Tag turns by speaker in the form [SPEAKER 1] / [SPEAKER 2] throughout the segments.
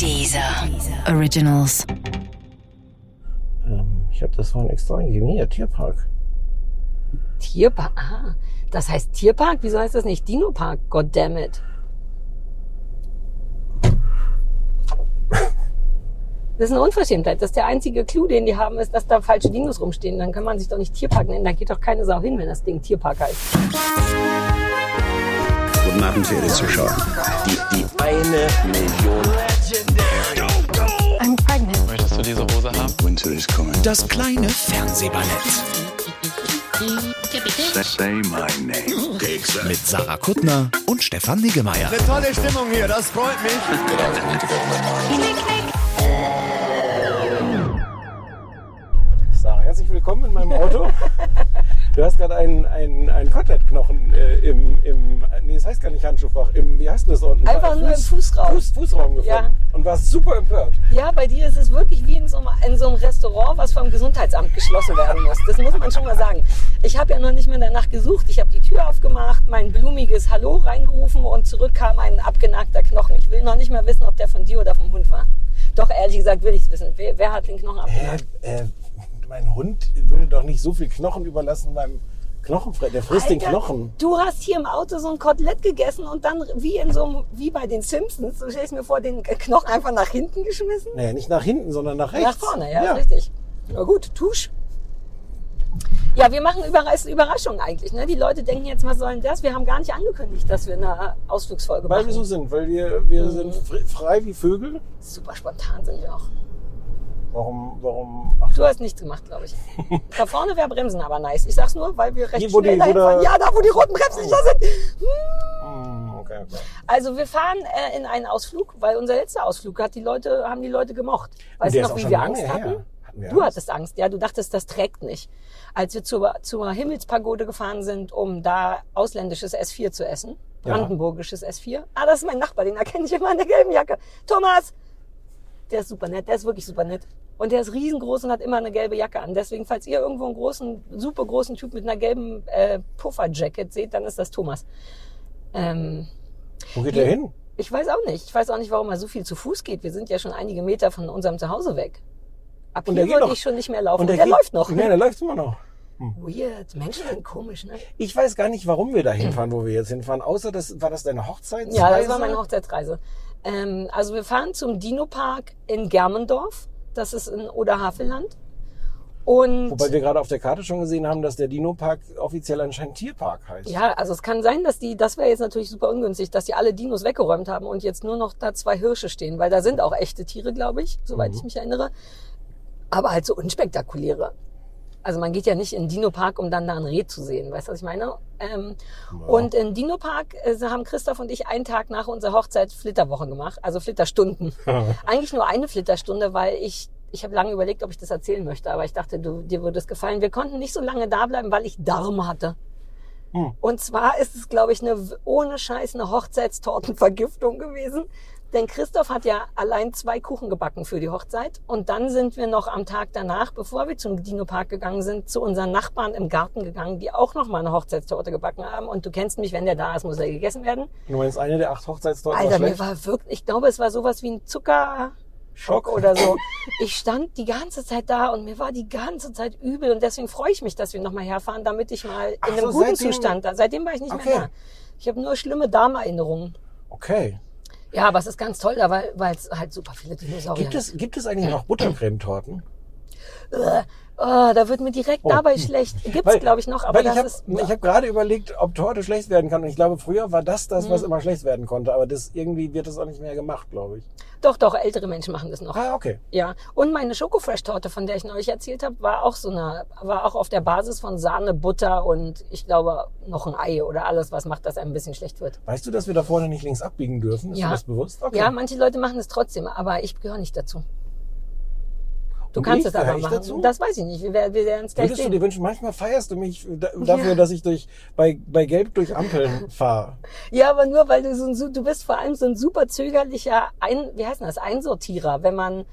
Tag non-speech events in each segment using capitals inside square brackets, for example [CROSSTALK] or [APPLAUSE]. [SPEAKER 1] Dieser Originals.
[SPEAKER 2] Ähm, ich habe das vorhin extra eingegeben. Hier, Tierpark.
[SPEAKER 3] Tierpark. Ah, das heißt Tierpark? Wieso heißt das nicht Dino-Park? Goddammit. Das ist eine Unverschämtheit. Das ist der einzige Clou, den die haben, ist, dass da falsche Dinos rumstehen. Dann kann man sich doch nicht Tierpark nennen. Da geht doch keine Sau hin, wenn das Ding Tierpark heißt.
[SPEAKER 4] Guten Abend, verehrte Zuschauer. Die, die eine Million.
[SPEAKER 5] I'm pregnant.
[SPEAKER 6] Möchtest du diese Hose haben?
[SPEAKER 4] Winter is coming.
[SPEAKER 7] Das kleine Fernsehballett
[SPEAKER 4] Say my name.
[SPEAKER 7] mit Sarah Kuttner und Stefan Niggemeier.
[SPEAKER 8] Tolle Stimmung hier, das freut mich.
[SPEAKER 2] Sarah, herzlich willkommen in meinem [LAUGHS] Auto. Du hast gerade einen, einen, einen Kotelettknochen äh, im, im, nee, das heißt gar nicht Handschuhfach, im, wie heißt denn das unten?
[SPEAKER 3] Einfach nur im Fußraum.
[SPEAKER 2] Fuß, Fußraum gefunden und warst super empört.
[SPEAKER 3] Ja, bei dir ist es wirklich wie in so, einem, in so einem Restaurant, was vom Gesundheitsamt geschlossen werden muss. Das muss man schon mal sagen. Ich habe ja noch nicht mehr danach gesucht. Ich habe die Tür aufgemacht, mein blumiges Hallo reingerufen und zurück kam ein abgenagter Knochen. Ich will noch nicht mehr wissen, ob der von dir oder vom Hund war. Doch, ehrlich gesagt, will ich es wissen. Wer, wer hat den Knochen abgenagt?
[SPEAKER 2] Äh, äh, mein Hund würde doch nicht so viel Knochen überlassen beim Knochenfresser. Der frisst den
[SPEAKER 3] Alter,
[SPEAKER 2] Knochen.
[SPEAKER 3] Du hast hier im Auto so ein Kotelett gegessen und dann wie in so einem, wie bei den Simpsons, so stell ich mir vor, den Knochen einfach nach hinten geschmissen.
[SPEAKER 2] Naja, nicht nach hinten, sondern nach
[SPEAKER 3] Nach
[SPEAKER 2] rechts.
[SPEAKER 3] vorne, ja, richtig. Na gut, tusch. Ja, wir machen Überra- ist eine Überraschung eigentlich. Ne? Die Leute denken jetzt, was soll denn das? Wir haben gar nicht angekündigt, dass wir eine Ausflugsfolge
[SPEAKER 2] Weil wir
[SPEAKER 3] machen.
[SPEAKER 2] so sind, weil wir, wir sind
[SPEAKER 3] Mhm.
[SPEAKER 2] fri- frei wie Vögel.
[SPEAKER 3] Super spontan sind wir auch.
[SPEAKER 2] Warum, warum? Ach,
[SPEAKER 3] Du hast nichts gemacht,
[SPEAKER 2] [LAUGHS]
[SPEAKER 3] glaube ich. da vorne wäre Bremsen aber nice. Ich sag's nur, weil wir recht
[SPEAKER 2] Hier, wo
[SPEAKER 3] schnell
[SPEAKER 2] die- Oh. wo
[SPEAKER 3] dahin
[SPEAKER 2] der-
[SPEAKER 3] fahren. Ja, da wo die roten Bremslichter sind.
[SPEAKER 2] mm, okay, okay.
[SPEAKER 3] Also wir fahren äh, in einen Ausflug, weil unser letzter Ausflug hat die Leute, haben die Leute gemocht. Weißt du
[SPEAKER 2] der ist
[SPEAKER 3] noch,
[SPEAKER 2] auch
[SPEAKER 3] wie
[SPEAKER 2] schon
[SPEAKER 3] wir
[SPEAKER 2] lange
[SPEAKER 3] Angst
[SPEAKER 2] her.
[SPEAKER 3] hatten?
[SPEAKER 2] Hatten wir
[SPEAKER 3] du
[SPEAKER 2] Angst?
[SPEAKER 3] hattest Angst, ja, du dachtest, das trägt nicht. Als wir zur, zur Himmelspagode gefahren sind, um da ausländisches S4 zu essen,
[SPEAKER 2] Ja.
[SPEAKER 3] brandenburgisches S4. Ah, das ist mein Nachbar, den erkenne ich immer in der gelben Jacke. Thomas! Der ist super nett, der ist wirklich super nett. Und der ist riesengroß und hat immer eine gelbe Jacke an. Deswegen, falls ihr irgendwo einen großen, super großen Typ mit einer gelben äh, Pufferjacket seht, dann ist das Thomas. Ähm,
[SPEAKER 2] Wo geht der hin?
[SPEAKER 3] ich weiß auch nicht. Ich weiß auch nicht, warum er so viel zu Fuß geht. Wir sind ja schon einige Meter von unserem Zuhause weg. Ab
[SPEAKER 2] Und der
[SPEAKER 3] hier
[SPEAKER 2] geht
[SPEAKER 3] würde
[SPEAKER 2] noch.
[SPEAKER 3] ich schon nicht mehr laufen.
[SPEAKER 2] Und
[SPEAKER 3] der,
[SPEAKER 2] geht-
[SPEAKER 3] läuft noch.
[SPEAKER 2] Ja, der läuft immer noch.
[SPEAKER 3] Weird. Menschen sind komisch, ne?
[SPEAKER 2] Ich weiß gar nicht, warum wir da hinfahren, wo wir jetzt hinfahren. Außer, das, war das deine Hochzeitsreise?
[SPEAKER 3] Ja, das war meine Hochzeitsreise. Ähm, also wir fahren zum Dino-Park in Germendorf. Das ist in Oderhavelland. Und
[SPEAKER 2] Wobei wir gerade auf der Karte schon gesehen haben, dass der Dino-Park offiziell anscheinend Tierpark heißt.
[SPEAKER 3] ja, also es kann sein, dass die, das wäre jetzt natürlich super ungünstig, dass die alle Dinos weggeräumt haben und jetzt nur noch da zwei Hirsche stehen, weil da sind auch echte Tiere, glaube ich, soweit ich mich erinnere. Aber halt so unspektakuläre. Also man geht ja nicht in den Dino-Park, um dann da ein Reh zu sehen. Weißt du, was ich meine? Ähm, Und in Dino-Park äh, haben Christoph und ich einen Tag nach unserer Hochzeit Flitterwochen gemacht, also Flitterstunden. Eigentlich nur eine Flitterstunde, weil ich, ich habe lange überlegt, ob ich das erzählen möchte, aber ich dachte, du, dir würde es gefallen. Wir konnten nicht so lange da bleiben, weil ich Darm hatte. Und zwar ist es, glaube ich, eine ohne Scheiß eine Hochzeitstortenvergiftung gewesen. Denn Christoph hat ja allein zwei Kuchen gebacken für die Hochzeit. Und dann sind wir noch am Tag danach, bevor wir zum Dino-Park gegangen sind, zu unseren Nachbarn im Garten gegangen, die auch noch mal eine Hochzeitstorte gebacken haben. Und du kennst mich, wenn der da ist, muss er gegessen werden.
[SPEAKER 2] Du meinst, eine der acht Hochzeitstorten
[SPEAKER 3] Alter,
[SPEAKER 2] war
[SPEAKER 3] mir
[SPEAKER 2] schlecht?
[SPEAKER 3] war wirklich, ich glaube, es war sowas wie ein Zuckerschock
[SPEAKER 2] [LAUGHS]
[SPEAKER 3] oder so. Ich stand die ganze Zeit da und mir war die ganze Zeit übel und deswegen freue ich mich, dass wir nochmal herfahren, damit ich mal in
[SPEAKER 2] Ach
[SPEAKER 3] einem
[SPEAKER 2] so,
[SPEAKER 3] guten
[SPEAKER 2] seitdem-
[SPEAKER 3] Zustand da. Seitdem war ich nicht
[SPEAKER 2] Okay.
[SPEAKER 3] mehr da. Ich habe nur schlimme Darmerinnerungen.
[SPEAKER 2] okay.
[SPEAKER 3] Ja, aber es ist ganz toll, da, weil weil es halt super viele Dinosaurier
[SPEAKER 2] Gibt es, gibt es eigentlich noch Buttercremetorten?
[SPEAKER 3] Oh, da wird mir direkt dabei schlecht. Gibt's,
[SPEAKER 2] Weil-
[SPEAKER 3] glaube ich, noch, aber
[SPEAKER 2] weil ich
[SPEAKER 3] das
[SPEAKER 2] hab,
[SPEAKER 3] ist.
[SPEAKER 2] Ich habe gerade überlegt, ob Torte schlecht werden kann. Und ich glaube, früher war das das,
[SPEAKER 3] Mhm.
[SPEAKER 2] was immer schlecht werden konnte. Aber das irgendwie wird das auch nicht mehr gemacht, glaube ich.
[SPEAKER 3] Doch, doch, ältere Menschen machen das noch.
[SPEAKER 2] Ah, okay.
[SPEAKER 3] Ja, und meine Schokofresh-Torte, von der ich neulich erzählt habe, war auch so eine, war auch auf der Basis von Sahne, Butter und ich glaube noch ein Ei oder alles, was macht, dass einem ein bisschen schlecht wird.
[SPEAKER 2] Weißt du, dass wir da vorne nicht links abbiegen dürfen? Ist
[SPEAKER 3] Ja.
[SPEAKER 2] dir das bewusst? Okay.
[SPEAKER 3] Ja, manche Leute machen es trotzdem, aber ich gehöre nicht dazu. Du
[SPEAKER 2] Und
[SPEAKER 3] kannst
[SPEAKER 2] ich,
[SPEAKER 3] es aber
[SPEAKER 2] gehöre ich
[SPEAKER 3] machen.
[SPEAKER 2] dazu?
[SPEAKER 3] Das weiß ich nicht. Wir, wer- wir werden es gleich
[SPEAKER 2] Würdest du dir
[SPEAKER 3] sehen.
[SPEAKER 2] wünschen, manchmal feierst du mich äh, da, dafür, dass ich durch, bei, bei Gelb durch
[SPEAKER 3] [LAUGHS]
[SPEAKER 2] Ampeln fahre.
[SPEAKER 3] Ja, aber nur weil du so ein, su- du bist vor allem so ein super zögerlicher, ein, wie heißt denn das, Einsortierer, wenn man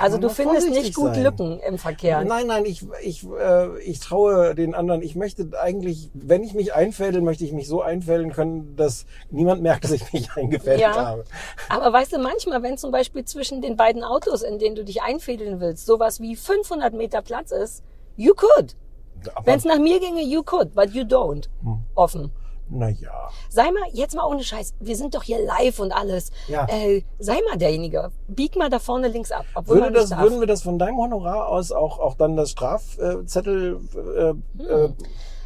[SPEAKER 3] also
[SPEAKER 2] man
[SPEAKER 3] du
[SPEAKER 2] muss
[SPEAKER 3] findest
[SPEAKER 2] vorsichtig
[SPEAKER 3] nicht gut
[SPEAKER 2] sein.
[SPEAKER 3] Lücken im Verkehr.
[SPEAKER 2] Nein, nein, ich, ich, äh, ich traue den anderen. Ich möchte eigentlich, wenn ich mich einfädeln, möchte ich mich so einfädeln können, dass niemand merkt, dass ich mich [LAUGHS] eingefädelt
[SPEAKER 3] Ja.
[SPEAKER 2] habe.
[SPEAKER 3] Aber weißt du, manchmal, wenn zum Beispiel zwischen den beiden Autos, in denen du dich einfädeln willst, sowas wie 500 Meter Platz ist, you could.
[SPEAKER 2] Aber
[SPEAKER 3] Wenn es nach mir ginge, you could, but you don't.
[SPEAKER 2] Hm.
[SPEAKER 3] Offen.
[SPEAKER 2] naja.
[SPEAKER 3] Sei mal, jetzt mal ohne Scheiß, wir sind doch hier live und alles.
[SPEAKER 2] Ja.
[SPEAKER 3] Äh, sei mal derjenige. Bieg mal da vorne links ab, obwohl
[SPEAKER 2] Würde
[SPEAKER 3] man nicht
[SPEAKER 2] das,
[SPEAKER 3] darf.
[SPEAKER 2] würden wir das von deinem Honorar aus auch, auch dann das Strafzettel,
[SPEAKER 3] Hm.
[SPEAKER 2] äh, äh,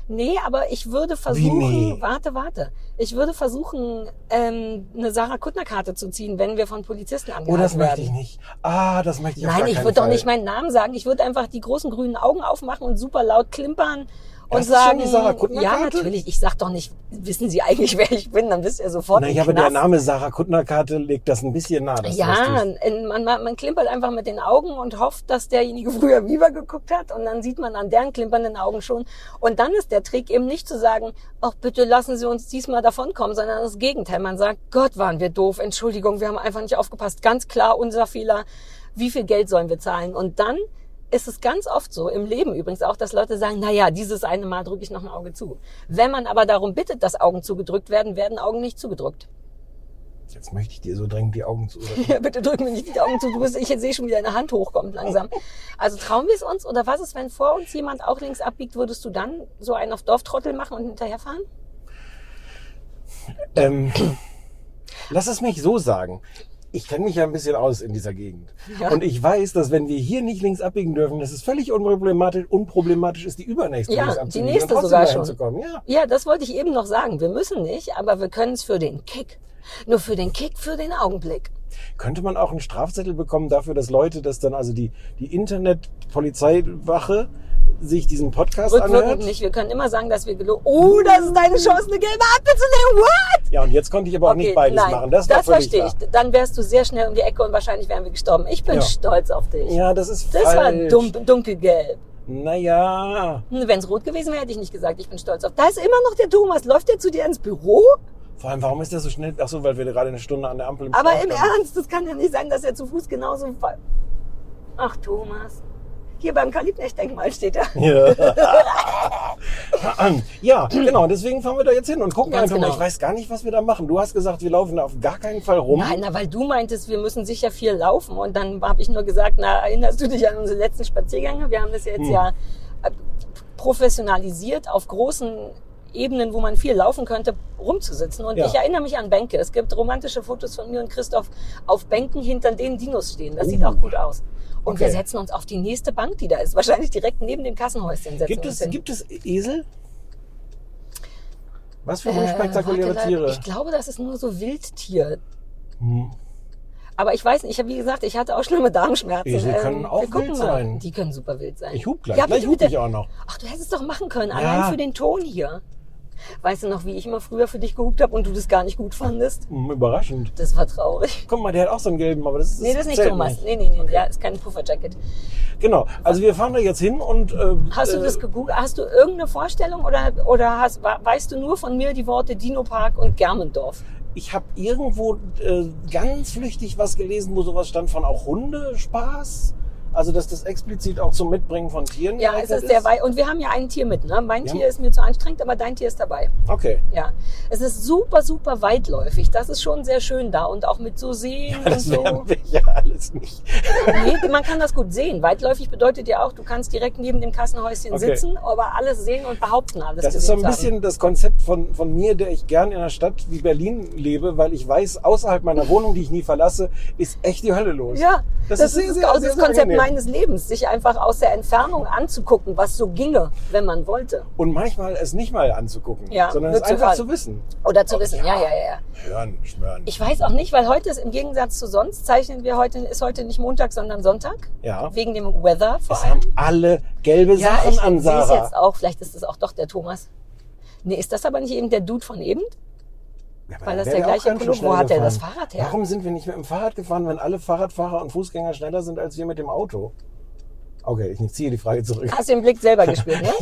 [SPEAKER 3] Nee, aber ich würde versuchen,
[SPEAKER 2] nee?
[SPEAKER 3] warte, warte. Ich würde versuchen, ähm, eine Sarah Kuttner Karte zu ziehen, wenn wir von Polizisten angehalten
[SPEAKER 2] oh, das
[SPEAKER 3] werden.
[SPEAKER 2] möchte ich nicht. Ah, das möchte ich auf
[SPEAKER 3] Nein,
[SPEAKER 2] gar
[SPEAKER 3] ich
[SPEAKER 2] keinen
[SPEAKER 3] würde doch
[SPEAKER 2] Fall.
[SPEAKER 3] nicht meinen Namen sagen. Ich würde einfach die großen grünen Augen aufmachen und super laut klimpern und
[SPEAKER 2] Das ist schon
[SPEAKER 3] sagen,
[SPEAKER 2] die Sarah Kuttner
[SPEAKER 3] ja,
[SPEAKER 2] Karte?
[SPEAKER 3] natürlich. Ich sag doch nicht, wissen Sie eigentlich, wer ich bin? Dann wisst ihr sofort.
[SPEAKER 2] Naja,
[SPEAKER 3] im
[SPEAKER 2] aber der
[SPEAKER 3] Knast.
[SPEAKER 2] Name Sarah Kuttner-Karte legt das ein bisschen nah. Das
[SPEAKER 3] Ja,
[SPEAKER 2] möchte ich.
[SPEAKER 3] in- man, man, man klimpert einfach mit den Augen und hofft, dass derjenige [LAUGHS] früher Viva geguckt hat und dann sieht man an deren klimpernden Augen schon. Und dann ist der Trick eben nicht zu sagen, ach bitte lassen Sie uns diesmal davonkommen, sondern das Gegenteil. Man sagt, Gott, waren wir doof, Entschuldigung, wir haben einfach nicht aufgepasst. Ganz klar unser Fehler. Wie viel Geld sollen wir zahlen? Und dann ist es ganz oft so, im Leben übrigens auch, dass Leute sagen, na ja, dieses eine Mal drücke ich noch ein Auge zu. Wenn man aber darum bittet, dass Augen zugedrückt werden, werden Augen nicht zugedrückt.
[SPEAKER 2] Jetzt möchte ich dir so dringend die Augen zu.
[SPEAKER 3] Ja, bitte drück mir nicht die Augen zu, du bist, ich sehe schon, wie deine Hand hochkommt langsam. Also trauen wir es uns oder was ist, wenn vor uns jemand auch links abbiegt, würdest du dann so einen auf Dorftrottel machen und hinterherfahren?
[SPEAKER 2] Ähm, lass es mich so sagen. Ich kenne mich ja ein bisschen aus in dieser Gegend.
[SPEAKER 3] Ja.
[SPEAKER 2] Und ich weiß, dass wenn wir hier nicht links abbiegen dürfen, dass es völlig unproblematisch, unproblematisch ist, die übernächste
[SPEAKER 3] Ja,
[SPEAKER 2] links
[SPEAKER 3] die
[SPEAKER 2] abzubiegen
[SPEAKER 3] nächste
[SPEAKER 2] und trotzdem
[SPEAKER 3] sogar
[SPEAKER 2] dahin
[SPEAKER 3] schon.
[SPEAKER 2] zu kommen. Ja.
[SPEAKER 3] Ja, das wollte ich eben noch sagen. Wir müssen nicht, aber wir können es für den Kick. Nur für den Kick, für den Augenblick.
[SPEAKER 2] Könnte man auch einen Strafzettel bekommen dafür, dass Leute, dass dann also die, die Internetpolizeiwache sich diesen Podcast anhört?
[SPEAKER 3] Rückwirkend nicht. Wir können immer sagen, dass wir gelogen. Oh, das ist deine Chance, eine gelbe Ampel zu nehmen. What?
[SPEAKER 2] Ja, und jetzt konnte ich aber auch nicht beides machen. Das, war völlig
[SPEAKER 3] verstehe ich.
[SPEAKER 2] klar.
[SPEAKER 3] Dann wärst du sehr schnell um die Ecke und wahrscheinlich wären wir gestorben. Ich bin
[SPEAKER 2] Ja.
[SPEAKER 3] stolz auf dich.
[SPEAKER 2] Ja, das ist
[SPEAKER 3] Das war
[SPEAKER 2] falsch.
[SPEAKER 3] dumm, dunkelgelb.
[SPEAKER 2] Naja,
[SPEAKER 3] Wenn es rot gewesen wäre, hätte ich nicht gesagt, ich bin stolz auf. Da ist immer noch der Thomas. Läuft der zu dir ins Büro?
[SPEAKER 2] vor allem, warum ist das so schnell? Ach so, weil wir gerade eine Stunde an der Ampel im
[SPEAKER 3] Aber
[SPEAKER 2] Schlaf
[SPEAKER 3] im
[SPEAKER 2] standen.
[SPEAKER 3] Ernst, das kann ja nicht sein, dass er zu Fuß genauso. fa- Ach, Thomas. Hier beim Kalibnecht-Denkmal steht er.
[SPEAKER 2] [LAUGHS] Ja. ja, genau. Deswegen fahren wir da jetzt hin und gucken
[SPEAKER 3] Ganz
[SPEAKER 2] einfach mal.
[SPEAKER 3] genau.
[SPEAKER 2] Ich weiß gar nicht, was wir da machen. Du hast gesagt, wir laufen da auf gar keinen Fall rum.
[SPEAKER 3] Nein, na, weil du meintest, wir müssen sicher viel laufen. Und dann habe ich nur gesagt, na, erinnerst du dich an unsere letzten Spaziergänge? Wir haben das
[SPEAKER 2] Hm.
[SPEAKER 3] jetzt ja äh, professionalisiert auf großen Ebenen, wo man viel laufen könnte, rumzusitzen. Und
[SPEAKER 2] Ja.
[SPEAKER 3] ich erinnere mich an Bänke. Es gibt romantische Fotos von mir und Christoph auf Bänken, hinter denen Dinos stehen. Das sieht auch gut aus. Und wir
[SPEAKER 2] Oh. Okay.
[SPEAKER 3] setzen uns auf die nächste Bank, die da ist. Wahrscheinlich direkt neben dem Kassenhäuschen setzen
[SPEAKER 2] gibt
[SPEAKER 3] wir
[SPEAKER 2] es,
[SPEAKER 3] uns hin.
[SPEAKER 2] gibt es Esel? Was für
[SPEAKER 3] Äh,
[SPEAKER 2] unspektakuläre
[SPEAKER 3] warte,
[SPEAKER 2] Tiere?
[SPEAKER 3] Ich glaube, das ist nur so Wildtier.
[SPEAKER 2] Hm.
[SPEAKER 3] Aber ich weiß nicht, ich habe wie gesagt, ich hatte auch schlimme Darmschmerzen.
[SPEAKER 2] Esel
[SPEAKER 3] Ähm,
[SPEAKER 2] können auch
[SPEAKER 3] wir gucken
[SPEAKER 2] wild
[SPEAKER 3] mal.
[SPEAKER 2] sein.
[SPEAKER 3] Die können super wild sein.
[SPEAKER 2] Ich hub gleich.
[SPEAKER 3] Ja, aber
[SPEAKER 2] Gleich
[SPEAKER 3] du,
[SPEAKER 2] hub
[SPEAKER 3] der-
[SPEAKER 2] ich auch noch.
[SPEAKER 3] Ach, du hättest es doch machen können,
[SPEAKER 2] Ja.
[SPEAKER 3] allein für den Ton hier. Weißt du noch, wie ich immer früher für dich gehupt habe und du das gar nicht gut fandest?
[SPEAKER 2] Hm, überraschend.
[SPEAKER 3] Das war traurig.
[SPEAKER 2] Guck mal, der hat auch so einen gelben, aber das ist
[SPEAKER 3] Nee, das ist nicht
[SPEAKER 2] zählt
[SPEAKER 3] Thomas. Nee, nee, nee, der ist kein Pufferjacket.
[SPEAKER 2] Genau. Also wir fahren da jetzt hin und äh,
[SPEAKER 3] Hast du
[SPEAKER 2] äh,
[SPEAKER 3] das gegoogelt? Hast du irgendeine Vorstellung oder, oder hast, wa- weißt du nur von mir die Worte Dino Park und Germendorf?
[SPEAKER 2] ich habe irgendwo äh, ganz flüchtig was gelesen, wo sowas stand von auch Hundespaß. Also dass das explizit auch zum Mitbringen von Tieren
[SPEAKER 3] Ja, es
[SPEAKER 2] geeignet
[SPEAKER 3] ist sehr weit. Und wir haben ja ein Tier mit, ne? Mein
[SPEAKER 2] Ja.
[SPEAKER 3] Tier ist mir zu anstrengend, aber dein Tier ist dabei.
[SPEAKER 2] Okay.
[SPEAKER 3] Ja. Es ist super, super weitläufig. Das ist schon sehr schön da. Und auch mit so Seen und
[SPEAKER 2] Das
[SPEAKER 3] so.
[SPEAKER 2] werden wir ja alles nicht.
[SPEAKER 3] Nee, man kann das gut sehen. Weitläufig bedeutet ja auch, du kannst direkt neben dem Kassenhäuschen
[SPEAKER 2] Okay.
[SPEAKER 3] sitzen, aber alles sehen und behaupten alles.
[SPEAKER 2] Das ist so ein
[SPEAKER 3] gesehen zu
[SPEAKER 2] bisschen das Konzept von, von mir, der ich gern in einer Stadt wie Berlin lebe, weil ich weiß, außerhalb meiner Wohnung, die ich nie verlasse, ist echt die Hölle los.
[SPEAKER 3] haben. Ja,
[SPEAKER 2] das, ist, sehr, sehr, sehr,
[SPEAKER 3] auch das
[SPEAKER 2] sehr
[SPEAKER 3] Konzept
[SPEAKER 2] angenehm.
[SPEAKER 3] meines Lebens, sich einfach aus der Entfernung anzugucken, was so ginge, wenn man wollte.
[SPEAKER 2] Und manchmal es nicht mal anzugucken,
[SPEAKER 3] Ja,
[SPEAKER 2] sondern es
[SPEAKER 3] wird zu
[SPEAKER 2] einfach
[SPEAKER 3] kalt.
[SPEAKER 2] zu wissen.
[SPEAKER 3] Oder zu
[SPEAKER 2] Ob-
[SPEAKER 3] wissen, ja, ja, ja. ja.
[SPEAKER 2] Hören, schmören.
[SPEAKER 3] Ich weiß auch nicht, weil heute ist im Gegensatz zu sonst, zeichnen wir heute, ist heute nicht Montag, sondern Sonntag.
[SPEAKER 2] Ja.
[SPEAKER 3] Wegen dem Weather vor
[SPEAKER 2] es
[SPEAKER 3] allem.
[SPEAKER 2] haben alle gelbe Sachen
[SPEAKER 3] ich
[SPEAKER 2] an,
[SPEAKER 3] sehe es
[SPEAKER 2] Sarah.
[SPEAKER 3] jetzt auch. Vielleicht ist es auch doch der Thomas. Nee, ist das aber nicht eben der Dude von eben?
[SPEAKER 2] Ja, aber
[SPEAKER 3] Weil
[SPEAKER 2] dann
[SPEAKER 3] das
[SPEAKER 2] wäre der
[SPEAKER 3] der
[SPEAKER 2] auch
[SPEAKER 3] gleiche
[SPEAKER 2] ganz schön
[SPEAKER 3] Pullover-
[SPEAKER 2] schnell
[SPEAKER 3] Wo hat der
[SPEAKER 2] gefahren.
[SPEAKER 3] das Fahrrad her?
[SPEAKER 2] Warum sind wir nicht mit dem Fahrrad gefahren, wenn alle Fahrradfahrer und Fußgänger schneller sind als wir mit dem Auto? Okay, ich ziehe die Frage zurück.
[SPEAKER 3] Hast den Blick selber
[SPEAKER 2] [LAUGHS]
[SPEAKER 3] gespürt, ne?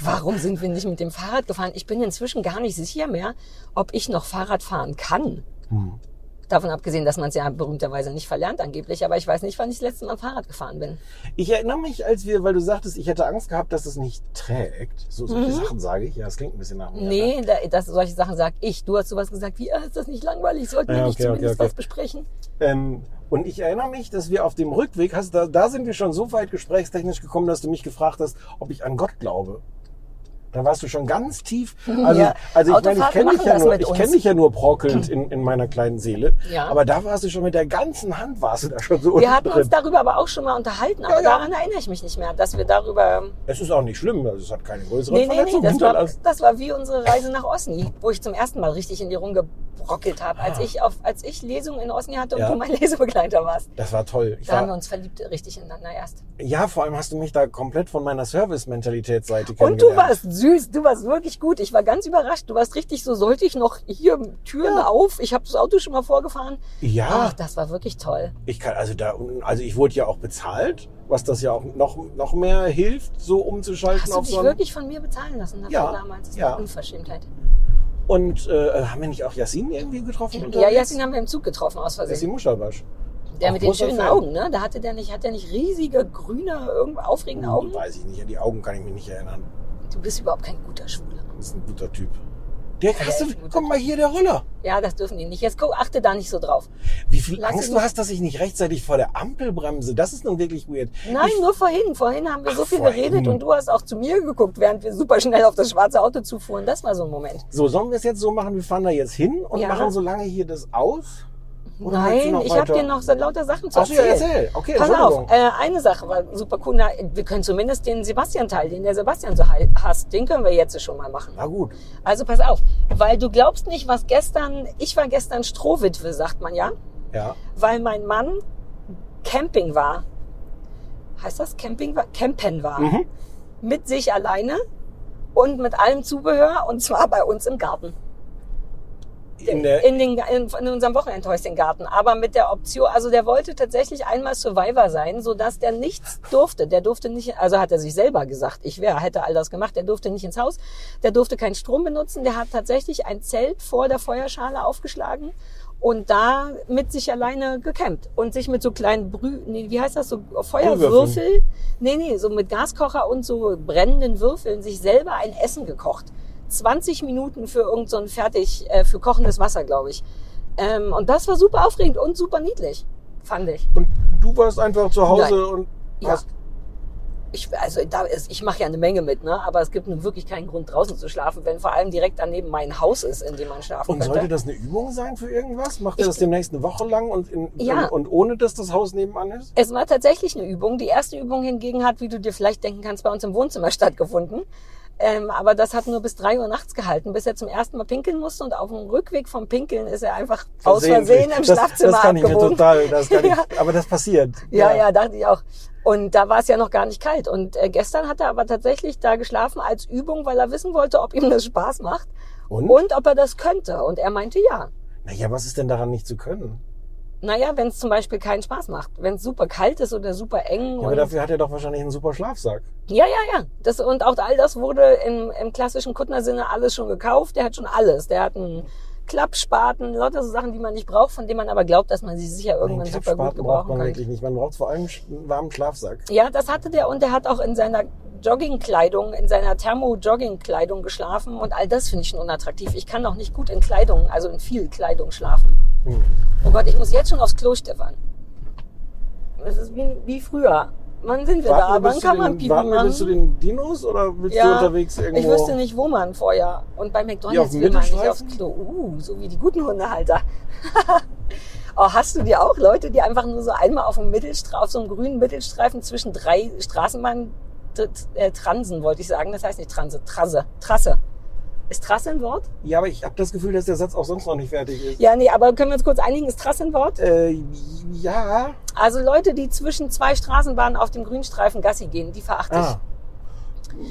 [SPEAKER 3] Warum sind wir nicht mit dem
[SPEAKER 2] Hm.
[SPEAKER 3] Fahrrad gefahren? Ich bin inzwischen gar nicht sicher mehr, ob ich noch Fahrrad fahren kann. Davon abgesehen, dass man es ja berühmterweise nicht verlernt angeblich, aber ich weiß nicht, wann ich das letzte Mal Fahrrad gefahren bin.
[SPEAKER 2] Ich erinnere mich, als wir, weil du sagtest, ich hätte Angst gehabt, dass es nicht trägt. So solche Sachen sage ich. Ja, das klingt ein bisschen nach mir. ne?
[SPEAKER 3] Mhm. Nee, da, das, solche Sachen sag ich. Du hast sowas gesagt wie, ah, ist das nicht langweilig, sollten wir
[SPEAKER 2] Ja,
[SPEAKER 3] nicht
[SPEAKER 2] okay, okay,
[SPEAKER 3] zumindest
[SPEAKER 2] okay.
[SPEAKER 3] was besprechen?
[SPEAKER 2] Ähm, und ich erinnere mich, dass wir auf dem Rückweg, hast, da, da sind wir schon so weit gesprächstechnisch gekommen, dass du mich gefragt hast, ob ich an Gott glaube. Da warst du schon ganz tief. Also,
[SPEAKER 3] Ja.
[SPEAKER 2] also ich meine, ich
[SPEAKER 3] Autofahrten
[SPEAKER 2] kenne dich,
[SPEAKER 3] machen
[SPEAKER 2] ja
[SPEAKER 3] das
[SPEAKER 2] nur-
[SPEAKER 3] mit
[SPEAKER 2] ich
[SPEAKER 3] uns.
[SPEAKER 2] kenn dich ja nur brockelnd in, in meiner kleinen Seele.
[SPEAKER 3] Ja.
[SPEAKER 2] Aber da warst du schon mit der ganzen Hand, warst du da schon so
[SPEAKER 3] Wir
[SPEAKER 2] unten
[SPEAKER 3] hatten
[SPEAKER 2] drin.
[SPEAKER 3] uns darüber aber auch schon mal unterhalten, aber
[SPEAKER 2] äh, ja.
[SPEAKER 3] daran erinnere ich mich nicht mehr, dass wir darüber ähm,
[SPEAKER 2] Es ist auch nicht schlimm, also es hat keine größere
[SPEAKER 3] Nee, nee, nee,
[SPEAKER 2] Verletzung
[SPEAKER 3] das war,
[SPEAKER 2] hinterlassen.
[SPEAKER 3] das war wie unsere Reise nach Osni, wo ich zum ersten Mal richtig in dir rumgebrockelt habe, als ich auf, als ich Lesungen in Osni hatte und
[SPEAKER 2] Ja.
[SPEAKER 3] du mein [LAUGHS] Lesebegleiter warst.
[SPEAKER 2] Das war toll. Ich
[SPEAKER 3] Da haben wir
[SPEAKER 2] war,
[SPEAKER 3] uns verliebt richtig ineinander erst.
[SPEAKER 2] ja, vor allem hast du mich da komplett von meiner Service-Mentalitätsseite
[SPEAKER 3] Und du
[SPEAKER 2] kennengelernt.
[SPEAKER 3] warst süß, du warst wirklich gut. Ich war ganz überrascht. Du warst richtig so, sollte ich noch hier Türen auf? Ich habe das Auto schon mal vorgefahren.
[SPEAKER 2] Ja.
[SPEAKER 3] Ach, das war wirklich toll.
[SPEAKER 2] Ich kann also da also ich wurde ja auch bezahlt, was das ja auch noch noch mehr hilft, so umzuschalten
[SPEAKER 3] Hast du
[SPEAKER 2] auf
[SPEAKER 3] dich
[SPEAKER 2] so einen,
[SPEAKER 3] wirklich von mir bezahlen lassen dafür
[SPEAKER 2] Ja,
[SPEAKER 3] damals? Das ist
[SPEAKER 2] ja.
[SPEAKER 3] eine Unverschämtheit.
[SPEAKER 2] und äh, haben wir nicht auch Yassin irgendwie getroffen?
[SPEAKER 3] Ja,
[SPEAKER 2] unterwegs?
[SPEAKER 3] Jessin haben wir im Zug getroffen aus Versehen.
[SPEAKER 2] Yassin Muschelbasch.
[SPEAKER 3] Der
[SPEAKER 2] Auch
[SPEAKER 3] mit den
[SPEAKER 2] großer
[SPEAKER 3] schönen
[SPEAKER 2] Fan.
[SPEAKER 3] Augen, ne? Da hatte der nicht, hat der nicht riesige, grüne, irgendwie aufregende Augen?
[SPEAKER 2] Weiß ich nicht, an die Augen kann ich mich nicht erinnern.
[SPEAKER 3] Du bist überhaupt kein guter Schwuler.
[SPEAKER 2] Das ist ein guter Typ. Der hast
[SPEAKER 3] ist
[SPEAKER 2] du,
[SPEAKER 3] ein guter
[SPEAKER 2] guck mal hier der Roller.
[SPEAKER 3] Ja, das dürfen die nicht. Jetzt guck, achte da nicht so drauf.
[SPEAKER 2] Wie viel
[SPEAKER 3] Lass
[SPEAKER 2] Angst
[SPEAKER 3] ihn
[SPEAKER 2] du hast, dass ich nicht rechtzeitig vor der Ampel bremse? Das ist nun wirklich weird.
[SPEAKER 3] Nein, nur vorhin. Vorhin haben wir so
[SPEAKER 2] Ach,
[SPEAKER 3] viel
[SPEAKER 2] vorhin.
[SPEAKER 3] geredet und du hast auch zu mir geguckt, während wir super schnell auf das schwarze Auto zufuhren. Das war so ein Moment.
[SPEAKER 2] So, sollen wir es jetzt so machen, wir fahren da jetzt hin und
[SPEAKER 3] Ja.
[SPEAKER 2] machen so lange hier das aus? Oder willst du
[SPEAKER 3] Nein,
[SPEAKER 2] noch
[SPEAKER 3] ich habe
[SPEAKER 2] weiter?
[SPEAKER 3] dir noch so lauter Sachen zu
[SPEAKER 2] Ach so, ja,
[SPEAKER 3] erzählen.
[SPEAKER 2] erzähl. Okay,
[SPEAKER 3] Pass
[SPEAKER 2] Entschuldigung.
[SPEAKER 3] auf, äh, eine Sache war super cool. Na, wir können zumindest den Sebastian-Teil, den der Sebastian so hei- hasst, den können wir jetzt schon mal machen.
[SPEAKER 2] Na gut.
[SPEAKER 3] Also pass auf, weil du glaubst nicht, was gestern, ich war gestern Strohwitwe, sagt man ja,
[SPEAKER 2] Ja.
[SPEAKER 3] weil mein Mann Camping war. Heißt das Camping war? Campen war.
[SPEAKER 2] Mhm.
[SPEAKER 3] Mit sich alleine und mit allem Zubehör und zwar bei uns im Garten.
[SPEAKER 2] In der,
[SPEAKER 3] In, den, in, in unserem Wochenendhäuschen Garten. Aber mit der Option, also der wollte tatsächlich einmal Survivor sein, sodass der nichts durfte. Der durfte nicht, also hat er sich selber gesagt, ich wäre, hätte all das gemacht. Der durfte nicht ins Haus, der durfte keinen Strom benutzen. Der hat tatsächlich ein Zelt vor der Feuerschale aufgeschlagen und da mit sich alleine gecampt und sich mit so kleinen Brü, nee, wie heißt das, so Feuerwürfel, nee, nee, so mit Gaskocher und so brennenden Würfeln sich selber ein Essen gekocht. 20 Minuten für irgend so ein fertig, äh, für kochendes Wasser, glaube ich. Ähm, und das war super aufregend und super niedlich, fand ich.
[SPEAKER 2] Und du warst einfach zu Hause
[SPEAKER 3] Nein.
[SPEAKER 2] und
[SPEAKER 3] Ja.
[SPEAKER 2] hast.
[SPEAKER 3] ich also da ist, ich mache ja eine Menge mit, ne? aber es gibt nun wirklich keinen Grund, draußen zu schlafen, wenn vor allem direkt daneben mein Haus ist, in dem man schlafen
[SPEAKER 2] Und
[SPEAKER 3] könnte.
[SPEAKER 2] sollte das eine Übung sein für irgendwas? Macht ihr
[SPEAKER 3] Ich-
[SPEAKER 2] das demnächst eine Woche lang und, in,
[SPEAKER 3] Ja.
[SPEAKER 2] und, und ohne, dass das Haus nebenan ist?
[SPEAKER 3] Es war tatsächlich eine Übung. Die erste Übung hingegen hat, wie du dir vielleicht denken kannst, bei uns im Wohnzimmer [LAUGHS] stattgefunden. Ähm, aber das hat nur bis drei Uhr nachts gehalten, bis er zum ersten Mal pinkeln musste und auf dem Rückweg vom Pinkeln ist er einfach aus Versehen im
[SPEAKER 2] [LAUGHS] das,
[SPEAKER 3] Schlafzimmer
[SPEAKER 2] Das kann ich mir
[SPEAKER 3] abgewogen.
[SPEAKER 2] total. Das kann
[SPEAKER 3] Ja.
[SPEAKER 2] ich, aber das passiert.
[SPEAKER 3] [LAUGHS] Ja, ja, dachte ich auch. Und da war es ja noch gar nicht kalt. Und äh, gestern hat er aber tatsächlich da geschlafen als Übung, weil er wissen wollte, ob ihm das Spaß macht
[SPEAKER 2] Und?
[SPEAKER 3] und ob er das könnte. Und er meinte ja.
[SPEAKER 2] Naja, was ist denn daran nicht zu können?
[SPEAKER 3] Naja, wenn es zum Beispiel keinen Spaß macht, wenn es super kalt ist oder super eng.
[SPEAKER 2] Ja,
[SPEAKER 3] und
[SPEAKER 2] aber dafür hat er doch wahrscheinlich einen super Schlafsack.
[SPEAKER 3] ja, ja. ja. Das, und auch all das wurde im, im klassischen Kuttner-Sinne alles schon gekauft. Der hat schon alles. Der hat einen Klappspaten, lauter so Sachen, die man nicht braucht, von denen man aber glaubt, dass man sie sicher
[SPEAKER 2] Einen
[SPEAKER 3] irgendwann super gut
[SPEAKER 2] Klappspaten braucht
[SPEAKER 3] gebrauchen
[SPEAKER 2] man
[SPEAKER 3] kann.
[SPEAKER 2] wirklich nicht. Man braucht vor allem sch- einen warmen Schlafsack.
[SPEAKER 3] Ja, das hatte der und der hat auch in seiner Joggingkleidung, in seiner Thermo-Joggingkleidung geschlafen und all das finde ich schon unattraktiv. Ich kann auch nicht gut in Kleidung, also in viel Kleidung schlafen.
[SPEAKER 2] Hm.
[SPEAKER 3] Oh Gott, ich muss jetzt schon aufs Klo, Stefan. Das ist wie, wie früher. Wann sind wir da?
[SPEAKER 2] Warten wir
[SPEAKER 3] Wann
[SPEAKER 2] bis
[SPEAKER 3] kann
[SPEAKER 2] zu
[SPEAKER 3] man
[SPEAKER 2] den,
[SPEAKER 3] Pipi
[SPEAKER 2] warten wir bis zu
[SPEAKER 3] machen?
[SPEAKER 2] den Dinos oder willst du unterwegs irgendwo?
[SPEAKER 3] ich wüsste nicht, wo man vorher. Und bei
[SPEAKER 2] Ja, auf
[SPEAKER 3] McDonalds
[SPEAKER 2] dem
[SPEAKER 3] will man nicht aufs
[SPEAKER 2] Mittelstreifen?
[SPEAKER 3] Klo. Uh, so wie die guten Hundehalter. [LAUGHS] Oh, hast du dir auch Leute, die einfach nur so einmal auf dem Mittelstra auf so einem grünen Mittelstreifen zwischen drei Straßenbahn äh, Transen, wollte ich sagen. Das heißt nicht Transe, Trasse, Trasse. Ist Trasse ein Wort?
[SPEAKER 2] Ja, aber ich habe das Gefühl, dass der Satz auch sonst noch nicht fertig ist.
[SPEAKER 3] Ja, nee, aber können wir uns kurz einigen, ist Trasse ein Wort?
[SPEAKER 2] Äh, ja.
[SPEAKER 3] Also Leute, die zwischen zwei Straßenbahnen auf dem Grünstreifen Gassi gehen, die verachte
[SPEAKER 2] Ah.
[SPEAKER 3] ich.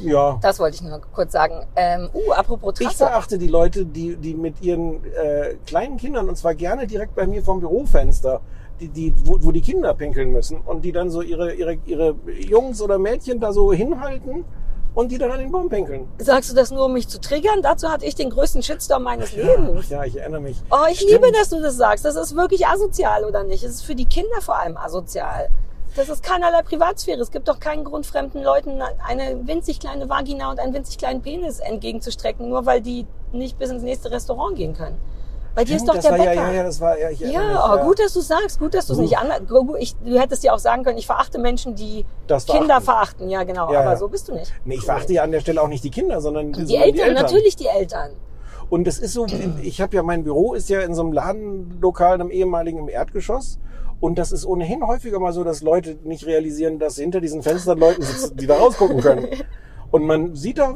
[SPEAKER 2] Ja.
[SPEAKER 3] Das wollte ich nur kurz sagen. Ähm, uh, apropos
[SPEAKER 2] Ich
[SPEAKER 3] Trasse.
[SPEAKER 2] verachte die Leute, die, die mit ihren äh, kleinen Kindern, und zwar gerne direkt bei mir vom Bürofenster, die, die, wo, wo die Kinder pinkeln müssen und die dann so ihre, ihre, ihre Jungs oder Mädchen da so hinhalten und die dann an den Baum pinkeln.
[SPEAKER 3] Sagst du das nur, um mich zu triggern? Dazu hatte ich den größten Shitstorm meines Lebens.
[SPEAKER 2] Ja, ich erinnere mich.
[SPEAKER 3] Oh, ich
[SPEAKER 2] Stimmt.
[SPEAKER 3] liebe, dass du das sagst. Das ist wirklich asozial, oder nicht? Es ist für die Kinder vor allem asozial. Das ist keinerlei Privatsphäre. Es gibt doch keinen Grund, fremden Leuten eine winzig kleine Vagina und einen winzig kleinen Penis entgegenzustrecken, nur weil die nicht bis ins nächste Restaurant gehen können. Bei dir ist
[SPEAKER 2] Stimmt,
[SPEAKER 3] doch
[SPEAKER 2] das
[SPEAKER 3] der
[SPEAKER 2] war,
[SPEAKER 3] Bäcker.
[SPEAKER 2] Ja, ja, ja, das war, ja, ich erinnere mich,
[SPEAKER 3] Ja, oh, gut, dass du sagst, gut, dass du es nicht anders. Ich, du hättest ja auch sagen können, ich verachte Menschen, die
[SPEAKER 2] Das
[SPEAKER 3] Kinder
[SPEAKER 2] verachten.
[SPEAKER 3] verachten. Ja, genau.
[SPEAKER 2] Ja,
[SPEAKER 3] aber
[SPEAKER 2] ja.
[SPEAKER 3] so bist du nicht.
[SPEAKER 2] Nee, ich verachte ja an der Stelle auch nicht die Kinder, sondern
[SPEAKER 3] Die Eltern, natürlich die Eltern.
[SPEAKER 2] Und das ist so, ich habe ja, mein Büro ist ja in so einem Ladenlokal, einem ehemaligen im Erdgeschoss. Und das ist ohnehin häufiger mal so, dass Leute nicht realisieren, dass hinter diesen Fenstern Leute sitzen, die da rausgucken
[SPEAKER 3] [LAUGHS]
[SPEAKER 2] können. Und man sieht da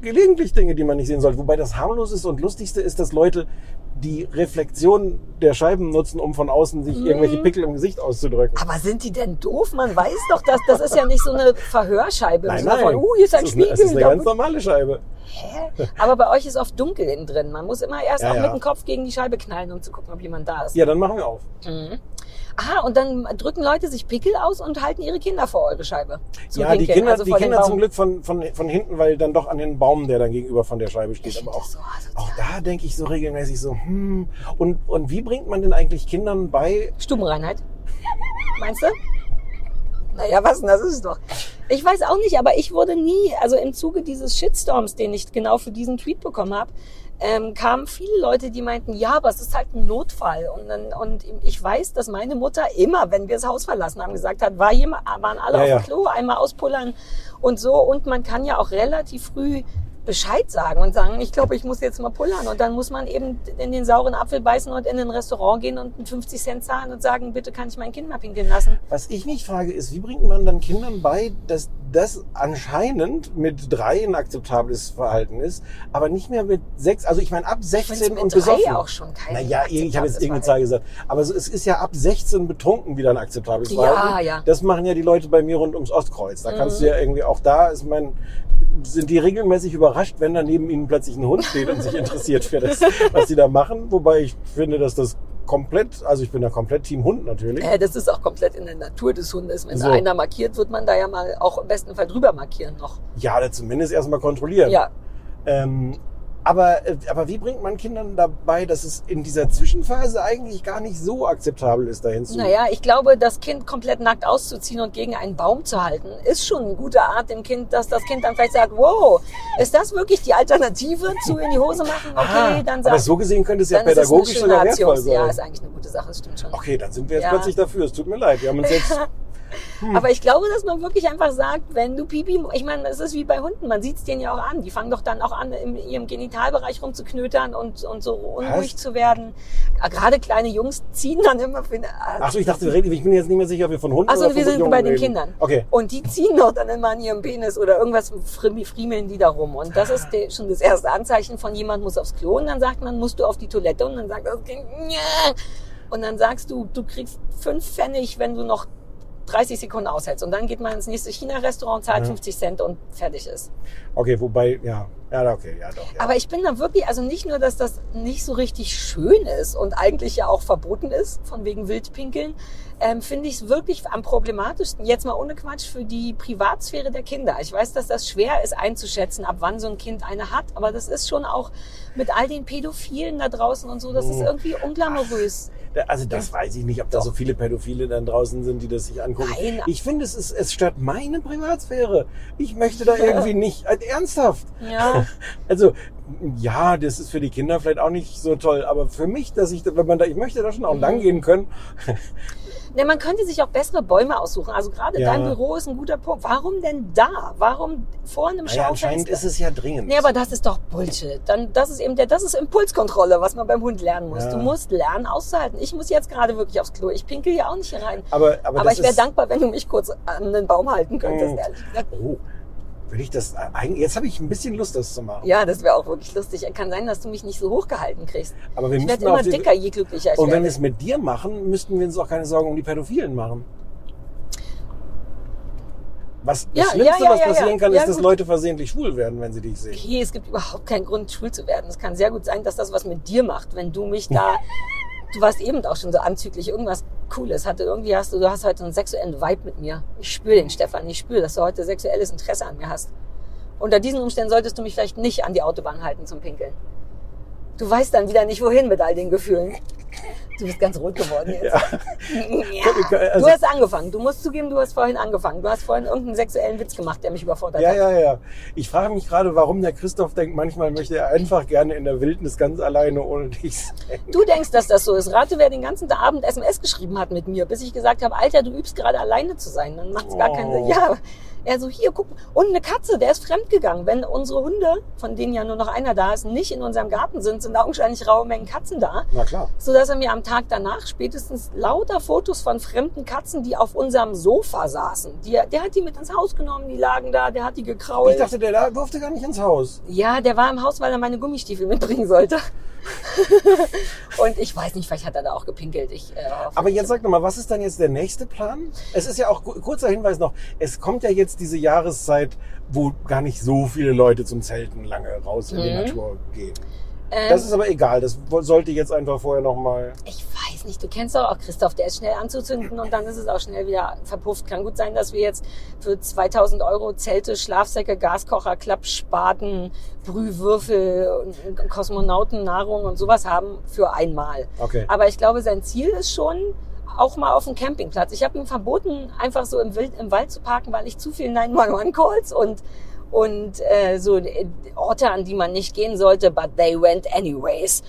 [SPEAKER 2] gelegentlich Dinge, die man nicht sehen sollte. Wobei das harmlos ist und lustigste ist, dass Leute die Reflexion der Scheiben nutzen, um von außen sich irgendwelche Pickel im Gesicht auszudrücken.
[SPEAKER 3] Mhm. Aber sind die denn doof? Man weiß doch, dass das ist ja nicht so eine Verhörscheibe. im Sinne Von, uh, hier ist ein
[SPEAKER 2] es ist eine,
[SPEAKER 3] Spiegel.
[SPEAKER 2] es ist eine
[SPEAKER 3] da
[SPEAKER 2] ganz
[SPEAKER 3] muss-
[SPEAKER 2] normale Scheibe.
[SPEAKER 3] Hä? Aber bei euch ist oft dunkel innen drin. Man muss immer erst
[SPEAKER 2] Ja,
[SPEAKER 3] auch
[SPEAKER 2] ja.
[SPEAKER 3] mit dem Kopf gegen die Scheibe knallen, um zu gucken, ob jemand da ist.
[SPEAKER 2] Ja, dann machen wir auf.
[SPEAKER 3] Ah, und dann drücken Leute sich Pickel aus und halten ihre Kinder vor eure Scheibe. Zum
[SPEAKER 2] ja, die
[SPEAKER 3] Pinkeln,
[SPEAKER 2] Kinder,
[SPEAKER 3] also
[SPEAKER 2] die
[SPEAKER 3] vor den
[SPEAKER 2] Kinder
[SPEAKER 3] Baum.
[SPEAKER 2] zum Glück von, von, von hinten, weil dann doch an den Baum, der dann gegenüber von der Scheibe steht. Aber auch, auch da denke ich so regelmäßig so, hm. Und, und wie bringt man denn eigentlich Kindern bei?
[SPEAKER 3] Stubenreinheit. Meinst du? Naja, was denn, das ist es doch. Ich weiß auch nicht, aber ich wurde nie, also im Zuge dieses Shitstorms, den ich genau für diesen Tweet bekommen habe, ähm, kamen viele Leute, die meinten, ja, aber es ist halt ein Notfall. Und, dann, und ich weiß, dass meine Mutter immer, wenn wir das Haus verlassen haben, gesagt hat, war jemand, waren alle
[SPEAKER 2] Ja,
[SPEAKER 3] auf dem
[SPEAKER 2] ja.
[SPEAKER 3] Klo, einmal auspullern und so. Und man kann ja auch relativ früh Bescheid sagen und sagen, ich glaube, ich muss jetzt mal pullern. Und dann muss man eben in den sauren Apfel beißen und in ein Restaurant gehen und einen 50 Cent zahlen und sagen, bitte kann ich mein Kind mal pinkeln lassen.
[SPEAKER 2] Was ich mich frage, ist, wie bringt man dann Kindern bei, dass das anscheinend mit drei ein akzeptables Verhalten ist, aber nicht mehr mit sechs? Also ich meine, ab
[SPEAKER 3] Wenn's
[SPEAKER 2] 16
[SPEAKER 3] mit
[SPEAKER 2] und
[SPEAKER 3] drei
[SPEAKER 2] besoffen.
[SPEAKER 3] auch schon kein
[SPEAKER 2] Naja, eh, ich habe jetzt
[SPEAKER 3] akzeptables
[SPEAKER 2] irgendeine Zahl gesagt. Aber so, es ist ja ab 16 betrunken wieder ein akzeptables
[SPEAKER 3] Ja,
[SPEAKER 2] Verhalten.
[SPEAKER 3] ja. Mhm.
[SPEAKER 2] Das machen ja die Leute bei mir rund ums Ostkreuz. Da kannst du ja irgendwie, auch da ist mein, sind die regelmäßig überrascht, wenn da neben ihnen plötzlich ein Hund steht und sich interessiert für das, was sie da machen. Wobei ich finde, dass das komplett, also ich bin da komplett Team Hund natürlich.
[SPEAKER 3] Äh, das ist auch komplett in der Natur des Hundes. Wenn
[SPEAKER 2] So.
[SPEAKER 3] da einer markiert, wird man da ja mal auch im besten Fall drüber markieren noch.
[SPEAKER 2] Ja, da zumindest erstmal kontrollieren.
[SPEAKER 3] Ja,
[SPEAKER 2] Ähm, aber, äh, aber wie bringt man Kindern dabei, dass es in dieser Zwischenphase eigentlich gar nicht so akzeptabel ist, dahin zu
[SPEAKER 3] Naja, ich glaube, das Kind komplett nackt auszuziehen und gegen einen Baum zu halten, ist schon eine gute Art dem Kind, dass das Kind dann vielleicht sagt, wow, ist das wirklich die Alternative zu in die Hose machen? Okay,
[SPEAKER 2] Ah,
[SPEAKER 3] dann
[SPEAKER 2] aber
[SPEAKER 3] sagt,
[SPEAKER 2] so gesehen könnte es ja
[SPEAKER 3] dann ist es eine
[SPEAKER 2] pädagogisch
[SPEAKER 3] schöne
[SPEAKER 2] sogar wertvoll
[SPEAKER 3] Erziehungs.
[SPEAKER 2] sein.
[SPEAKER 3] Ja, ist eigentlich eine gute Sache, das stimmt schon.
[SPEAKER 2] okay, dann sind wir jetzt
[SPEAKER 3] Ja.
[SPEAKER 2] plötzlich dafür. Es tut mir leid. Wir haben uns
[SPEAKER 3] [LAUGHS]
[SPEAKER 2] jetzt.
[SPEAKER 3] Aber ich glaube, dass man wirklich einfach sagt, wenn du Pipi, ich meine, es ist wie bei Hunden, man sieht es denen ja auch an. Die fangen doch dann auch an, in ihrem Genitalbereich rumzuknötern und, und so unruhig
[SPEAKER 2] Was?
[SPEAKER 3] zu werden. Gerade kleine Jungs ziehen dann immer.
[SPEAKER 2] Achso, ich dachte, wir reden- ich bin jetzt nicht mehr sicher, ob wir von Hunden
[SPEAKER 3] Also
[SPEAKER 2] oder
[SPEAKER 3] wir
[SPEAKER 2] von
[SPEAKER 3] sind
[SPEAKER 2] Jungen
[SPEAKER 3] bei den
[SPEAKER 2] reden.
[SPEAKER 3] Kindern.
[SPEAKER 2] Okay.
[SPEAKER 3] Und die ziehen doch dann immer an ihrem Penis oder irgendwas frim- friemeln die da rum. Und das ist der, schon das erste Anzeichen von jemand muss aufs Klo und dann sagt man, musst du auf die Toilette und dann sagt das Kind, "Nja." und dann sagst du, du kriegst fünf Pfennig, wenn du noch 30 Sekunden aushältst. Und dann geht man ins nächste China-Restaurant, zahlt 50 Cent und fertig ist.
[SPEAKER 2] Okay, wobei, ja. Ja, okay, ja, doch. Ja.
[SPEAKER 3] Aber ich bin da wirklich, also nicht nur, dass das nicht so richtig schön ist und eigentlich ja auch verboten ist, von wegen Wildpinkeln, ähm, finde ich es wirklich am problematischsten, jetzt mal ohne Quatsch, für die Privatsphäre der Kinder. Ich weiß, dass das schwer ist einzuschätzen, ab wann so ein Kind eine hat, aber das ist schon auch mit all den Pädophilen da draußen und so, das
[SPEAKER 2] Oh.
[SPEAKER 3] ist irgendwie unglamourös.
[SPEAKER 2] Da- Also das weiß ich nicht, ob da so viele Pädophile dann draußen sind, die das sich angucken.
[SPEAKER 3] Nein.
[SPEAKER 2] Ich finde, es, ist, es stört meine Privatsphäre. Ich möchte da irgendwie nicht. Also ernsthaft.
[SPEAKER 3] Ja.
[SPEAKER 2] Also, ja, das ist für die Kinder vielleicht auch nicht so toll, aber für mich, dass ich, da- wenn man da, ich möchte da schon
[SPEAKER 3] Mhm.
[SPEAKER 2] auch lang gehen können.
[SPEAKER 3] Ne, man könnte sich auch bessere Bäume aussuchen. Also gerade
[SPEAKER 2] Ja.
[SPEAKER 3] dein Büro ist ein guter Punkt. Warum denn da? Warum vor einem
[SPEAKER 2] Naja,
[SPEAKER 3] Schaufenster?
[SPEAKER 2] anscheinend ist es ja dringend.
[SPEAKER 3] Nee, aber das ist doch Bullshit. Dann, das ist eben der, das ist Impulskontrolle, was man beim Hund lernen muss.
[SPEAKER 2] Ja.
[SPEAKER 3] Du musst lernen, auszuhalten. Ich muss jetzt gerade wirklich aufs Klo. Ich pinkel ja auch nicht hier rein.
[SPEAKER 2] Aber- aber das
[SPEAKER 3] ich wäre
[SPEAKER 2] ist-
[SPEAKER 3] dankbar, wenn du mich kurz an den Baum halten könntest,
[SPEAKER 2] Mm.
[SPEAKER 3] ehrlich gesagt.
[SPEAKER 2] Oh, würde ich das eigentlich, jetzt habe ich ein bisschen Lust, das zu machen.
[SPEAKER 3] Ja, das wäre auch wirklich lustig. Kann sein, dass du mich nicht so hochgehalten kriegst.
[SPEAKER 2] Aber wir
[SPEAKER 3] ich werde
[SPEAKER 2] müssen mal
[SPEAKER 3] immer
[SPEAKER 2] auf die-
[SPEAKER 3] dicker, je glücklicher ich
[SPEAKER 2] Und wenn
[SPEAKER 3] werde.
[SPEAKER 2] wir es mit dir machen, müssten wir uns auch keine Sorgen um die Pädophilen machen. Was
[SPEAKER 3] Ja,
[SPEAKER 2] das Schlimmste,
[SPEAKER 3] ja, ja,
[SPEAKER 2] was
[SPEAKER 3] ja, ja.
[SPEAKER 2] passieren kann,
[SPEAKER 3] Ja,
[SPEAKER 2] ist, dass
[SPEAKER 3] gut.
[SPEAKER 2] Leute versehentlich schwul werden, wenn sie dich sehen.
[SPEAKER 3] Okay, es gibt überhaupt keinen Grund, schwul zu werden. Es kann sehr gut sein, dass das was mit dir macht, wenn du mich da. du warst eben auch schon so anzüglich, irgendwas Cooles hatte. Irgendwie hast du, du hast heute einen sexuellen Vibe mit mir. Ich spüre den Stefan, ich spüre, dass du heute sexuelles Interesse an mir hast. Unter diesen Umständen solltest du mich vielleicht nicht an die Autobahn halten zum Pinkeln. Du weißt dann wieder nicht, wohin mit all den Gefühlen. Du bist ganz rot geworden jetzt. [LAUGHS] Ja.
[SPEAKER 2] Also-
[SPEAKER 3] du hast angefangen. Du musst zugeben, du hast vorhin angefangen. Du hast vorhin irgendeinen sexuellen Witz gemacht, der mich überfordert
[SPEAKER 2] Ja,
[SPEAKER 3] hat.
[SPEAKER 2] ja, ja. Ich frage mich gerade, warum der Christoph denkt, manchmal möchte er einfach gerne in der Wildnis ganz alleine ohne dich sein.
[SPEAKER 3] Du denkst, dass das so ist. Rate, wer den ganzen Abend SMS geschrieben hat mit mir, bis ich gesagt habe, Alter, du übst gerade alleine zu sein. Dann macht's gar keinen Sinn.
[SPEAKER 2] Oh.
[SPEAKER 3] Ja, er so, hier, guck. mal. Und eine Katze, der ist fremdgegangen. Wenn unsere Hunde, von denen ja nur noch einer da ist, nicht in unserem Garten sind, sind da augenscheinlich raue Mengen Katzen da.
[SPEAKER 2] Na klar.
[SPEAKER 3] Sodass er mir am Tag danach spätestens lauter Fotos von fremden Katzen, die auf unserem Sofa saßen. Die, der hat die mit ins Haus genommen, die lagen da, der hat die gekrault.
[SPEAKER 2] Ich dachte, der da durfte gar nicht ins Haus.
[SPEAKER 3] Ja, der war im Haus, weil er meine Gummistiefel mitbringen sollte. [LAUGHS] und ich weiß nicht, vielleicht hat er da auch gepinkelt. Ich, äh, hoffe
[SPEAKER 2] Aber
[SPEAKER 3] nicht.
[SPEAKER 2] jetzt sag doch mal, was ist dann jetzt der nächste Plan? Es ist ja auch, ku- kurzer Hinweis noch, es kommt ja jetzt diese Jahreszeit, wo gar nicht so viele Leute zum Zelten lange raus in die Natur gehen.
[SPEAKER 3] Ähm,
[SPEAKER 2] Das ist aber egal, das wo- sollte jetzt einfach vorher nochmal...
[SPEAKER 3] ich weiß nicht, du kennst doch auch Christoph, der ist schnell anzuzünden und dann ist es auch schnell wieder verpufft. Kann gut sein, dass wir jetzt für 2000 Euro Zelte, Schlafsäcke, Gaskocher, Klappspaten, Brühwürfel, und Kosmonautennahrung und sowas haben für einmal.
[SPEAKER 2] Okay.
[SPEAKER 3] Aber ich glaube, sein Ziel ist schon auch mal auf dem Campingplatz. Ich habe ihm verboten, einfach so im, Wild, im Wald zu parken, weil ich zu viel 911-Calls und, und äh, so äh, Orte, an die man nicht gehen sollte, but they went anyways,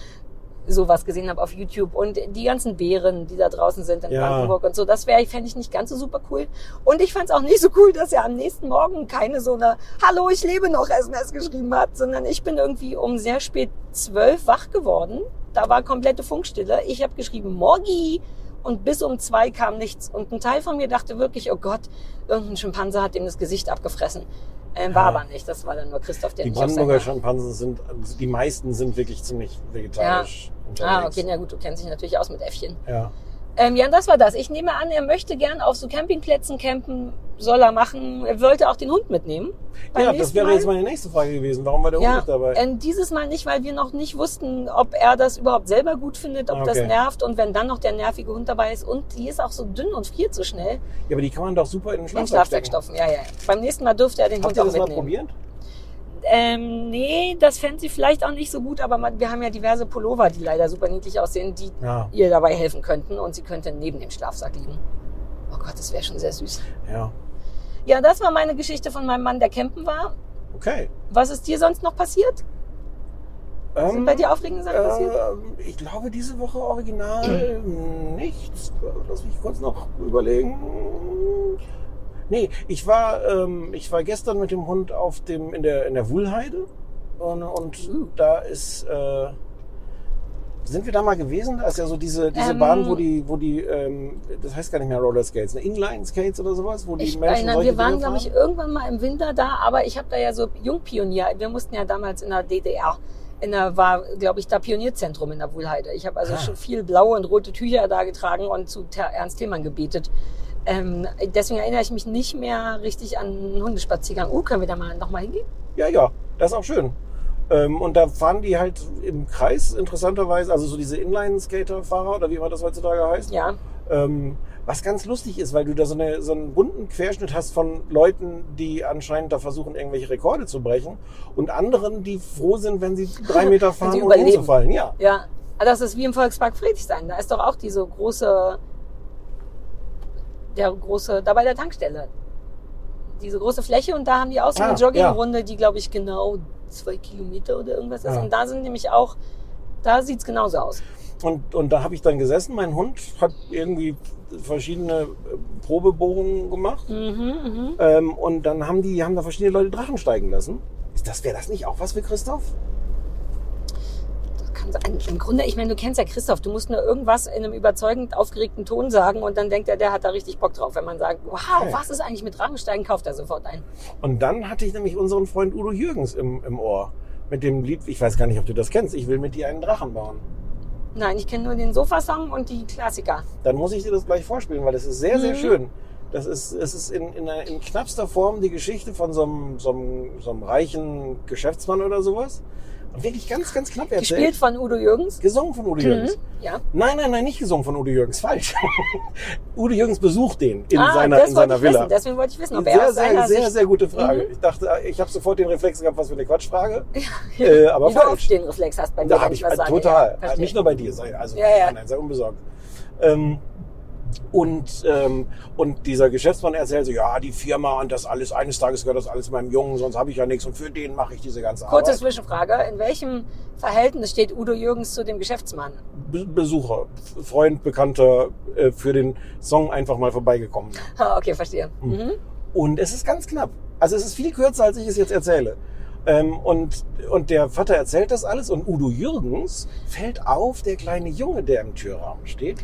[SPEAKER 3] sowas gesehen habe auf YouTube. Und die ganzen Bären, die da draußen sind in
[SPEAKER 2] Ja.
[SPEAKER 3] Brandenburg und so, das wäre, fände ich nicht ganz so super cool. Und ich fand es auch nicht so cool, dass er am nächsten Morgen keine so eine Hallo, ich lebe noch SMS geschrieben hat, sondern ich bin irgendwie um sehr spät zwölf wach geworden. Da war komplette Funkstille. Ich habe geschrieben, Morgi. Und bis um zwei kam nichts. Und ein Teil von mir dachte wirklich, oh Gott, irgendein Schimpanse hat ihm das Gesicht abgefressen. Ähm, war
[SPEAKER 2] Ja.
[SPEAKER 3] aber nicht. Das war dann nur Christoph, der
[SPEAKER 2] Die
[SPEAKER 3] mich auf
[SPEAKER 2] Brandenburger
[SPEAKER 3] seiner-
[SPEAKER 2] Schimpansen sind, also die meisten sind wirklich ziemlich vegetarisch
[SPEAKER 3] Ah,
[SPEAKER 2] unterwegs.
[SPEAKER 3] okay, na gut, du kennst dich natürlich aus mit Äffchen.
[SPEAKER 2] Ja.
[SPEAKER 3] Ähm, Jan, das war das. Ich nehme an, er möchte gern auf so Campingplätzen campen, soll er machen. Er wollte auch den Hund mitnehmen. Beim
[SPEAKER 2] Ja, das
[SPEAKER 3] nächsten
[SPEAKER 2] wäre
[SPEAKER 3] Mal-
[SPEAKER 2] jetzt meine nächste Frage gewesen. Warum war der Hund
[SPEAKER 3] ja,
[SPEAKER 2] nicht dabei?
[SPEAKER 3] ähm, dieses Mal nicht, weil wir noch nicht wussten, ob er das überhaupt selber gut findet, ob
[SPEAKER 2] Ah,
[SPEAKER 3] das
[SPEAKER 2] okay.
[SPEAKER 3] nervt und wenn dann noch der nervige Hund dabei ist und die ist auch so dünn und friert so schnell.
[SPEAKER 2] Ja, aber die kann man doch super in den
[SPEAKER 3] Im
[SPEAKER 2] Schlafsack
[SPEAKER 3] Schlafsack
[SPEAKER 2] stecken.
[SPEAKER 3] stopfen, ja, ja. Beim nächsten Mal dürfte er den
[SPEAKER 2] Habt
[SPEAKER 3] Hund
[SPEAKER 2] ihr
[SPEAKER 3] auch
[SPEAKER 2] das mal
[SPEAKER 3] mitnehmen.
[SPEAKER 2] probiert?
[SPEAKER 3] Ähm, nee, das fände sie vielleicht auch nicht so gut, aber man, wir haben ja diverse Pullover, die leider super niedlich aussehen, die
[SPEAKER 2] Ja.
[SPEAKER 3] ihr dabei helfen könnten und sie könnte neben dem Schlafsack liegen. Oh Gott, das wäre schon sehr süß.
[SPEAKER 2] Ja.
[SPEAKER 3] Ja, das war meine Geschichte von meinem Mann, der campen war.
[SPEAKER 2] Okay.
[SPEAKER 3] Was ist dir sonst noch passiert? Sind
[SPEAKER 2] Ähm,
[SPEAKER 3] bei dir aufregende Sachen passiert?
[SPEAKER 2] ähm, ich glaube, diese Woche original nichts. Lass mich kurz noch überlegen. Nee, ich war, ähm, ich war gestern mit dem Hund auf dem, in der, in der Wuhlheide.
[SPEAKER 3] Oh
[SPEAKER 2] Und, und da ist, äh, sind wir da mal gewesen? Da ist ja so diese, diese
[SPEAKER 3] Ähm,
[SPEAKER 2] Bahn, wo die, wo die, ähm, das heißt gar nicht mehr Roller Skates, ne? Inline Skates oder sowas, wo die
[SPEAKER 3] Ich,
[SPEAKER 2] Menschen.
[SPEAKER 3] nein,
[SPEAKER 2] solche
[SPEAKER 3] wir waren,
[SPEAKER 2] Dinge
[SPEAKER 3] glaube ich,
[SPEAKER 2] fahren?
[SPEAKER 3] irgendwann mal im Winter da, aber ich habe da ja so Jungpionier. Wir mussten ja damals in der DDR, in der, war, glaube ich, da Pionierzentrum in der Wuhlheide. Ich habe
[SPEAKER 2] Ah.
[SPEAKER 3] also schon viel blaue und rote Tücher da getragen und zu Ter Ernst Thälmann gebetet. Ähm, deswegen erinnere ich mich nicht mehr richtig an einen Hundespaziergang. Uh, können wir da mal nochmal hingehen?
[SPEAKER 2] Ja, ja, das ist auch schön. Ähm, und da fahren die halt im Kreis, interessanterweise, also so diese Inline-Skater-Fahrer oder wie immer das heutzutage heißt.
[SPEAKER 3] Ja.
[SPEAKER 2] Ähm, was ganz lustig ist, weil du da so, eine, so einen bunten Querschnitt hast von Leuten, die anscheinend da versuchen, irgendwelche Rekorde zu brechen und anderen, die froh sind, wenn sie drei Meter fahren, ohne
[SPEAKER 3] überleben.
[SPEAKER 2] umzufallen. Ja,
[SPEAKER 3] Ja, aber das ist wie im Volkspark Friedrichshain. Da ist doch auch diese große, der große, da bei der Tankstelle. Diese große Fläche und da haben die auch so eine
[SPEAKER 2] Ah,
[SPEAKER 3] Joggingrunde, die glaube ich genau zwei Kilometer oder irgendwas ist.
[SPEAKER 2] Ja.
[SPEAKER 3] Und da sind nämlich auch, da sieht's genauso aus.
[SPEAKER 2] Und, und da habe ich dann gesessen. Mein Hund hat irgendwie verschiedene äh, Probebohrungen gemacht. Ähm, und dann haben die haben da verschiedene Leute Drachen steigen lassen. Ist das wäre das nicht auch was für Christoph?
[SPEAKER 3] Das kann sein. Im Grunde, ich meine, du kennst ja Christoph, du musst nur irgendwas in einem überzeugend aufgeregten Ton sagen und dann denkt er, der hat da richtig Bock drauf. Wenn man sagt, wow, was ist eigentlich mit Drachensteigen, kauft er sofort ein.
[SPEAKER 2] Und dann hatte ich nämlich unseren Freund Udo Jürgens im, im Ohr mit dem Lied. Ich weiß gar nicht, ob du das kennst. Ich will mit dir einen Drachen bauen.
[SPEAKER 3] Nein, ich kenne nur den Sofasong und die Klassiker. Mhm.
[SPEAKER 2] Dann muss ich dir das gleich vorspielen, weil das ist sehr sehr schön. Das ist, es ist in, in, einer- in knappster Form die Geschichte von so einem, so, einem, so einem reichen Geschäftsmann oder sowas. Und wirklich ganz, ganz knapp erzählt.
[SPEAKER 3] Gespielt von Udo Jürgens.
[SPEAKER 2] Gesungen von Udo
[SPEAKER 3] Mhm.
[SPEAKER 2] Jürgens.
[SPEAKER 3] Ja.
[SPEAKER 2] Nein, nein, nein, nicht gesungen von Udo Jürgens. Falsch. [LAUGHS] Udo Jürgens besucht den in
[SPEAKER 3] ah,
[SPEAKER 2] seiner,
[SPEAKER 3] das
[SPEAKER 2] in
[SPEAKER 3] wollte
[SPEAKER 2] seiner
[SPEAKER 3] ich
[SPEAKER 2] Villa.
[SPEAKER 3] Wissen. Deswegen wollte ich wissen, ob er
[SPEAKER 2] sehr,
[SPEAKER 3] aus
[SPEAKER 2] sehr,
[SPEAKER 3] seiner
[SPEAKER 2] sehr,
[SPEAKER 3] Sicht Mhm.
[SPEAKER 2] sehr gute Frage. Ich dachte, ich habe sofort den Reflex gehabt, was für eine Quatschfrage. Äh, aber
[SPEAKER 3] wie du auf
[SPEAKER 2] falsch.
[SPEAKER 3] den Reflex hast bei mir.
[SPEAKER 2] Da
[SPEAKER 3] wenn
[SPEAKER 2] habe ich halt
[SPEAKER 3] was sage.
[SPEAKER 2] total.
[SPEAKER 3] Ja, verstehe.
[SPEAKER 2] nicht nur bei dir, sei, also
[SPEAKER 3] Ja, ja.
[SPEAKER 2] Nein, nein, sei unbesorgt. Ähm, und, ähm, und dieser Geschäftsmann erzählt so, ja, die Firma und das alles, eines Tages gehört das alles meinem Jungen, sonst habe ich ja nichts und für den mache ich diese ganze
[SPEAKER 3] Kurze
[SPEAKER 2] Arbeit.
[SPEAKER 3] Zwischenfrage. In welchem Verhältnis steht Udo Jürgens zu dem Geschäftsmann? [LAUGHS]
[SPEAKER 2] Be Besucher, Freund, Bekannter, äh, für den Song einfach mal vorbeigekommen.
[SPEAKER 3] Ah, okay, verstehe.
[SPEAKER 2] Hm.
[SPEAKER 3] Mhm.
[SPEAKER 2] Und es ist ganz knapp. Also es ist viel kürzer, als ich es jetzt erzähle. Ähm, und, und der Vater erzählt das alles und Udo Jürgens fällt auf, der kleine Junge, der im Türrahmen steht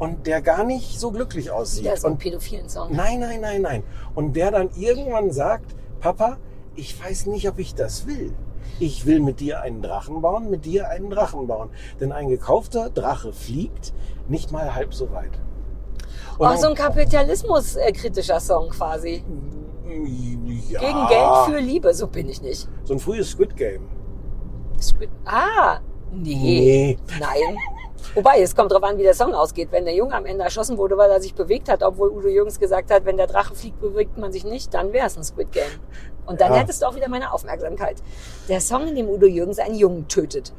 [SPEAKER 2] und der gar nicht so glücklich aussieht.
[SPEAKER 3] Der ist ein
[SPEAKER 2] und
[SPEAKER 3] pädophilen Song.
[SPEAKER 2] nein, nein, nein, nein. Und der dann irgendwann sagt, Papa, ich weiß nicht, ob ich das will. Ich will mit dir einen Drachen bauen, mit dir einen Drachen bauen. Denn ein gekaufter Drache fliegt nicht mal halb so weit. Und
[SPEAKER 3] Auch so ein kapitalismuskritischer Song quasi.
[SPEAKER 2] ja,
[SPEAKER 3] Gegen Geld für Liebe, so bin ich nicht.
[SPEAKER 2] So ein frühes Squid Game.
[SPEAKER 3] Squid- Ah, nee. Nein. Wobei, es kommt drauf an, wie der Song ausgeht. Wenn der Junge am Ende erschossen wurde, weil er sich bewegt hat, obwohl Udo Jürgens gesagt hat, wenn der Drache fliegt, bewegt man sich nicht, dann wäre es ein Squid Game. Und dann
[SPEAKER 2] Ja.
[SPEAKER 3] hättest du auch wieder meine Aufmerksamkeit. Der Song, in dem Udo Jürgens einen Jungen tötet.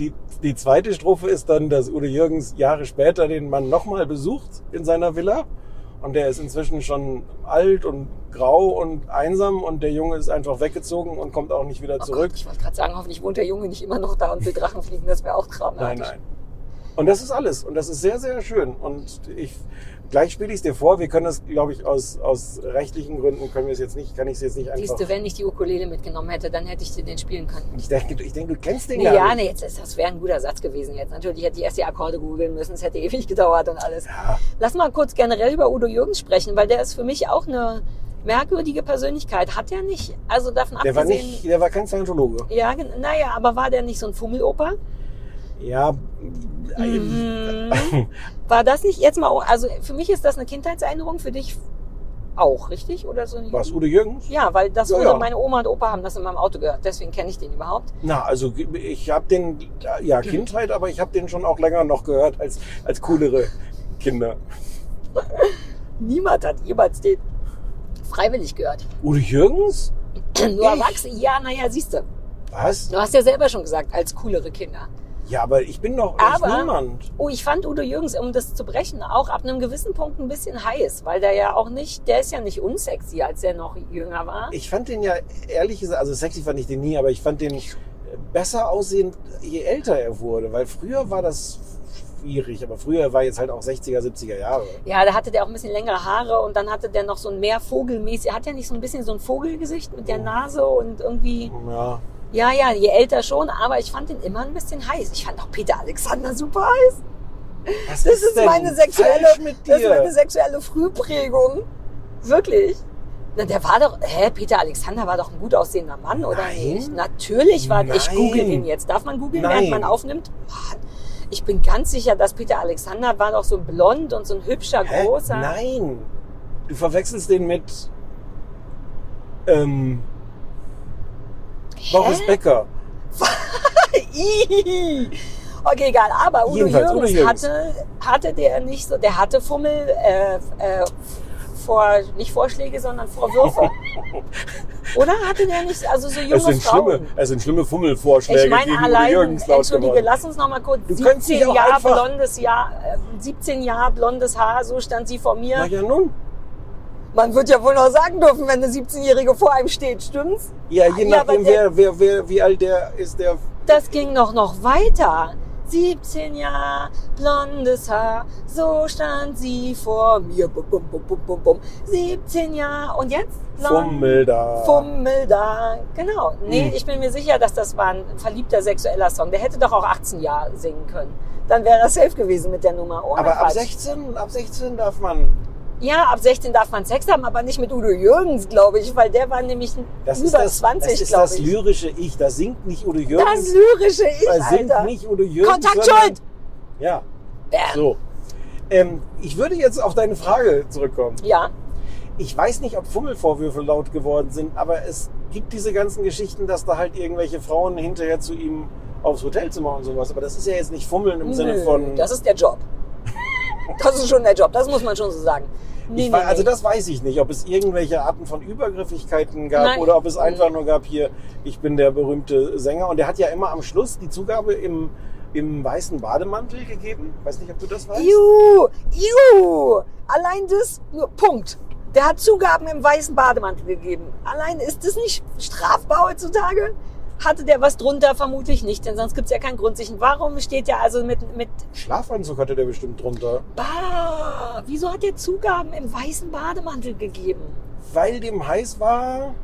[SPEAKER 2] Die, die zweite Strophe ist dann, dass Udo Jürgens Jahre später den Mann nochmal besucht in seiner Villa. Und der ist inzwischen schon alt und grau und einsam und der Junge ist einfach weggezogen und kommt auch nicht wieder
[SPEAKER 3] Oh
[SPEAKER 2] zurück.
[SPEAKER 3] Gott, ich wollte gerade sagen, hoffentlich wohnt der Junge nicht immer noch da und will Drachen fliegen, das wäre auch
[SPEAKER 2] nein,
[SPEAKER 3] traumatisch.
[SPEAKER 2] nein. Und das ist alles. Und das ist sehr, sehr schön. Und ich, gleich spiele ich es dir vor. Wir können das, glaube ich, aus, aus rechtlichen Gründen können wir es jetzt nicht, kann ich es jetzt nicht einfach.
[SPEAKER 3] Siehst du, wenn ich die Ukulele mitgenommen hätte, dann hätte ich dir den spielen können.
[SPEAKER 2] Ich denke, ich denke, du kennst den
[SPEAKER 3] Nee,
[SPEAKER 2] gar
[SPEAKER 3] ja,
[SPEAKER 2] nicht.
[SPEAKER 3] nee, jetzt, ist- das wäre ein guter Satz gewesen jetzt. Natürlich hätte ich erst die Akkorde googeln müssen, es hätte [LAUGHS] ewig gedauert und alles. Lass mal kurz generell über Udo Jürgens sprechen, weil der ist für mich auch eine merkwürdige Persönlichkeit. Hat er nicht, also davon
[SPEAKER 2] Der war
[SPEAKER 3] abgesehen...
[SPEAKER 2] nicht, der war kein Scientologe.
[SPEAKER 3] ja, gen- naja, aber war der nicht so ein Fummeloper?
[SPEAKER 2] Ja,
[SPEAKER 3] mhm. War das nicht jetzt mal, also für mich ist das eine Kindheitserinnerung, für dich auch, richtig? Oder so eine
[SPEAKER 2] was Udo Jürgens?
[SPEAKER 3] Ja, weil das
[SPEAKER 2] Ja,
[SPEAKER 3] wurde,
[SPEAKER 2] ja.
[SPEAKER 3] meine Oma und Opa haben das in meinem Auto gehört, deswegen kenne ich den überhaupt.
[SPEAKER 2] Na, also ich habe den, ja, Kindheit, aber ich habe den schon auch länger noch gehört als, als coolere Kinder.
[SPEAKER 3] Niemand hat jemals den freiwillig gehört.
[SPEAKER 2] Udo Jürgens?
[SPEAKER 3] Nur Erwachsene, ja, naja, siehst du.
[SPEAKER 2] Was?
[SPEAKER 3] Du hast ja selber schon gesagt, als coolere Kinder.
[SPEAKER 2] Ja, aber ich bin doch echt
[SPEAKER 3] Aber-
[SPEAKER 2] niemand.
[SPEAKER 3] Oh, ich fand Udo Jürgens, um das zu brechen, auch ab einem gewissen Punkt ein bisschen heiß, weil der ja auch nicht, der ist ja nicht unsexy, als er noch jünger war.
[SPEAKER 2] Ich fand den ja, ehrlich gesagt, also sexy fand ich den nie, aber ich fand den besser aussehend, je älter er wurde. Weil früher war das schwierig, aber früher war jetzt halt auch 60er, 70er Jahre.
[SPEAKER 3] Ja, da hatte der auch ein bisschen längere Haare und dann hatte der noch so ein mehr vogelmäßig, hat ja nicht so ein bisschen so ein Vogelgesicht mit der Nase und irgendwie,
[SPEAKER 2] Ja,
[SPEAKER 3] ja, ja, je älter schon, aber ich fand den immer ein bisschen heiß. Ich fand auch Peter Alexander super heiß.
[SPEAKER 2] Was
[SPEAKER 3] Das ist
[SPEAKER 2] denn
[SPEAKER 3] meine sexuelle,
[SPEAKER 2] falsch mit
[SPEAKER 3] das ist meine
[SPEAKER 2] dir.
[SPEAKER 3] sexuelle Frühprägung. Wirklich. Na, der war doch, hä, Peter Alexander war doch ein gut aussehender Mann, oder
[SPEAKER 2] Nein.
[SPEAKER 3] nicht? Natürlich war, ich
[SPEAKER 2] Nein.
[SPEAKER 3] google ihn jetzt. Darf man googeln,
[SPEAKER 2] Nein.
[SPEAKER 3] während man aufnimmt? Mann, Ich bin ganz sicher, dass Peter Alexander war doch so ein blond und so ein hübscher,
[SPEAKER 2] Hä?
[SPEAKER 3] großer.
[SPEAKER 2] Nein. Du verwechselst den mit ähm, Boris Becker.
[SPEAKER 3] Ih. [LAUGHS] Okay, egal. Aber Udo
[SPEAKER 2] Jedenfalls,
[SPEAKER 3] Jürgens,
[SPEAKER 2] Udo Jürgens.
[SPEAKER 3] Hatte, hatte der nicht so, der hatte Fummel, äh, äh, vor, nicht Vorschläge,
[SPEAKER 2] [LAUGHS]
[SPEAKER 3] sondern Vorwürfe. Oder hatte der nicht, also so junge
[SPEAKER 2] Es sind schlimme,
[SPEAKER 3] Frauen?
[SPEAKER 2] es sind schlimme Fummelvorschläge
[SPEAKER 3] Ich meine
[SPEAKER 2] gegen Udo
[SPEAKER 3] allein,
[SPEAKER 2] Jürgens laut
[SPEAKER 3] entschuldige,
[SPEAKER 2] geworden.
[SPEAKER 3] lass uns noch mal kurz,
[SPEAKER 2] Du könntest dich
[SPEAKER 3] 17
[SPEAKER 2] auch
[SPEAKER 3] Jahre
[SPEAKER 2] einfach-
[SPEAKER 3] blondes Jahr, äh, 17 Jahre blondes Haar, so stand sie vor mir.
[SPEAKER 2] Na ja nun.
[SPEAKER 3] Man wird ja wohl noch sagen dürfen, wenn eine 17-Jährige vor einem steht, stimmt's?
[SPEAKER 2] Ja, je
[SPEAKER 3] Ja, aber
[SPEAKER 2] nachdem,
[SPEAKER 3] der-
[SPEAKER 2] wer, wer, wer, wie alt der ist, der.
[SPEAKER 3] Das ging noch noch weiter. 17 Jahre, blondes Haar, so stand sie vor mir. Bum, bum, bum, bum, bum, bum. 17 Jahre und jetzt? blond-
[SPEAKER 2] Fummel da.
[SPEAKER 3] Fummel da. Genau.
[SPEAKER 2] Hm.
[SPEAKER 3] Nee, ich bin mir sicher, dass das war ein verliebter sexueller Song. Der hätte doch auch 18 Jahre singen können. Dann wäre das safe gewesen mit der Nummer. Ohne
[SPEAKER 2] Aber ab
[SPEAKER 3] Quatsch.
[SPEAKER 2] 16, ab 16 darf man.
[SPEAKER 3] Ja, ab 16 darf man Sex haben, aber nicht mit Udo Jürgens, glaube ich, weil der war nämlich
[SPEAKER 2] Das
[SPEAKER 3] über
[SPEAKER 2] ist das,
[SPEAKER 3] 20,
[SPEAKER 2] das ist
[SPEAKER 3] glaube
[SPEAKER 2] das
[SPEAKER 3] ich.
[SPEAKER 2] lyrische Ich. Das singt nicht Udo
[SPEAKER 3] das
[SPEAKER 2] Jürgens.
[SPEAKER 3] lyrische Ich,
[SPEAKER 2] das singt
[SPEAKER 3] Alter.
[SPEAKER 2] nicht Udo Jürgens.
[SPEAKER 3] Kontakt
[SPEAKER 2] sondern-
[SPEAKER 3] schuld!
[SPEAKER 2] Ja,
[SPEAKER 3] Bam.
[SPEAKER 2] so. Ähm, ich würde jetzt auf deine Frage zurückkommen.
[SPEAKER 3] Ja,
[SPEAKER 2] Ich weiß nicht, ob Fummelvorwürfe laut geworden sind, aber es gibt diese ganzen Geschichten, dass da halt irgendwelche Frauen hinterher zu ihm aufs Hotelzimmer und sowas. Aber das ist ja jetzt nicht Fummeln im Sinne
[SPEAKER 3] Nö,
[SPEAKER 2] von.
[SPEAKER 3] Das ist der Job. Das ist schon der Job, das muss man schon so sagen. Nee,
[SPEAKER 2] ich,
[SPEAKER 3] nee,
[SPEAKER 2] wei- also
[SPEAKER 3] nee.
[SPEAKER 2] das weiß ich nicht, ob es irgendwelche Arten von Übergriffigkeiten gab
[SPEAKER 3] Nein. Mhm.
[SPEAKER 2] oder ob es einfach nur gab, hier, ich bin der berühmte Sänger. Und der hat ja immer am Schluss die Zugabe im, im weißen Bademantel gegeben. Weiß nicht, ob du das weißt.
[SPEAKER 3] Juhu, juhu. Allein das, nur Punkt. Der hat Zugaben im weißen Bademantel gegeben. Allein ist das nicht strafbar heutzutage? Hatte der was drunter? Vermutlich nicht, denn sonst gibt es ja keinen Grund. sich- Warum steht der also mit, mit
[SPEAKER 2] Schlafanzug hatte der bestimmt drunter.
[SPEAKER 3] Bah? Wieso hat der Zugaben im weißen Bademantel gegeben?
[SPEAKER 2] Weil dem heiß war,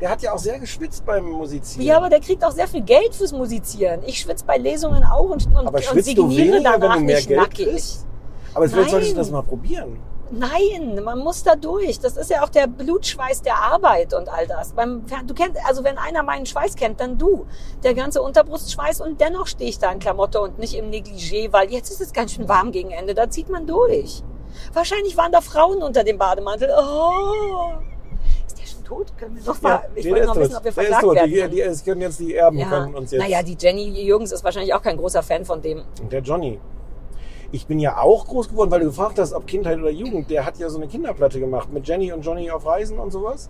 [SPEAKER 2] der hat ja auch sehr geschwitzt beim Musizieren.
[SPEAKER 3] Ja, aber der kriegt auch sehr viel Geld fürs Musizieren. Ich schwitze bei Lesungen auch und, und,
[SPEAKER 2] Aber
[SPEAKER 3] und
[SPEAKER 2] schwitzt du
[SPEAKER 3] signiere
[SPEAKER 2] weniger,
[SPEAKER 3] danach
[SPEAKER 2] wenn du mehr
[SPEAKER 3] nicht
[SPEAKER 2] Geld
[SPEAKER 3] nackig.
[SPEAKER 2] kriegst? Aber vielleicht solltest du
[SPEAKER 3] Nein.
[SPEAKER 2] das mal probieren.
[SPEAKER 3] Nein, man muss da durch. Das ist ja auch der Blutschweiß der Arbeit und all das. Beim Fern- du kennst, also wenn einer meinen Schweiß kennt, dann du. Der ganze Unterbrustschweiß und dennoch stehe ich da in Klamotte und nicht im Negligé, weil jetzt ist es ganz schön warm gegen Ende. Da zieht man durch. Wahrscheinlich waren da Frauen unter dem Bademantel. Oh. Ist der schon tot? Können wir noch mal, ich
[SPEAKER 2] nee,
[SPEAKER 3] wollte
[SPEAKER 2] der
[SPEAKER 3] noch
[SPEAKER 2] ist
[SPEAKER 3] wissen,
[SPEAKER 2] tot.
[SPEAKER 3] ob
[SPEAKER 2] Der
[SPEAKER 3] wir
[SPEAKER 2] ist
[SPEAKER 3] verklagt
[SPEAKER 2] tot.
[SPEAKER 3] werden.
[SPEAKER 2] Die,
[SPEAKER 3] können.
[SPEAKER 2] die, es können jetzt die Erben können uns jetzt.
[SPEAKER 3] Naja, die Jenny Jürgens ist wahrscheinlich auch kein großer Fan von dem.
[SPEAKER 2] Und der Johnny. Ich bin ja auch groß geworden, weil du gefragt hast, ob Kindheit oder Jugend. Der hat ja so eine Kinderplatte gemacht mit Jenny und Johnny auf Reisen und sowas.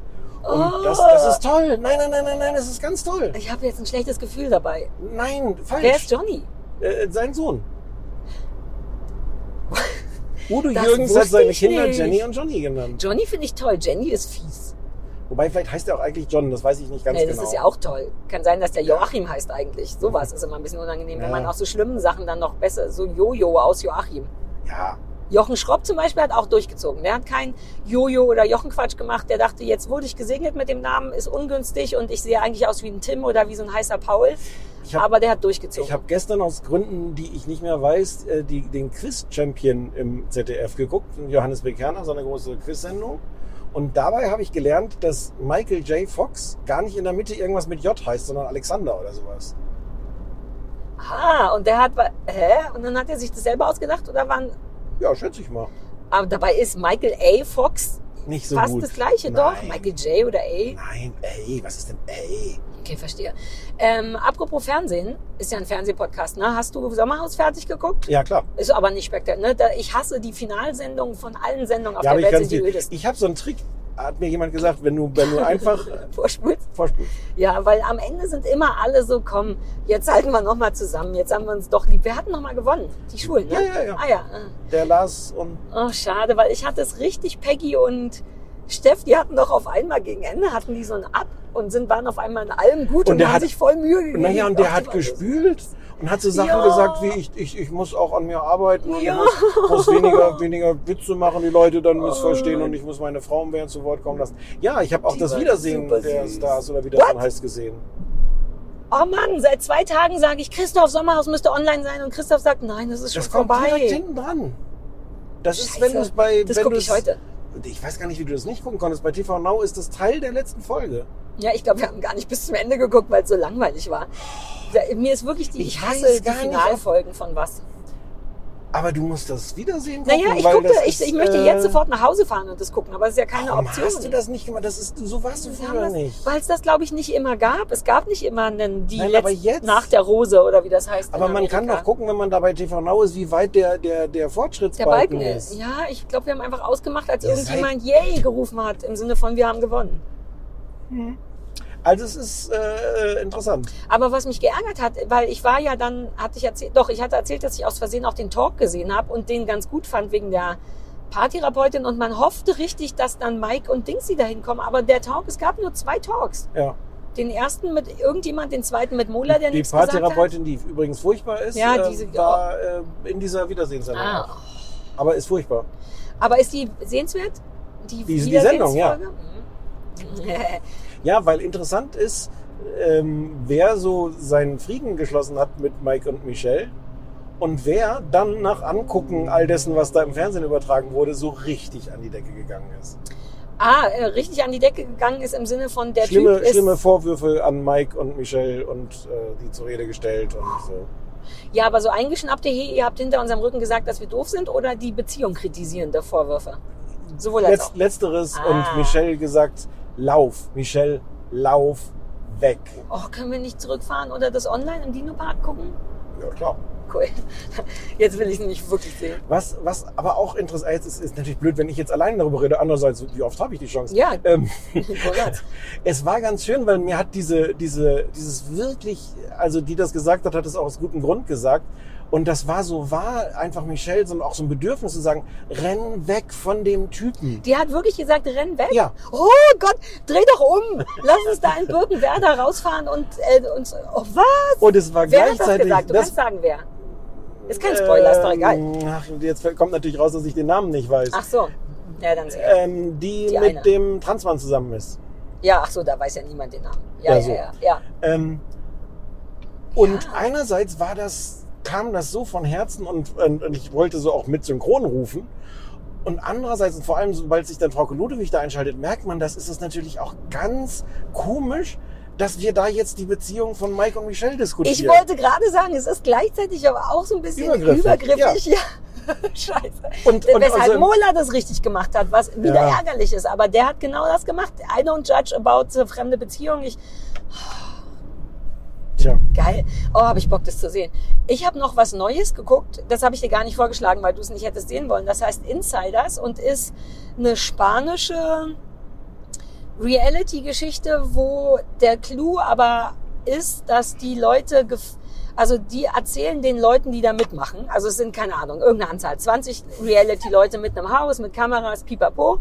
[SPEAKER 2] Und
[SPEAKER 3] Oh.
[SPEAKER 2] das, das ist toll. Nein, nein, nein, nein, nein, das ist ganz toll.
[SPEAKER 3] Ich habe jetzt ein schlechtes Gefühl dabei.
[SPEAKER 2] Nein, falsch.
[SPEAKER 3] Wer ist Johnny?
[SPEAKER 2] äh, sein
[SPEAKER 3] [LAUGHS]
[SPEAKER 2] Sohn. Udo
[SPEAKER 3] Das
[SPEAKER 2] Jürgens hat
[SPEAKER 3] wusste
[SPEAKER 2] seine
[SPEAKER 3] ich
[SPEAKER 2] Kinder
[SPEAKER 3] nicht.
[SPEAKER 2] Jenny und Johnny genannt.
[SPEAKER 3] Johnny finde ich toll. Jenny ist fies.
[SPEAKER 2] Wobei, vielleicht heißt er auch eigentlich John, das weiß ich nicht ganz
[SPEAKER 3] Nee, Äh, das
[SPEAKER 2] genau.
[SPEAKER 3] ist ja auch toll. Kann sein, dass der Joachim heißt eigentlich. Sowas ist immer ein bisschen unangenehm, wenn
[SPEAKER 2] Ja.
[SPEAKER 3] man aus so schlimmen Sachen dann noch besser, so Jojo aus Joachim.
[SPEAKER 2] Ja,
[SPEAKER 3] Jochen Schropp zum Beispiel hat auch durchgezogen. Der hat keinen Jojo oder Jochenquatsch gemacht. Der dachte, jetzt wurde ich gesegnet mit dem Namen, ist ungünstig und ich sehe eigentlich aus wie ein Tim oder wie so ein heißer Paul.
[SPEAKER 2] Ich hab-
[SPEAKER 3] Aber der hat durchgezogen.
[SPEAKER 2] Ich habe gestern aus Gründen, die ich nicht mehr weiß, äh, die, den Quiz-Champion im ZDF geguckt, Johannes B. Kerner, so eine große Quiz-Sendung. Und dabei habe ich gelernt, dass Michael J. Fox gar nicht in der Mitte irgendwas mit J heißt, sondern Alexander oder sowas.
[SPEAKER 3] ah, und der hat, hä? Und dann hat er sich das selber ausgedacht oder waren,
[SPEAKER 2] Ja, schätze ich mal.
[SPEAKER 3] aber dabei ist Michael A. Fox
[SPEAKER 2] Nicht so
[SPEAKER 3] fast
[SPEAKER 2] gut.
[SPEAKER 3] das gleiche,
[SPEAKER 2] Nein.
[SPEAKER 3] doch? Michael J. oder A.
[SPEAKER 2] Nein, ey, was ist denn ey?
[SPEAKER 3] Okay, verstehe. Ähm, apropos Fernsehen, ist ja ein Fernsehpodcast, ne? Hast du Sommerhaus fertig geguckt?
[SPEAKER 2] Ja, klar.
[SPEAKER 3] Ist aber nicht spektakulär. Ne? Da- Ich hasse die Finalsendungen von allen Sendungen auf
[SPEAKER 2] ja, aber
[SPEAKER 3] der
[SPEAKER 2] ich
[SPEAKER 3] Welt,
[SPEAKER 2] kann
[SPEAKER 3] sind die ödesten.
[SPEAKER 2] Ich habe so einen Trick, hat mir jemand gesagt, wenn du, wenn du
[SPEAKER 3] [LAUGHS]
[SPEAKER 2] einfach
[SPEAKER 3] Vorspulst?
[SPEAKER 2] vorspulst.
[SPEAKER 3] Ja, weil am Ende sind immer alle so, komm, jetzt halten wir nochmal zusammen, jetzt haben wir uns doch lieb. Wir hatten nochmal gewonnen, die Schulen, ne?
[SPEAKER 2] Ja, ja, ja.
[SPEAKER 3] Ah ja, ah.
[SPEAKER 2] Der Lars und
[SPEAKER 3] Oh, schade, weil ich hatte es richtig, Peggy und Steff, die hatten doch auf einmal gegen Ende, hatten die so ein Ab und sind, waren auf einmal in allem gut
[SPEAKER 2] Und
[SPEAKER 3] und,
[SPEAKER 2] der
[SPEAKER 3] haben
[SPEAKER 2] hat-
[SPEAKER 3] sich voll Mühe gegeben.
[SPEAKER 2] Naja, und der
[SPEAKER 3] Ach,
[SPEAKER 2] hat
[SPEAKER 3] die waren so-
[SPEAKER 2] gespült und hat so Sachen
[SPEAKER 3] Ja.
[SPEAKER 2] gesagt wie, ich, ich, ich muss auch an mir arbeiten und
[SPEAKER 3] Ja. Oh
[SPEAKER 2] ich muss, muss
[SPEAKER 3] [LAUGHS]
[SPEAKER 2] weniger, weniger Witze machen, die Leute dann missverstehen und ich muss meine Frau mehr zu Wort kommen lassen. Ja, ich habe auch
[SPEAKER 3] Die
[SPEAKER 2] das
[SPEAKER 3] waren
[SPEAKER 2] Wiedersehen
[SPEAKER 3] super
[SPEAKER 2] der
[SPEAKER 3] süß.
[SPEAKER 2] Stars oder wie das dann
[SPEAKER 3] What?
[SPEAKER 2] heißt gesehen.
[SPEAKER 3] Oh Mann, seit zwei Tagen sage ich, Christoph Sommerhaus müsste online sein und Christoph sagt, nein, das ist schon
[SPEAKER 2] Das kommt direkt
[SPEAKER 3] vorbei.
[SPEAKER 2] hinten dran. Das ist,
[SPEAKER 3] Scheiße.
[SPEAKER 2] wenn du es bei...
[SPEAKER 3] Das
[SPEAKER 2] wenn
[SPEAKER 3] guck
[SPEAKER 2] du's-
[SPEAKER 3] ich heute.
[SPEAKER 2] Ich weiß gar nicht, wie du das nicht gucken konntest. Bei TV Now ist das Teil der letzten Folge.
[SPEAKER 3] Ja, ich glaube, wir haben gar nicht bis zum Ende geguckt, weil es so langweilig war. Da, mir ist wirklich die,
[SPEAKER 2] Ich
[SPEAKER 3] ich,
[SPEAKER 2] weiß
[SPEAKER 3] hasse die
[SPEAKER 2] gar nicht,
[SPEAKER 3] Finalfolgen von was.
[SPEAKER 2] Aber du musst das Wiedersehen gucken,
[SPEAKER 3] Naja, ich
[SPEAKER 2] weil
[SPEAKER 3] gucke,
[SPEAKER 2] das
[SPEAKER 3] ich,
[SPEAKER 2] ist,
[SPEAKER 3] ich möchte
[SPEAKER 2] äh,
[SPEAKER 3] jetzt sofort nach Hause fahren und das gucken, aber es ist ja keine
[SPEAKER 2] Warum
[SPEAKER 3] Option.
[SPEAKER 2] hast du das nicht gemacht? Das ist, so warst du
[SPEAKER 3] Sie haben
[SPEAKER 2] früher
[SPEAKER 3] das-
[SPEAKER 2] nicht.
[SPEAKER 3] Weil es das, glaube ich, nicht immer gab. Es gab nicht immer einen, die
[SPEAKER 2] Nein,
[SPEAKER 3] letzt-
[SPEAKER 2] aber jetzt-
[SPEAKER 3] nach der Rose oder wie das heißt. in
[SPEAKER 2] Aber man kann
[SPEAKER 3] Amerika.
[SPEAKER 2] doch gucken, wenn man da bei TV Now ist, wie weit der, der, der
[SPEAKER 3] Der
[SPEAKER 2] Fortschrittsbalken
[SPEAKER 3] Balken ist.
[SPEAKER 2] ist.
[SPEAKER 3] Ja, ich glaube, wir haben einfach ausgemacht, als
[SPEAKER 2] Ihr
[SPEAKER 3] irgendjemand Yay gerufen hat, im Sinne von, wir haben gewonnen.
[SPEAKER 2] Also es ist äh, interessant.
[SPEAKER 3] Aber was mich geärgert hat, weil ich war ja dann, hatte ich erzählt, doch, ich hatte erzählt, dass ich aus Versehen auch den Talk gesehen habe und den ganz gut fand wegen der Paartherapeutin und man hoffte richtig, dass dann Mike und Dingsy dahin kommen. Aber der Talk, es gab nur zwei Talks.
[SPEAKER 2] Ja.
[SPEAKER 3] Den ersten mit irgendjemand, den zweiten mit Mola, der
[SPEAKER 2] Die
[SPEAKER 3] nichts gesagt hat.
[SPEAKER 2] Paartherapeutin, die übrigens furchtbar ist,
[SPEAKER 3] Ja,
[SPEAKER 2] äh,
[SPEAKER 3] diese- oh.
[SPEAKER 2] war äh, in dieser Wiedersehenssendung.
[SPEAKER 3] Ah.
[SPEAKER 2] auch. Aber ist furchtbar.
[SPEAKER 3] Aber ist die sehenswert? Die,
[SPEAKER 2] Die-
[SPEAKER 3] Mhm.
[SPEAKER 2] die Sendung, ja.
[SPEAKER 3] Wiedersehensfolge?
[SPEAKER 2] Ja, weil interessant ist, ähm, wer so seinen Frieden geschlossen hat mit Mike und Michelle und wer dann nach Angucken all dessen, was da im Fernsehen übertragen wurde, so richtig an die Decke gegangen ist.
[SPEAKER 3] [LAUGHS] Ah, äh, richtig an die Decke gegangen ist im Sinne von der
[SPEAKER 2] Schlimme,
[SPEAKER 3] Typ ist.
[SPEAKER 2] schlimme Vorwürfe an Mike und Michelle und äh, die zur Rede gestellt und so.
[SPEAKER 3] Ja, aber so eingeschnappte, hey, ihr habt hinter unserem Rücken gesagt, dass wir doof sind oder die Beziehung kritisierende Vorwürfe? Sowohl als
[SPEAKER 2] Letz,
[SPEAKER 3] auch.
[SPEAKER 2] letzteres
[SPEAKER 3] Ah.
[SPEAKER 2] und Michelle gesagt, lauf, Michelle, lauf weg.
[SPEAKER 3] Oh, können wir nicht zurückfahren oder das online im Dino-Park gucken?
[SPEAKER 2] Ja, klar.
[SPEAKER 3] Cool. [LAUGHS] Jetzt will ich es nicht wirklich sehen. [LAUGHS]
[SPEAKER 2] Was, was aber auch interessant ist, ist, ist natürlich blöd, wenn ich jetzt alleine darüber rede. Andererseits, wie oft habe ich die Chance?
[SPEAKER 3] Ja.
[SPEAKER 2] Ähm, [LAUGHS]
[SPEAKER 3] Konrad.
[SPEAKER 2] es war ganz schön, weil mir hat diese, diese, dieses wirklich, also die das gesagt hat, hat es auch aus gutem Grund gesagt. Und das war so wahr, einfach Michelle, so auch so ein Bedürfnis zu sagen, renn weg von dem Typen.
[SPEAKER 3] Die hat wirklich gesagt, renn weg.
[SPEAKER 2] Ja.
[SPEAKER 3] Oh Gott, dreh doch um. Lass uns da in Birkenwerder rausfahren und äh, uns. Oh, was?
[SPEAKER 2] Und es war
[SPEAKER 3] wer hat das
[SPEAKER 2] gleichzeitig,
[SPEAKER 3] gesagt? Du
[SPEAKER 2] das-
[SPEAKER 3] kannst sagen, wer. Ist kein Spoiler, ist doch egal. Ah,
[SPEAKER 2] Ähm, Ach, jetzt kommt natürlich raus, dass ich den Namen nicht weiß.
[SPEAKER 3] Ach so. Ja, dann sehr.
[SPEAKER 2] Ähm, die,
[SPEAKER 3] Die
[SPEAKER 2] mit
[SPEAKER 3] eine.
[SPEAKER 2] dem Transmann zusammen ist.
[SPEAKER 3] Ja, ach so, da weiß ja niemand den Namen. Ja,
[SPEAKER 2] Ja,
[SPEAKER 3] ja,
[SPEAKER 2] so.
[SPEAKER 3] ja, ja.
[SPEAKER 2] Ähm, und einerseits war das, kam das so von Herzen und, und, und ich wollte so auch mit Synchron rufen. Und andererseits, und vor allem, sobald sich dann Frau Ludewig da einschaltet, merkt man, das ist es natürlich auch ganz komisch, dass wir da jetzt die Beziehung von Mike und Michelle diskutieren.
[SPEAKER 3] Ich wollte gerade sagen, es ist gleichzeitig aber auch so ein bisschen
[SPEAKER 2] Übergriffig,
[SPEAKER 3] übergriffig. ja. [LAUGHS] Scheiße.
[SPEAKER 2] Und- und
[SPEAKER 3] Weshalb
[SPEAKER 2] also-
[SPEAKER 3] Mola das richtig gemacht hat, was wieder
[SPEAKER 2] Ja.
[SPEAKER 3] ärgerlich ist. Aber der hat genau das gemacht. I don't judge about äh, fremde Beziehungen. Ich,
[SPEAKER 2] Tja,
[SPEAKER 3] geil. Oh, habe ich Bock, das zu sehen. Ich habe noch was Neues geguckt. Das habe ich dir gar nicht vorgeschlagen, weil du es nicht hättest sehen wollen. Das heißt Insiders und ist eine spanische Reality-Geschichte, wo der Clou aber ist, dass die Leute, gef- also die erzählen den Leuten, die da mitmachen, also es sind keine Ahnung, irgendeine Anzahl, 20 Reality-Leute mit einem Haus, mit Kameras, pipapo.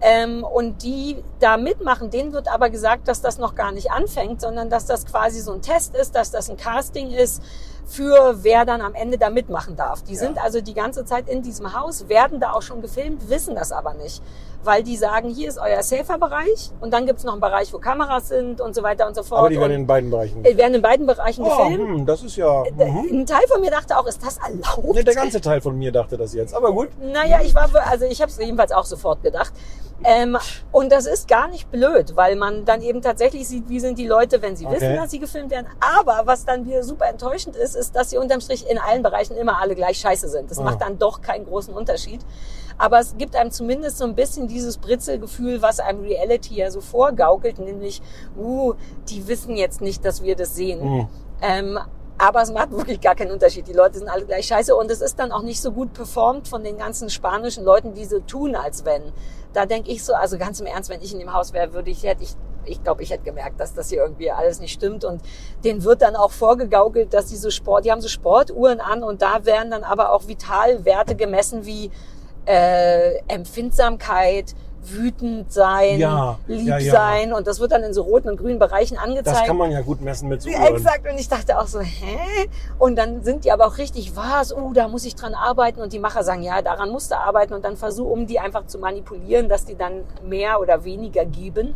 [SPEAKER 3] Ähm, und die da mitmachen, denen wird aber gesagt, dass das noch gar nicht anfängt, sondern dass das quasi so ein Test ist, dass das ein Casting ist für wer dann am Ende da mitmachen darf. Die sind also die ganze Zeit in diesem Haus, werden da auch schon gefilmt, wissen das aber nicht, weil die sagen, hier ist euer Safer-Bereich und dann gibt's noch einen Bereich, wo Kameras sind und so weiter und so fort.
[SPEAKER 2] aber die werden
[SPEAKER 3] und
[SPEAKER 2] in beiden Bereichen.
[SPEAKER 3] äh, werden in beiden Bereichen
[SPEAKER 2] oh,
[SPEAKER 3] gefilmt.
[SPEAKER 2] hm, das ist ja. Mhm.
[SPEAKER 3] Ein Teil von mir dachte auch, ist das erlaubt?
[SPEAKER 2] Nee, der ganze Teil von mir dachte das jetzt. Aber gut.
[SPEAKER 3] Naja, ich war, also ich habe es jedenfalls auch sofort gedacht. Ähm, und das ist gar nicht blöd, weil man dann eben tatsächlich sieht, wie sind die Leute, wenn sie
[SPEAKER 2] Okay.
[SPEAKER 3] wissen, dass sie gefilmt werden. Aber was dann wieder super enttäuschend ist, ist, dass sie unterm Strich in allen Bereichen immer alle gleich scheiße sind. Das
[SPEAKER 2] Ah.
[SPEAKER 3] macht dann doch keinen großen Unterschied. Aber es gibt einem zumindest so ein bisschen dieses Britzelgefühl, was einem Reality ja so vorgaukelt, nämlich, uh, die wissen jetzt nicht, dass wir das
[SPEAKER 2] Mhm.
[SPEAKER 3] sehen.
[SPEAKER 2] Hm,
[SPEAKER 3] Ähm, aber es macht wirklich gar keinen Unterschied. Die Leute sind alle gleich scheiße und es ist dann auch nicht so gut performt von den ganzen spanischen Leuten, die so tun, als wenn. Da denke ich so, also ganz im Ernst, wenn ich in dem Haus wäre, würde ich, hätte ich, ich glaube, ich hätte gemerkt, dass das hier irgendwie alles nicht stimmt und denen wird dann auch vorgegaukelt, dass die so Sport, die haben so Sportuhren an und da werden dann aber auch Vitalwerte gemessen wie äh, Empfindsamkeit, wütend sein,
[SPEAKER 2] Ja,
[SPEAKER 3] lieb
[SPEAKER 2] ja, ja.
[SPEAKER 3] sein und das wird dann in so roten und grünen Bereichen angezeigt.
[SPEAKER 2] Das kann man ja gut messen mit so
[SPEAKER 3] Ja,
[SPEAKER 2] Uhren.
[SPEAKER 3] exakt. Und ich dachte auch so, hä? Und dann sind die aber auch richtig, was? Oh, da muss ich dran arbeiten. Und die Macher sagen, ja, daran musst du arbeiten. Und dann versuch, um die einfach zu manipulieren, dass die dann mehr oder weniger geben.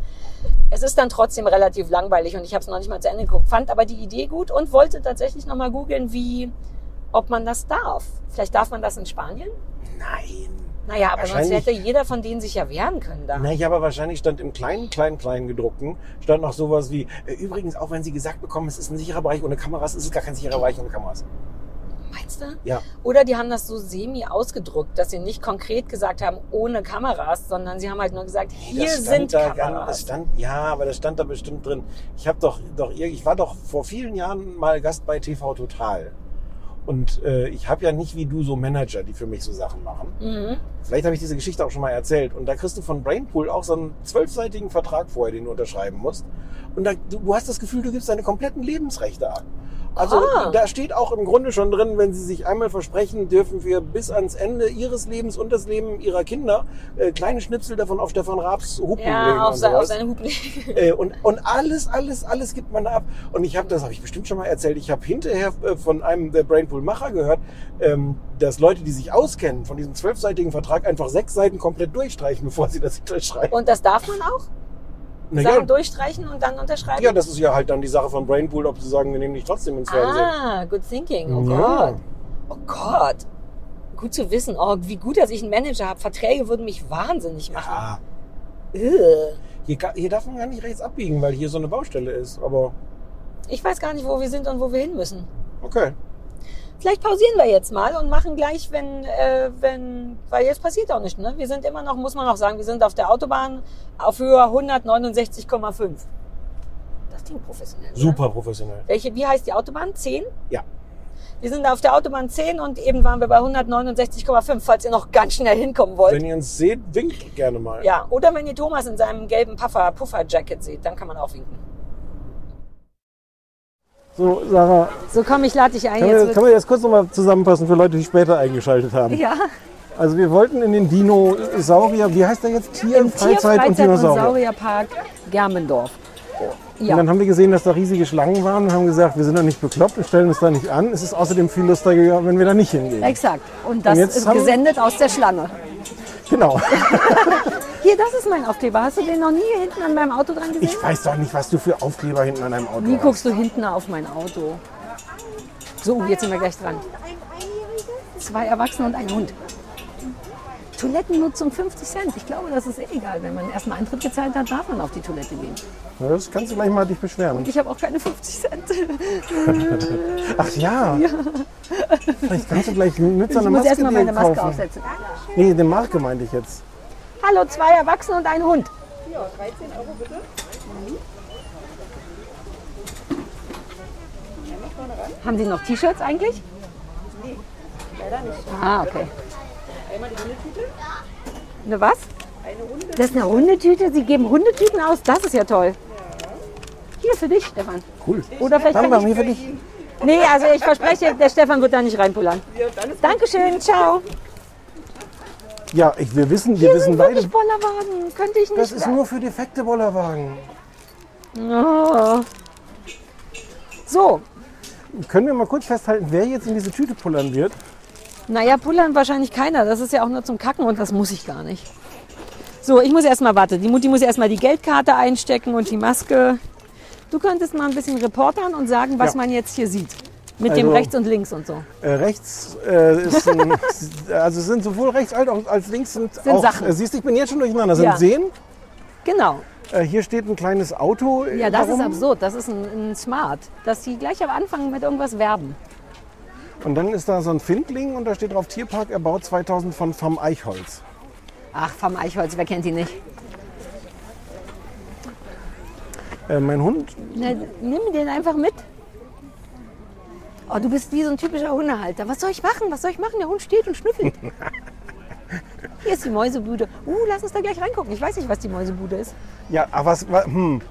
[SPEAKER 3] Es ist dann trotzdem relativ langweilig und ich habe es noch nicht mal zu Ende geguckt. Fand aber die Idee gut und wollte tatsächlich nochmal googeln, wie, ob man das darf. Vielleicht darf man das in Spanien?
[SPEAKER 2] Nein.
[SPEAKER 3] Naja, aber sonst
[SPEAKER 2] Wahrscheinlich-
[SPEAKER 3] hätte jeder von denen sich ja wehren können da.
[SPEAKER 2] Na, ich habe wahrscheinlich stand im kleinen, kleinen, kleinen gedruckten, stand noch sowas wie, äh, übrigens, auch wenn Sie gesagt bekommen, es ist ein sicherer Bereich ohne Kameras, ist es gar kein sicherer Bereich ohne Kameras.
[SPEAKER 3] Meinst du?
[SPEAKER 2] Ja.
[SPEAKER 3] Oder die haben das so semi ausgedruckt, dass sie nicht konkret gesagt haben, ohne Kameras, sondern sie haben halt nur gesagt, hier
[SPEAKER 2] Das stand
[SPEAKER 3] sind
[SPEAKER 2] da ganz- das
[SPEAKER 3] Kameras.
[SPEAKER 2] stand, ja, aber das stand da bestimmt drin. Ich habe doch, doch, ir- ich war doch vor vielen Jahren mal Gast bei TV Total. Und äh, ich habe ja nicht wie du so Manager, die für mich so Sachen machen.
[SPEAKER 3] Mhm.
[SPEAKER 2] Vielleicht habe ich diese Geschichte auch schon mal erzählt. Und da kriegst du von Brainpool auch so einen zwölfseitigen Vertrag vorher, den du unterschreiben musst. Und da, du, du hast das Gefühl, du gibst deine kompletten Lebensrechte ab. Also
[SPEAKER 3] Ah.
[SPEAKER 2] da steht auch im Grunde schon drin, wenn sie sich einmal versprechen, dürfen wir bis ans Ende ihres Lebens und das Leben ihrer Kinder äh, kleine Schnipsel davon auf Stefan Raabs Hupen legen
[SPEAKER 3] Ja, auf,
[SPEAKER 2] und
[SPEAKER 3] se auf
[SPEAKER 2] sowas.
[SPEAKER 3] seine Hupen. [LAUGHS]
[SPEAKER 2] Äh, und, und alles, alles, alles gibt man ab. Und ich habe, das habe ich bestimmt schon mal erzählt, ich habe hinterher äh, von einem der Brainpool-Macher gehört, ähm, dass Leute, die sich auskennen, von diesem zwölfseitigen Vertrag einfach sechs Seiten komplett durchstreichen, [LAUGHS] bevor sie das unterschreiben.
[SPEAKER 3] Und das darf man auch?
[SPEAKER 2] Na
[SPEAKER 3] Sachen
[SPEAKER 2] ja,
[SPEAKER 3] durchstreichen und dann unterschreiben?
[SPEAKER 2] ja, das ist ja halt dann die Sache von Brainpool, ob sie sagen, wir nehmen dich trotzdem ins Fernsehen.
[SPEAKER 3] ah, good thinking. Oh
[SPEAKER 2] Ja.
[SPEAKER 3] Gott. Oh Gott. Gut zu wissen. Oh, wie gut, dass ich einen Manager habe. Verträge würden mich wahnsinnig machen.
[SPEAKER 2] Ja,
[SPEAKER 3] Ugh.
[SPEAKER 2] hier, ka- hier darf man gar nicht rechts abbiegen, weil hier so eine Baustelle ist. Aber
[SPEAKER 3] Ich weiß gar nicht, wo wir sind und wo wir hin müssen.
[SPEAKER 2] okay.
[SPEAKER 3] Vielleicht pausieren wir jetzt mal und machen gleich, wenn, äh, wenn, weil jetzt passiert auch nichts. Ne? Wir sind immer noch, muss man auch sagen, wir sind auf der Autobahn auf Höhe 169,5. Das klingt professionell. Oder?
[SPEAKER 2] Super professionell.
[SPEAKER 3] Welche, wie heißt die Autobahn? 10?
[SPEAKER 2] Ja.
[SPEAKER 3] Wir sind auf der Autobahn 10 und eben waren wir bei 169,5, falls ihr noch ganz schnell hinkommen wollt.
[SPEAKER 2] Wenn ihr uns seht, winkt gerne mal.
[SPEAKER 3] Ja, oder wenn ihr Thomas in seinem gelben Puffer, Puffer-Jacket seht, dann kann man auch winken.
[SPEAKER 2] So, Sarah,
[SPEAKER 3] So komm, ich lade dich ein.
[SPEAKER 2] kann,
[SPEAKER 3] jetzt
[SPEAKER 2] wir, kann man jetzt kurz nochmal zusammenfassen für Leute, die später eingeschaltet haben?
[SPEAKER 3] ja,
[SPEAKER 2] Also wir wollten in den Dinosaurier, wie heißt der jetzt? Tier,
[SPEAKER 3] im Tier,
[SPEAKER 2] Freizeit,
[SPEAKER 3] Freizeit
[SPEAKER 2] und Dinosaurier.
[SPEAKER 3] Saurierpark Germendorf. Ja.
[SPEAKER 2] Und dann haben wir gesehen, dass da riesige Schlangen waren und haben gesagt, wir sind doch nicht bekloppt und stellen uns da nicht an. Es ist außerdem viel lustiger, wenn wir da nicht hingehen.
[SPEAKER 3] Exakt. Und das
[SPEAKER 2] Und jetzt
[SPEAKER 3] ist
[SPEAKER 2] haben-
[SPEAKER 3] gesendet aus der Schlange. [LAUGHS]
[SPEAKER 2] Genau.
[SPEAKER 3] Hier, das ist mein Aufkleber. Hast du den noch nie hinten an meinem Auto dran gesehen?
[SPEAKER 2] Ich weiß doch nicht, was du für Aufkleber hinten an einem Auto
[SPEAKER 3] Wie
[SPEAKER 2] hast.
[SPEAKER 3] guckst du hinten auf mein Auto? So, jetzt sind wir gleich dran. Zwei Erwachsene und ein Hund. Toilettennutzung 50 Cent. Ich glaube, das ist eh egal. Wenn man erstmal Eintritt gezahlt hat, darf man auf die Toilette gehen.
[SPEAKER 2] Ja, Das kannst du gleich mal dich beschweren.
[SPEAKER 3] Ich habe auch keine 50 Cent.
[SPEAKER 2] Ach
[SPEAKER 3] [LAUGHS]
[SPEAKER 2] ja. Vielleicht kannst du gleich mit so
[SPEAKER 3] Ich
[SPEAKER 2] einer
[SPEAKER 3] muss
[SPEAKER 2] Maske
[SPEAKER 3] erstmal
[SPEAKER 2] dir
[SPEAKER 3] meine Maske
[SPEAKER 2] kaufen.
[SPEAKER 3] aufsetzen.
[SPEAKER 2] Nee, eine Marke meinte ich jetzt.
[SPEAKER 3] Hallo, zwei Erwachsene und ein Hund. Ja, 13 Euro bitte. Haben Sie noch T-Shirts eigentlich? Nee, leider nicht. Ah, okay. Einmal die Hundetüte. Eine was? Eine Hundetüte. Das ist eine Hundetüte? Sie geben Hundetüten aus? Das ist ja toll. Hier für dich, Stefan.
[SPEAKER 2] Cool.
[SPEAKER 3] Oder vielleicht
[SPEAKER 2] Bam,
[SPEAKER 3] kann
[SPEAKER 2] bam,
[SPEAKER 3] ich
[SPEAKER 2] hier für dich.
[SPEAKER 3] Nee, also ich verspreche, der Stefan wird da nicht reinpullern. Dankeschön, ciao.
[SPEAKER 2] Ja, ich, wir wissen, wir
[SPEAKER 3] Hier
[SPEAKER 2] wissen
[SPEAKER 3] sind
[SPEAKER 2] beide,
[SPEAKER 3] wirklich Bollerwagen. Könnte ich nicht.
[SPEAKER 2] das ist nur für defekte Bollerwagen.
[SPEAKER 3] Oh. So,
[SPEAKER 2] Können wir mal kurz festhalten, wer jetzt in diese Tüte pullern wird?
[SPEAKER 3] naja, pullern wahrscheinlich keiner. Das ist ja auch nur zum Kacken und das muss ich gar nicht. So, ich muss erstmal warten. Die Mutti muss erstmal die Geldkarte einstecken und die Maske. Du könntest mal ein bisschen reportern und sagen, was
[SPEAKER 2] Ja.
[SPEAKER 3] man jetzt hier sieht. Mit
[SPEAKER 2] Also-
[SPEAKER 3] dem rechts und links und so.
[SPEAKER 2] Äh, rechts äh, ist
[SPEAKER 3] [LAUGHS]
[SPEAKER 2] ein, also es sind sowohl rechts als auch als links sind,
[SPEAKER 3] Sind
[SPEAKER 2] auch,
[SPEAKER 3] Sachen.
[SPEAKER 2] Äh, siehst, du, ich bin jetzt schon durcheinander. Sind
[SPEAKER 3] Ja.
[SPEAKER 2] Seen.
[SPEAKER 3] Genau.
[SPEAKER 2] Äh, hier steht ein kleines Auto. äh,
[SPEAKER 3] Ja, das
[SPEAKER 2] darum.
[SPEAKER 3] ist absurd. Das ist ein, ein Smart, dass die gleich am Anfang mit irgendwas werben.
[SPEAKER 2] Und dann ist da so ein Findling und da steht drauf Tierpark erbaut 2000 von vom Eichholz.
[SPEAKER 3] Ach, vom Eichholz, wer kennt die nicht?
[SPEAKER 2] Äh, mein Hund,
[SPEAKER 3] Na, nimm den einfach mit. Oh, du bist wie so ein typischer Hundehalter. Was soll ich machen? Was soll ich machen? Der Hund steht und schnüffelt. Hier ist die Mäusebude. Uh, lass uns da gleich reingucken. Ich weiß nicht, was die Mäusebude ist.
[SPEAKER 2] ja, aber was, wa- hm.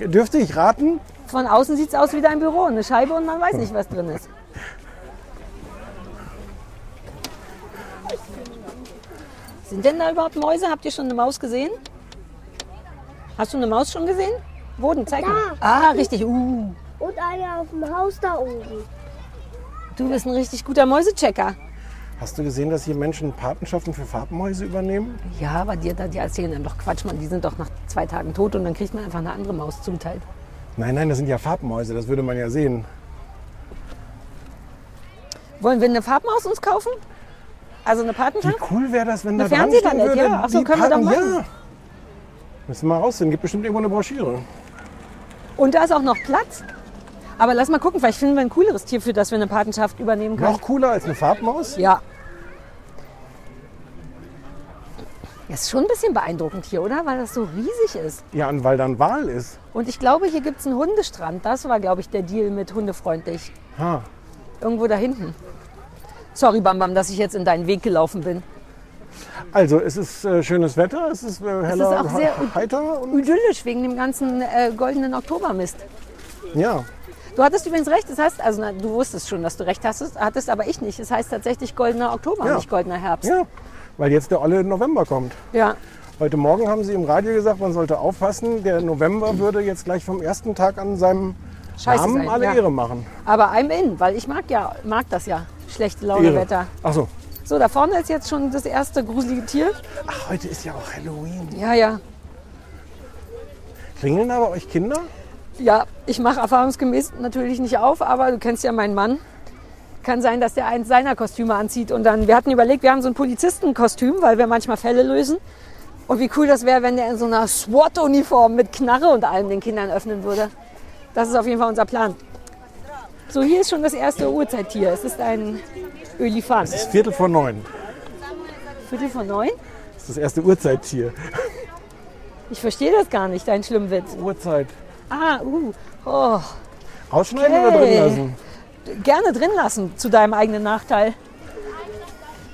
[SPEAKER 2] dürfte ich raten?
[SPEAKER 3] Von außen sieht es aus wie dein Büro. Eine Scheibe und man weiß nicht, was drin ist. Sind denn da überhaupt Mäuse? Habt ihr schon eine Maus gesehen? Hast du eine Maus schon gesehen? Boden, zeig mal. Ah, richtig. Uh.
[SPEAKER 5] Und eine auf dem Haus da oben.
[SPEAKER 3] Du bist ein richtig guter Mäusechecker.
[SPEAKER 2] Hast du gesehen, dass hier Menschen Patenschaften für Farbmäuse übernehmen?
[SPEAKER 3] Ja, aber die, die erzählen einem doch Quatsch, man. Die sind doch nach zwei Tagen tot und dann kriegt man einfach eine andere Maus zuteilt.
[SPEAKER 2] Nein, nein, das sind ja Farbmäuse, das würde man ja sehen.
[SPEAKER 3] Wollen wir eine Farbmaus uns kaufen? Also eine
[SPEAKER 2] Wie
[SPEAKER 3] Patenschaft?
[SPEAKER 2] cool wäre das, wenn
[SPEAKER 3] Eine
[SPEAKER 2] da dran stehen
[SPEAKER 3] Fernsehballett,
[SPEAKER 2] würde,
[SPEAKER 3] ja. Ach so,
[SPEAKER 2] die
[SPEAKER 3] können wir doch
[SPEAKER 2] Paten-
[SPEAKER 3] machen.
[SPEAKER 2] Ja. Müssen wir mal rausfinden, gibt bestimmt irgendwo eine Broschüre.
[SPEAKER 3] Und da ist auch noch Platz. Aber lass mal gucken, vielleicht finden wir ein cooleres Tier, für das wir eine Patenschaft übernehmen können.
[SPEAKER 2] Noch cooler als eine Farbmaus?
[SPEAKER 3] Ja. Das ist schon ein bisschen beeindruckend hier, oder? Weil das so riesig ist.
[SPEAKER 2] Ja, und weil da ein Wal ist.
[SPEAKER 3] Und ich glaube, hier gibt es einen Hundestrand. Das war, glaube ich, der Deal mit hundefreundlich.
[SPEAKER 2] Ha.
[SPEAKER 3] Irgendwo da hinten. Sorry, Bam Bam, dass ich jetzt in deinen Weg gelaufen bin.
[SPEAKER 2] Also, es ist äh, schönes Wetter, es ist äh, heller,
[SPEAKER 3] auch sehr-
[SPEAKER 2] he- heiter und
[SPEAKER 3] idyllisch wegen dem ganzen äh, goldenen Oktobermist.
[SPEAKER 2] ja.
[SPEAKER 3] Du hattest übrigens recht, das heißt, also na, du wusstest schon, dass du recht hattest, hattest aber ich nicht. Es heißt tatsächlich goldener Oktober,
[SPEAKER 2] Ja.
[SPEAKER 3] nicht goldener Herbst.
[SPEAKER 2] Ja, weil jetzt der olle November kommt.
[SPEAKER 3] Ja.
[SPEAKER 2] Heute Morgen haben sie im Radio gesagt, man sollte aufpassen, der November würde jetzt gleich vom ersten Tag an seinem
[SPEAKER 3] Scheiße
[SPEAKER 2] Namen
[SPEAKER 3] sein,
[SPEAKER 2] alle
[SPEAKER 3] ja.
[SPEAKER 2] Ehre machen.
[SPEAKER 3] Aber I'm in, weil ich mag ja, mag das ja. Schlechte Laune Wetter.
[SPEAKER 2] Achso,
[SPEAKER 3] So, da vorne ist jetzt schon das erste gruselige Tier.
[SPEAKER 2] Ach, heute ist ja auch Halloween.
[SPEAKER 3] Ja, ja.
[SPEAKER 2] Klingeln aber euch Kinder?
[SPEAKER 3] Ja, ich mache erfahrungsgemäß natürlich nicht auf, aber du kennst ja meinen Mann. Kann sein, dass der eins seiner Kostüme anzieht. Und dann, wir hatten überlegt, wir haben so ein Polizistenkostüm, weil wir manchmal Fälle lösen. Und wie cool das wäre, wenn der in so einer SWAT-Uniform mit Knarre und allem den Kindern öffnen würde. Das ist auf jeden Fall unser Plan. So, hier ist schon das erste Uhrzeittier. Es ist ein Ölifant.
[SPEAKER 2] Viertel vor neun.
[SPEAKER 3] Viertel vor neun?
[SPEAKER 2] Das ist das erste Uhrzeittier.
[SPEAKER 3] Ich verstehe das gar nicht, dein Schlimmwitz.
[SPEAKER 2] Uhrzeit.
[SPEAKER 3] Ah, uh. Oh.
[SPEAKER 2] Rausschneiden
[SPEAKER 3] Okay.
[SPEAKER 2] oder drin lassen?
[SPEAKER 3] gerne drin lassen zu deinem eigenen Nachteil.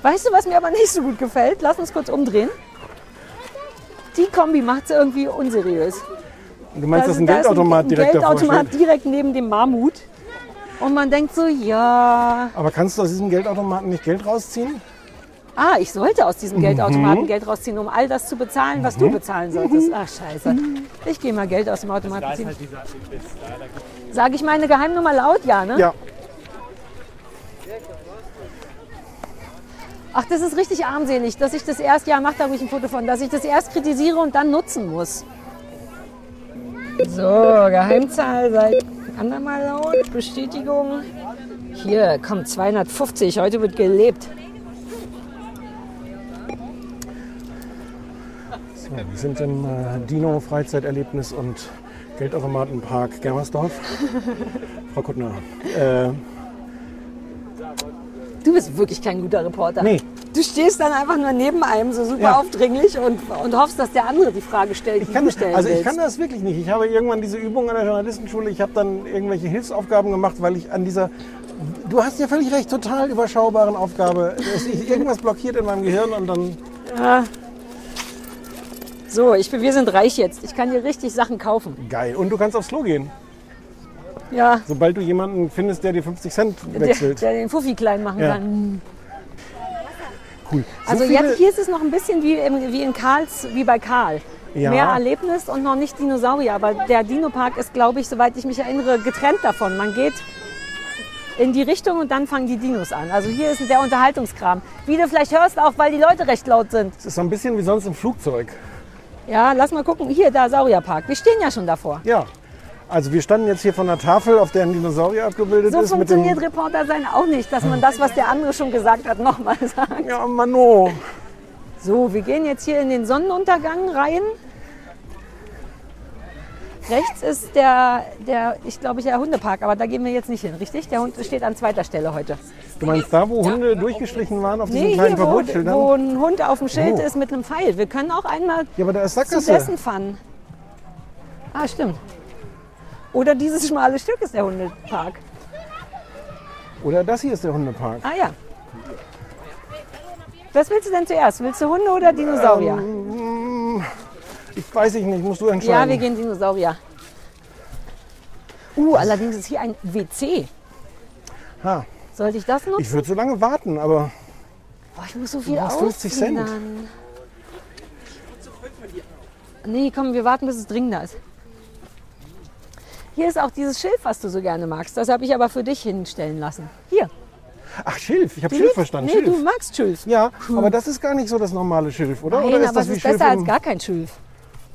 [SPEAKER 3] Weißt du, was mir aber nicht so gut gefällt? Lass uns kurz umdrehen. Die Kombi macht es irgendwie unseriös.
[SPEAKER 2] Du meinst, dass ein
[SPEAKER 3] Also da ist
[SPEAKER 2] Geldautomat
[SPEAKER 3] ein
[SPEAKER 2] direkt davor
[SPEAKER 3] Geldautomat
[SPEAKER 2] steht?
[SPEAKER 3] direkt neben dem Mammut. Und man denkt so, ja,
[SPEAKER 2] Aber kannst du aus diesem Geldautomaten nicht Geld rausziehen?
[SPEAKER 3] ah, ich sollte aus diesem
[SPEAKER 2] Mhm.
[SPEAKER 3] Geldautomaten Geld rausziehen, um all das zu bezahlen, was du bezahlen solltest. Ach scheiße. Ich gehe mal Geld aus dem Automaten ziehen. Sage ich meine Geheimnummer laut? Ja, ne?
[SPEAKER 2] Ja.
[SPEAKER 3] Ach, das ist richtig armselig, dass ich das erst, ja, mach da ruhig ein Foto von, dass ich das erst kritisiere und dann nutzen muss. So, Geheimzahl seit andermal laut, Bestätigung. Hier, komm, 250, heute wird gelebt.
[SPEAKER 2] So, wir sind im äh, Dino Freizeiterlebnis und Geldautomatenpark
[SPEAKER 3] [LAUGHS]
[SPEAKER 2] Germersdorf. Frau Kuttner. Äh,
[SPEAKER 3] Du bist wirklich kein guter Reporter.
[SPEAKER 2] nee,
[SPEAKER 3] Du stehst dann einfach nur neben einem, so super
[SPEAKER 2] Ja.
[SPEAKER 3] aufdringlich und, und hoffst, dass der andere die Frage stellt, die
[SPEAKER 2] ich kann,
[SPEAKER 3] du stellen
[SPEAKER 2] also ich
[SPEAKER 3] willst.
[SPEAKER 2] kann das wirklich nicht. Ich habe irgendwann diese Übung an der Journalistenschule, ich habe dann irgendwelche Hilfsaufgaben gemacht, weil ich an dieser, du hast ja völlig recht, total überschaubaren Aufgabe, dass ich irgendwas blockiert in meinem Gehirn und dann,
[SPEAKER 3] so, ich, bin- wir sind reich jetzt. Ich kann dir richtig Sachen kaufen.
[SPEAKER 2] geil. Und du kannst aufs Klo gehen,
[SPEAKER 3] Ja,
[SPEAKER 2] sobald du jemanden findest, der dir 50 Cent
[SPEAKER 3] der,
[SPEAKER 2] wechselt.
[SPEAKER 3] der den Fuffi klein machen
[SPEAKER 2] Ja.
[SPEAKER 3] kann.
[SPEAKER 2] cool.
[SPEAKER 3] Also
[SPEAKER 2] so viele,
[SPEAKER 3] jetzt hier ist es noch ein bisschen wie, im, wie in Karls, wie bei Karl.
[SPEAKER 2] Ja.
[SPEAKER 3] Mehr Erlebnis und noch nicht Dinosaurier. Aber der Dino-Park ist, glaube ich, soweit ich mich erinnere, getrennt davon. Man geht in die Richtung und dann fangen die Dinos an. Also hier ist der Unterhaltungskram. Wie du vielleicht hörst, auch weil die Leute recht laut sind.
[SPEAKER 2] Das ist so ein bisschen wie sonst im Flugzeug.
[SPEAKER 3] Ja, lass mal gucken. Hier, da Saurierpark. Wir stehen ja schon davor.
[SPEAKER 2] Ja. Also wir standen jetzt hier von einer Tafel, auf der ein Dinosaurier abgebildet
[SPEAKER 3] So
[SPEAKER 2] ist. mit dem
[SPEAKER 3] funktioniert Reporter sein auch nicht, dass man das, was der andere schon gesagt hat, nochmal [LAUGHS] sagt.
[SPEAKER 2] Ja, Mano.
[SPEAKER 3] So, wir gehen jetzt hier in den Sonnenuntergang rein. Rechts ist der, der ich glaube, der Hundepark, aber da gehen wir jetzt nicht hin, richtig? Der Hund steht an zweiter Stelle heute.
[SPEAKER 2] Du meinst da, wo Hunde durchgestrichen waren auf diesen
[SPEAKER 3] Nee,
[SPEAKER 2] kleinen
[SPEAKER 3] hier, wo,
[SPEAKER 2] Verbotsschildern?
[SPEAKER 3] wo ein Hund auf dem Schild
[SPEAKER 2] Oh.
[SPEAKER 3] ist mit einem Pfeil. Wir können auch einmal
[SPEAKER 2] Ja, aber da ist
[SPEAKER 3] zu
[SPEAKER 2] Sackgasse.
[SPEAKER 3] dessen fahren. Ah, stimmt. Oder dieses schmale Stück ist der Hundepark.
[SPEAKER 2] Oder das hier ist der Hundepark.
[SPEAKER 3] Ah ja. Was willst du denn zuerst? Willst du Hunde oder Dinosaurier?
[SPEAKER 2] Ich weiß ich nicht, musst du entscheiden.
[SPEAKER 3] Ja, wir gehen Dinosaurier. Uh, allerdings ist hier ein WC.
[SPEAKER 2] Ha,
[SPEAKER 3] Sollte ich das nutzen?
[SPEAKER 2] ich würde so lange warten, aber
[SPEAKER 3] Oh, ich muss so viel
[SPEAKER 2] brauchst 50
[SPEAKER 3] ausziehen
[SPEAKER 2] Cent.
[SPEAKER 3] dann. Nee, komm, wir warten, bis es dringender ist. Hier ist auch dieses Schilf, was du so gerne magst. Das habe ich aber für dich hinstellen lassen. Hier.
[SPEAKER 2] ach Schilf, ich habe
[SPEAKER 3] Du
[SPEAKER 2] Schilf
[SPEAKER 3] liebst-
[SPEAKER 2] verstanden.
[SPEAKER 3] Nee, du
[SPEAKER 2] Schilf.
[SPEAKER 3] magst Schilf.
[SPEAKER 2] Ja, aber das ist gar nicht so das normale Schilf, oder?
[SPEAKER 3] Nein,
[SPEAKER 2] oder ist
[SPEAKER 3] aber
[SPEAKER 2] das
[SPEAKER 3] es
[SPEAKER 2] wie
[SPEAKER 3] ist
[SPEAKER 2] Schilf
[SPEAKER 3] besser
[SPEAKER 2] im-
[SPEAKER 3] als gar kein Schilf.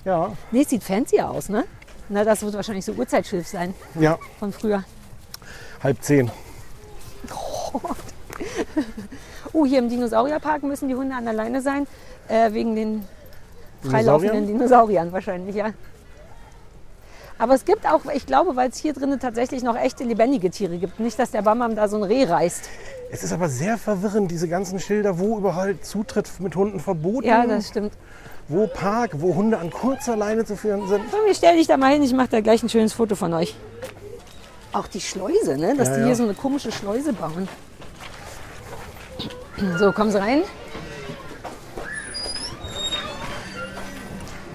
[SPEAKER 2] Ja,
[SPEAKER 3] Nee, es sieht fancy aus, ne? Na, das wird wahrscheinlich so Urzeitschilf sein
[SPEAKER 2] ja,
[SPEAKER 3] von früher.
[SPEAKER 2] halb zehn.
[SPEAKER 3] Oh, hier im Dinosaurierpark müssen die Hunde an der Leine sein, äh, wegen den freilaufenden Dinosauriern wahrscheinlich, ja. Aber es gibt auch, ich glaube, weil es hier drinnen tatsächlich noch echte lebendige Tiere gibt. Nicht, dass der Bamam da so ein Reh reißt.
[SPEAKER 2] Es ist aber sehr verwirrend, diese ganzen Schilder, wo überall Zutritt mit Hunden verboten,
[SPEAKER 3] Ja, das stimmt.
[SPEAKER 2] wo Park, wo Hunde an kurzer Leine zu führen sind.
[SPEAKER 3] Komm, wir stell dich da mal hin, ich mache da gleich ein schönes Foto von euch. Auch die Schleuse, ne? dass
[SPEAKER 2] Ja,
[SPEAKER 3] die
[SPEAKER 2] ja.
[SPEAKER 3] hier so eine komische Schleuse bauen. So, kommen Sie rein.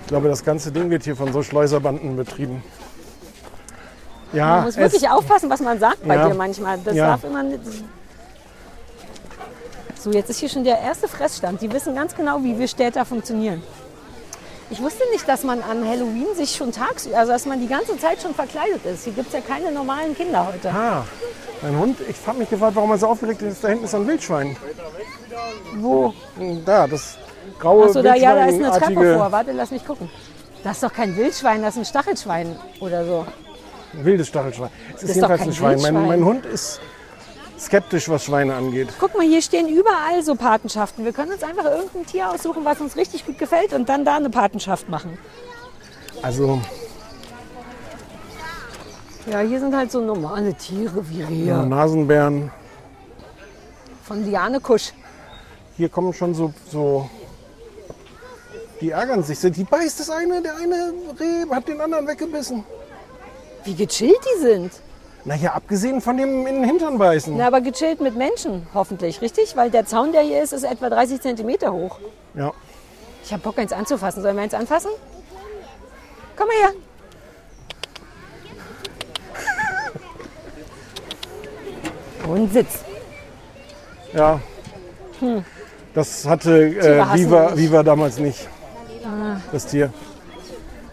[SPEAKER 2] Ich glaube, das ganze Ding wird hier von so Schleuserbanden betrieben. Ja,
[SPEAKER 3] Man muss wirklich aufpassen, was man sagt bei
[SPEAKER 2] Ah, Ja.
[SPEAKER 3] dir manchmal. Das
[SPEAKER 2] Ja.
[SPEAKER 3] darf immer nicht. So, jetzt ist hier schon der erste Fressstand. Die wissen ganz genau, wie wir Städter funktionieren. Ich wusste nicht, dass man an Halloween sich schon tagsüber, also dass man die ganze Zeit schon verkleidet ist. Hier gibt es ja keine normalen Kinder heute.
[SPEAKER 2] Ah, mein Hund, ich habe mich gefragt, warum er so aufgeregt ist. Da hinten ist ein Wildschwein. Hm,
[SPEAKER 3] Wo?
[SPEAKER 2] Da, das graue
[SPEAKER 3] Achso, da, ja, da ist eine Treppe
[SPEAKER 2] Wildschweinartige-
[SPEAKER 3] vor. Warte, lass mich gucken. Das ist doch kein Wildschwein, das ist ein Stachelschwein oder so.
[SPEAKER 2] Ein wildes Stachelschwein. Es ist,
[SPEAKER 3] ist doch
[SPEAKER 2] jedenfalls
[SPEAKER 3] kein
[SPEAKER 2] ein Schwein. Mein,
[SPEAKER 3] Wildschwein.
[SPEAKER 2] mein Hund ist skeptisch, was Schweine angeht.
[SPEAKER 3] Guck mal, hier stehen überall so Patenschaften. Wir können uns einfach irgendein Tier aussuchen, was uns richtig gut gefällt und dann da eine Patenschaft machen.
[SPEAKER 2] Also
[SPEAKER 3] Ja, hier sind halt so normale Tiere wie Rehe.
[SPEAKER 2] Nasenbären.
[SPEAKER 3] Von Diane Kusch.
[SPEAKER 2] Hier kommen schon so, so. Die ärgern sich. Die beißt das eine, der eine Reh hat den anderen weggebissen.
[SPEAKER 3] Wie gechillt die sind.
[SPEAKER 2] Naja, abgesehen von dem in den Hintern beißen.
[SPEAKER 3] Na, aber gechillt mit Menschen, hoffentlich, richtig? Weil der Zaun, der hier ist, ist etwa 30 Zentimeter hoch.
[SPEAKER 2] Ja.
[SPEAKER 3] Ich habe Bock, eins anzufassen. Sollen wir eins anfassen? Komm mal her. [LAUGHS] Und sitz.
[SPEAKER 2] Ja.
[SPEAKER 3] Hm.
[SPEAKER 2] Das hatte
[SPEAKER 3] Tiere
[SPEAKER 2] äh,
[SPEAKER 3] hassen
[SPEAKER 2] Viva,
[SPEAKER 3] mich.
[SPEAKER 2] Viva damals nicht. Das Tier.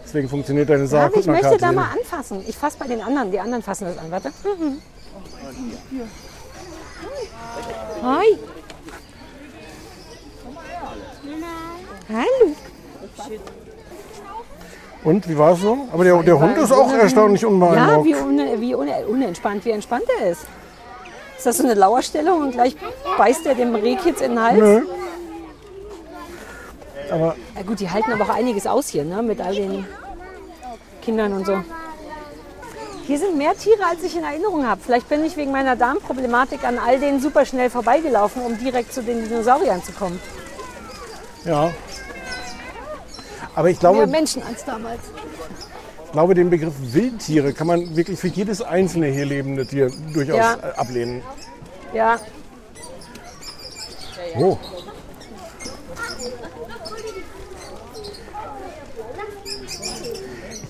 [SPEAKER 2] Deswegen funktioniert deine
[SPEAKER 3] Ja,
[SPEAKER 2] Sache.
[SPEAKER 3] aber Ah. ich möchte da mal anfassen. Ich fasse bei den anderen. Die anderen fassen das an. Warte. Mhm. Hi. Hallo.
[SPEAKER 2] Und wie war es so? Aber der, der
[SPEAKER 3] war
[SPEAKER 2] Hund ist auch
[SPEAKER 3] wunderbar.
[SPEAKER 2] erstaunlich
[SPEAKER 3] Ja, wie,
[SPEAKER 2] unbeeindruckt.
[SPEAKER 3] une, wie une, unentspannt, wie entspannt er ist. Ist das so eine Lauerstellung und gleich beißt er dem Rehkitz in den Hals?
[SPEAKER 2] Nö.
[SPEAKER 3] Ja, gut, die halten aber auch einiges aus hier, ne? mit all den Kindern und so. Hier sind mehr Tiere, als ich in Erinnerung habe. Vielleicht bin ich wegen meiner Darmproblematik an all denen super schnell vorbeigelaufen, um direkt zu den Dinosauriern zu kommen.
[SPEAKER 2] Ja. Aber ich glaube,
[SPEAKER 3] Mehr Menschen als damals.
[SPEAKER 2] Ich glaube, den Begriff Wildtiere kann man wirklich für jedes einzelne hier lebende Tier durchaus
[SPEAKER 3] Ja.
[SPEAKER 2] äh, ablehnen.
[SPEAKER 3] Ja,
[SPEAKER 2] Oh.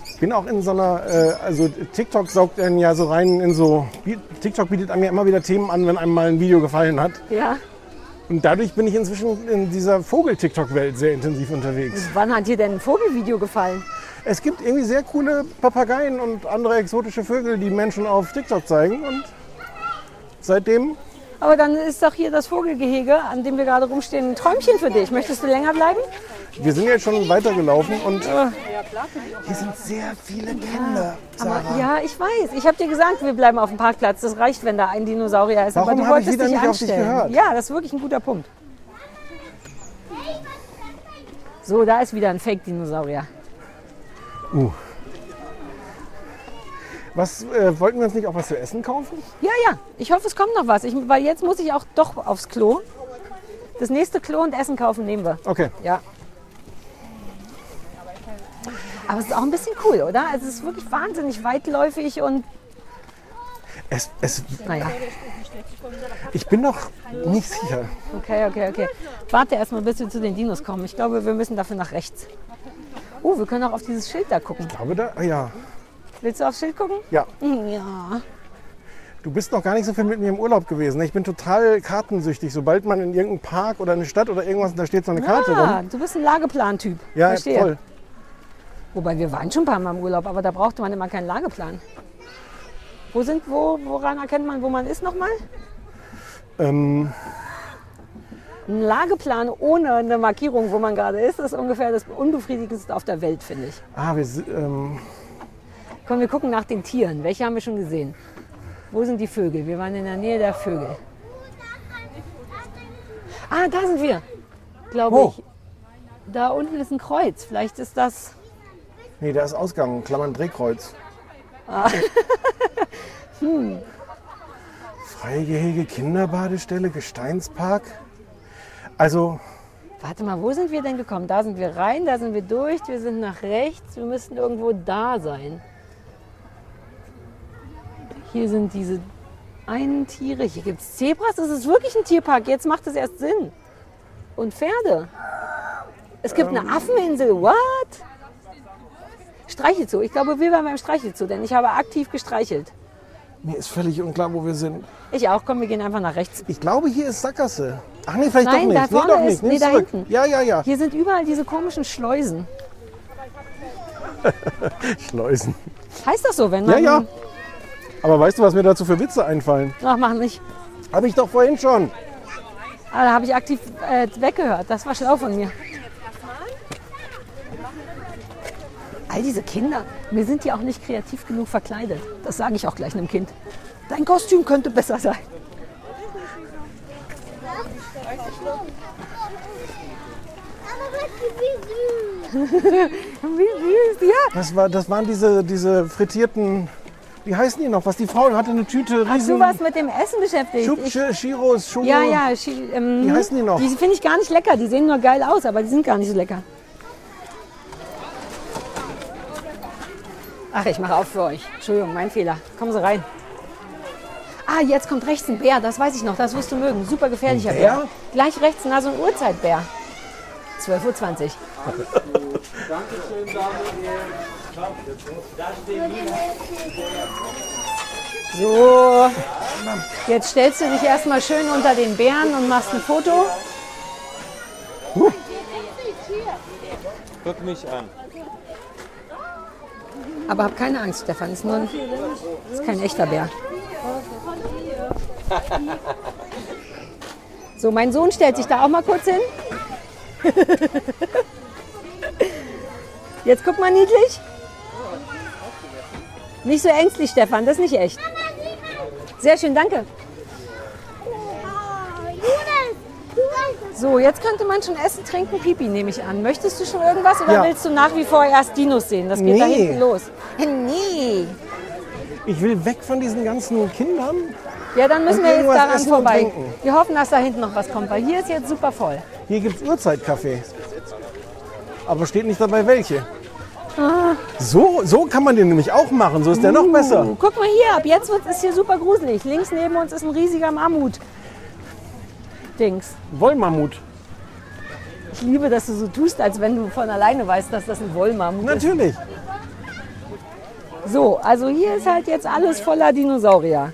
[SPEAKER 2] Ich bin auch in so einer, äh, also TikTok saugt einen ja so rein in so, TikTok bietet einem ja immer wieder Themen an, wenn einem mal ein Video gefallen hat.
[SPEAKER 3] ja.
[SPEAKER 2] Und dadurch bin ich inzwischen in dieser Vogel-TikTok-Welt sehr intensiv unterwegs.
[SPEAKER 3] Wann hat dir denn ein Vogelvideo gefallen?
[SPEAKER 2] Es gibt irgendwie sehr coole Papageien und andere exotische Vögel, die Menschen auf TikTok zeigen. Und seitdem
[SPEAKER 3] Aber dann ist doch hier das Vogelgehege, an dem wir gerade rumstehen, ein Träumchen für dich. Möchtest du länger bleiben?
[SPEAKER 2] Wir sind jetzt schon weitergelaufen und äh, hier sind sehr viele Kinder.
[SPEAKER 3] Aber, ja, ich weiß. Ich habe dir gesagt, wir bleiben auf dem Parkplatz. Das reicht, wenn da ein Dinosaurier ist.
[SPEAKER 2] Warum
[SPEAKER 3] Aber du
[SPEAKER 2] habe ich
[SPEAKER 3] wolltest
[SPEAKER 2] wieder
[SPEAKER 3] dich
[SPEAKER 2] nicht auf dich
[SPEAKER 3] anstellen.
[SPEAKER 2] gehört?
[SPEAKER 3] Ja, das ist wirklich ein guter Punkt. So, da ist wieder ein Fake-Dinosaurier.
[SPEAKER 2] Uh. Was äh, wollten wir uns nicht auch was zu essen kaufen?
[SPEAKER 3] Ja, ja. Ich hoffe, es kommt noch was. Ich, weil jetzt muss ich auch doch aufs Klo. Das nächste Klo und Essen kaufen nehmen wir.
[SPEAKER 2] Okay.
[SPEAKER 3] Ja. Aber es ist auch ein bisschen cool, oder? Also es ist wirklich wahnsinnig weitläufig und
[SPEAKER 2] Es, es,
[SPEAKER 3] naja.
[SPEAKER 2] ich bin noch nicht sicher.
[SPEAKER 3] Okay, okay, okay. Warte erstmal, bis wir zu den Dinos kommen. Ich glaube, wir müssen dafür nach rechts. Oh, wir können auch auf dieses Schild da gucken.
[SPEAKER 2] Aber da, ah ja,
[SPEAKER 3] Willst du aufs Schild gucken? Mm,
[SPEAKER 2] ja.
[SPEAKER 3] Ja.
[SPEAKER 2] Du bist noch gar nicht so viel mit mir im Urlaub gewesen. Ich bin total kartensüchtig. Sobald man in irgendeinen Park oder eine Stadt oder irgendwas, da steht so eine Karte
[SPEAKER 3] Ah,
[SPEAKER 2] rum.
[SPEAKER 3] du bist ein Lageplan-Typ.
[SPEAKER 2] Ja,
[SPEAKER 3] Verstehe.
[SPEAKER 2] voll.
[SPEAKER 3] Wobei wir waren schon ein paar Mal im Urlaub, aber da brauchte man immer keinen Lageplan. Wo sind, wo, woran erkennt man, wo man ist nochmal?
[SPEAKER 2] Ähm,
[SPEAKER 3] Ein Lageplan ohne eine Markierung, wo man gerade ist, ist ungefähr das Unbefriedigendste auf der Welt, finde ich.
[SPEAKER 2] ah, wir, si- ähm,
[SPEAKER 3] Komm, wir gucken nach den Tieren. Welche haben wir schon gesehen? Wo sind die Vögel? Wir waren in der Nähe der Vögel. Ah, da sind wir, glaube
[SPEAKER 2] Wo?
[SPEAKER 3] ich. Da unten ist ein Kreuz. Vielleicht ist das.
[SPEAKER 2] nee, da ist Ausgang, Klammern Drehkreuz.
[SPEAKER 3] Ah.
[SPEAKER 2] Äh.
[SPEAKER 3] [LAUGHS] Hm.
[SPEAKER 2] Freigehege, Kinderbadestelle, Gesteinspark. Also,
[SPEAKER 3] Warte mal, wo sind wir denn gekommen? Da sind wir rein, da sind wir durch, wir sind nach rechts, wir müssen irgendwo da sein. Hier sind diese einen Tiere, hier gibt es Zebras, das ist wirklich ein Tierpark, jetzt macht es erst Sinn. Und Pferde. Es gibt
[SPEAKER 2] Ähm.
[SPEAKER 3] eine Affeninsel, what? Streichelzoo, ich glaube, wir waren beim Streichelzoo, denn ich habe aktiv gestreichelt.
[SPEAKER 2] Mir ist völlig unklar, wo wir sind.
[SPEAKER 3] Ich auch, komm, wir gehen einfach nach rechts.
[SPEAKER 2] Ich glaube, hier ist Sackgasse. Ach nee, vielleicht
[SPEAKER 3] Nein,
[SPEAKER 2] doch
[SPEAKER 3] da
[SPEAKER 2] nicht.
[SPEAKER 3] vorne
[SPEAKER 2] nee, doch
[SPEAKER 3] ist-
[SPEAKER 2] nicht.
[SPEAKER 3] nee, da
[SPEAKER 2] zurück.
[SPEAKER 3] hinten.
[SPEAKER 2] Ja, ja, ja.
[SPEAKER 3] Hier sind überall diese komischen Schleusen.
[SPEAKER 2] Schleusen.
[SPEAKER 3] Heißt das so, wenn
[SPEAKER 2] Ja,
[SPEAKER 3] man...
[SPEAKER 2] ja. Aber weißt du, was mir dazu für Witze einfallen?
[SPEAKER 3] Ach, mach nicht.
[SPEAKER 2] Habe ich doch vorhin schon.
[SPEAKER 3] Ah, da habe ich aktiv äh, weggehört. Das war schlau von mir. All diese Kinder, wir sind ja auch nicht kreativ genug verkleidet. Das sage ich auch gleich einem Kind. Dein Kostüm könnte besser sein. Wie süß, ja.
[SPEAKER 2] Das, war, das waren diese, diese frittierten wie heißen die noch? Was die Frau hatte eine Tüte
[SPEAKER 3] Ach, du
[SPEAKER 2] riesen
[SPEAKER 3] warst mit dem Essen beschäftigt. Ich,
[SPEAKER 2] Schubsche, Shiros, Schuhe.
[SPEAKER 3] ja, ja. Schi, ähm,
[SPEAKER 2] Wie heißen die noch?
[SPEAKER 3] Die finde ich gar nicht lecker. Die sehen nur geil aus, aber die sind gar nicht so lecker. Ach, ich mache auf für euch. Entschuldigung, mein Fehler. Kommen Sie rein. Ah, jetzt kommt rechts ein Bär. Das weiß ich noch. Das wirst du mögen. Super gefährlicher
[SPEAKER 2] Ein
[SPEAKER 3] Bär.
[SPEAKER 2] Bär?
[SPEAKER 3] Gleich rechts nah so ein Uhrzeitbär. 12.20 Uhr. So, jetzt stellst du dich erstmal schön unter den Bären und machst ein Foto.
[SPEAKER 9] Guck mich an.
[SPEAKER 3] Aber hab keine Angst, Stefan. Ist nur ein, ist kein echter Bär. So, mein Sohn stellt sich da auch mal kurz hin. Jetzt guck mal niedlich. Nicht so ängstlich, Stefan. Das ist nicht echt. Sehr schön, danke.
[SPEAKER 5] Ah,
[SPEAKER 3] So, jetzt könnte man schon essen, trinken, Pipi, nehme ich an. Möchtest du schon irgendwas oder
[SPEAKER 2] Ja.
[SPEAKER 3] willst du nach wie vor erst Dinos sehen? Das geht da
[SPEAKER 2] Nee.
[SPEAKER 3] hinten los. Nee.
[SPEAKER 2] Ich will weg von diesen ganzen Kindern.
[SPEAKER 3] Ja, dann müssen
[SPEAKER 2] Und
[SPEAKER 3] wir jetzt
[SPEAKER 2] irgendwas
[SPEAKER 3] daran
[SPEAKER 2] essen und
[SPEAKER 3] vorbei.
[SPEAKER 2] trinken.
[SPEAKER 3] Wir hoffen, dass da hinten noch was kommt, weil hier ist jetzt super voll.
[SPEAKER 2] Hier gibt's Uhrzeitkaffee. Aber steht nicht dabei welche.
[SPEAKER 3] Ah.
[SPEAKER 2] So, so kann man den nämlich auch machen. So ist der noch
[SPEAKER 3] Uh.
[SPEAKER 2] besser.
[SPEAKER 3] Guck mal hier, ab jetzt wird es hier super gruselig. Links neben uns ist ein riesiger Mammut. Dings.
[SPEAKER 2] Wollmammut.
[SPEAKER 3] Ich liebe, dass du so tust, als wenn du von alleine weißt, dass das ein Wollmammut ist.
[SPEAKER 2] Natürlich.
[SPEAKER 3] So, also hier ist halt jetzt alles voller Dinosaurier.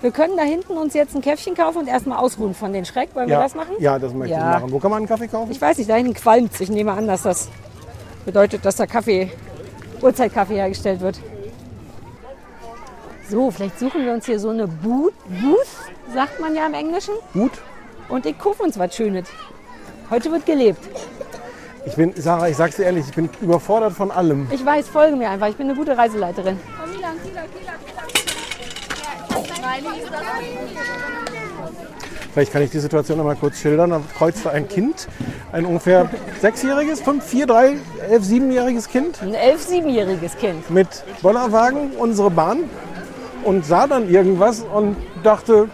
[SPEAKER 3] Wir können da hinten uns jetzt ein Käffchen kaufen und erstmal ausruhen von den Schreck. Wollen wir das machen?
[SPEAKER 2] ja, das möchte
[SPEAKER 3] Ja.
[SPEAKER 2] ich machen. Wo kann man einen Kaffee kaufen?
[SPEAKER 3] Ich weiß nicht, da hinten qualmt Ich nehme an, dass das bedeutet, dass da Kaffee, Uhrzeitkaffee hergestellt wird. So, vielleicht suchen wir uns hier so eine Boot, Booth, sagt man ja im Englischen.
[SPEAKER 2] Gut.
[SPEAKER 3] Und ich kaufe uns was Schönes. Heute wird gelebt.
[SPEAKER 2] Ich bin, Sarah, ich sag's dir ehrlich, ich bin überfordert von allem.
[SPEAKER 3] Ich weiß, folge mir einfach. Ich bin eine gute Reiseleiterin.
[SPEAKER 2] Vielleicht kann ich die Situation noch mal kurz schildern. Da kreuzte ein Kind, ein ungefähr sechsjähriges, fünf, vier, drei, elf, siebenjähriges Kind
[SPEAKER 3] Ein elf-, siebenjähriges Kind.
[SPEAKER 2] mit Bollerwagen unsere Bahn und sah dann irgendwas und dachte,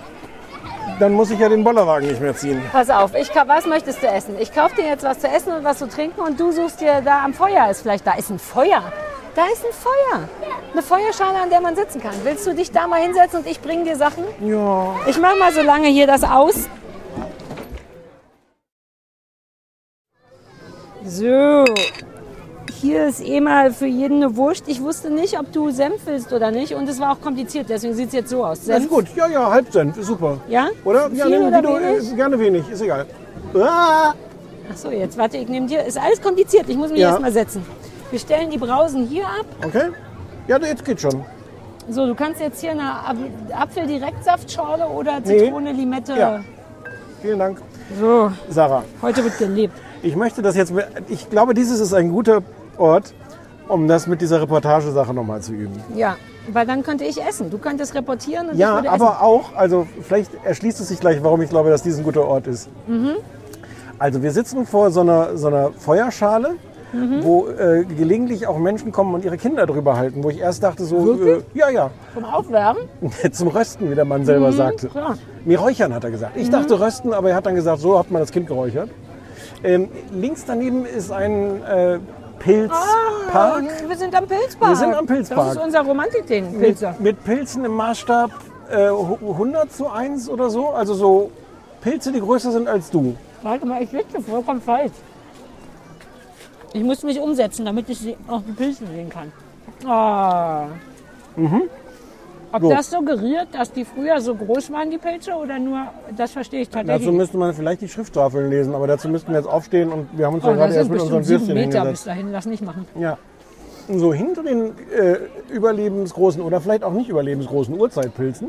[SPEAKER 2] dann muss ich ja den Bollerwagen nicht mehr ziehen.
[SPEAKER 3] Pass auf, ich, ka- was möchtest du essen? Ich kaufe dir jetzt was zu essen und was zu trinken und du suchst dir da am Feuer. Ist vielleicht da ist ein Feuer. Da ist ein Feuer. Eine Feuerschale, an der man sitzen kann. Willst du dich da mal hinsetzen und ich bringe dir Sachen?
[SPEAKER 2] Ja.
[SPEAKER 3] Ich mache mal so lange hier das aus. So. Hier ist eh mal für jeden eine Wurst. Ich wusste nicht, ob du Senf willst oder nicht. Und es war auch kompliziert, deswegen sieht es jetzt so aus.
[SPEAKER 2] Das ist
[SPEAKER 3] Senf?
[SPEAKER 2] gut. Ja, ja, Halbsenf ist super.
[SPEAKER 3] Ja?
[SPEAKER 2] Oder? Ja,
[SPEAKER 3] Viel
[SPEAKER 2] nimm,
[SPEAKER 3] oder
[SPEAKER 2] wie du,
[SPEAKER 3] wenig?
[SPEAKER 2] äh, gerne wenig, ist egal. Ah!
[SPEAKER 3] Ach so, jetzt warte, ich nehme dir. Ist alles kompliziert, ich muss mich
[SPEAKER 2] Ja.
[SPEAKER 3] erst mal setzen. Wir stellen die Brausen hier ab.
[SPEAKER 2] Okay. Ja, jetzt geht schon.
[SPEAKER 3] So, du kannst jetzt hier eine Ap- Apfeldirektsaftschorle oder
[SPEAKER 2] Nee.
[SPEAKER 3] Zitrone, Limette.
[SPEAKER 2] Ja. Vielen Dank,
[SPEAKER 3] So,
[SPEAKER 2] Sarah.
[SPEAKER 3] heute wird gelebt.
[SPEAKER 2] Ich möchte das jetzt. Ich glaube, dieses ist ein guter Ort, um das mit dieser Reportagesache nochmal zu üben.
[SPEAKER 3] Ja, weil dann könnte ich essen. Du könntest reportieren und ich
[SPEAKER 2] Ja,
[SPEAKER 3] würde
[SPEAKER 2] aber auch, also vielleicht erschließt es sich gleich, warum ich glaube, dass dies ein guter Ort ist.
[SPEAKER 3] Mhm.
[SPEAKER 2] Also wir sitzen vor so einer, so einer Feuerschale,
[SPEAKER 3] Mhm.
[SPEAKER 2] wo äh, gelegentlich auch Menschen kommen und ihre Kinder drüber halten, wo ich erst dachte so, äh, ja, ja, [LAUGHS]
[SPEAKER 3] essen. Vom Aufwärmen.
[SPEAKER 2] zum Rösten, wie der Mann selber sagte.
[SPEAKER 3] Mhm. klar. Mhm.
[SPEAKER 2] Nee, räuchern hat er gesagt. Ich dachte rösten, aber er hat dann gesagt, so hat man das Kind geräuchert. Ähm, links daneben ist ein äh, Pilzpark.
[SPEAKER 3] Wir sind am Pilzpark.
[SPEAKER 2] Wir sind am Pilzpark.
[SPEAKER 3] Das ist unser Romantikding, Pilze.
[SPEAKER 2] Mit, mit Pilzen im Maßstab äh, 100 zu 1 oder so. Also so Pilze, die größer sind als du.
[SPEAKER 3] Warte mal, ich sitze vollkommen falsch. Ich muss mich umsetzen, damit ich sie auf die Pilze sehen kann. Ah.
[SPEAKER 2] Mhm.
[SPEAKER 3] Ob
[SPEAKER 2] So.
[SPEAKER 3] das suggeriert, dass die früher so groß waren, die Pilze, oder nur, das verstehe ich tatsächlich.
[SPEAKER 2] Dazu müsste man vielleicht die Schrifttafeln lesen, aber dazu müssten wir jetzt aufstehen und wir haben uns
[SPEAKER 3] oh,
[SPEAKER 2] ja gerade
[SPEAKER 3] das
[SPEAKER 2] erst
[SPEAKER 3] sind
[SPEAKER 2] mit unserem
[SPEAKER 3] bestimmt sieben
[SPEAKER 2] Würstchen
[SPEAKER 3] Meter bis
[SPEAKER 2] hingesetzt.
[SPEAKER 3] dahin, lass nicht machen.
[SPEAKER 2] Ja. Und so hinter den äh, überlebensgroßen oder vielleicht auch nicht überlebensgroßen Urzeitpilzen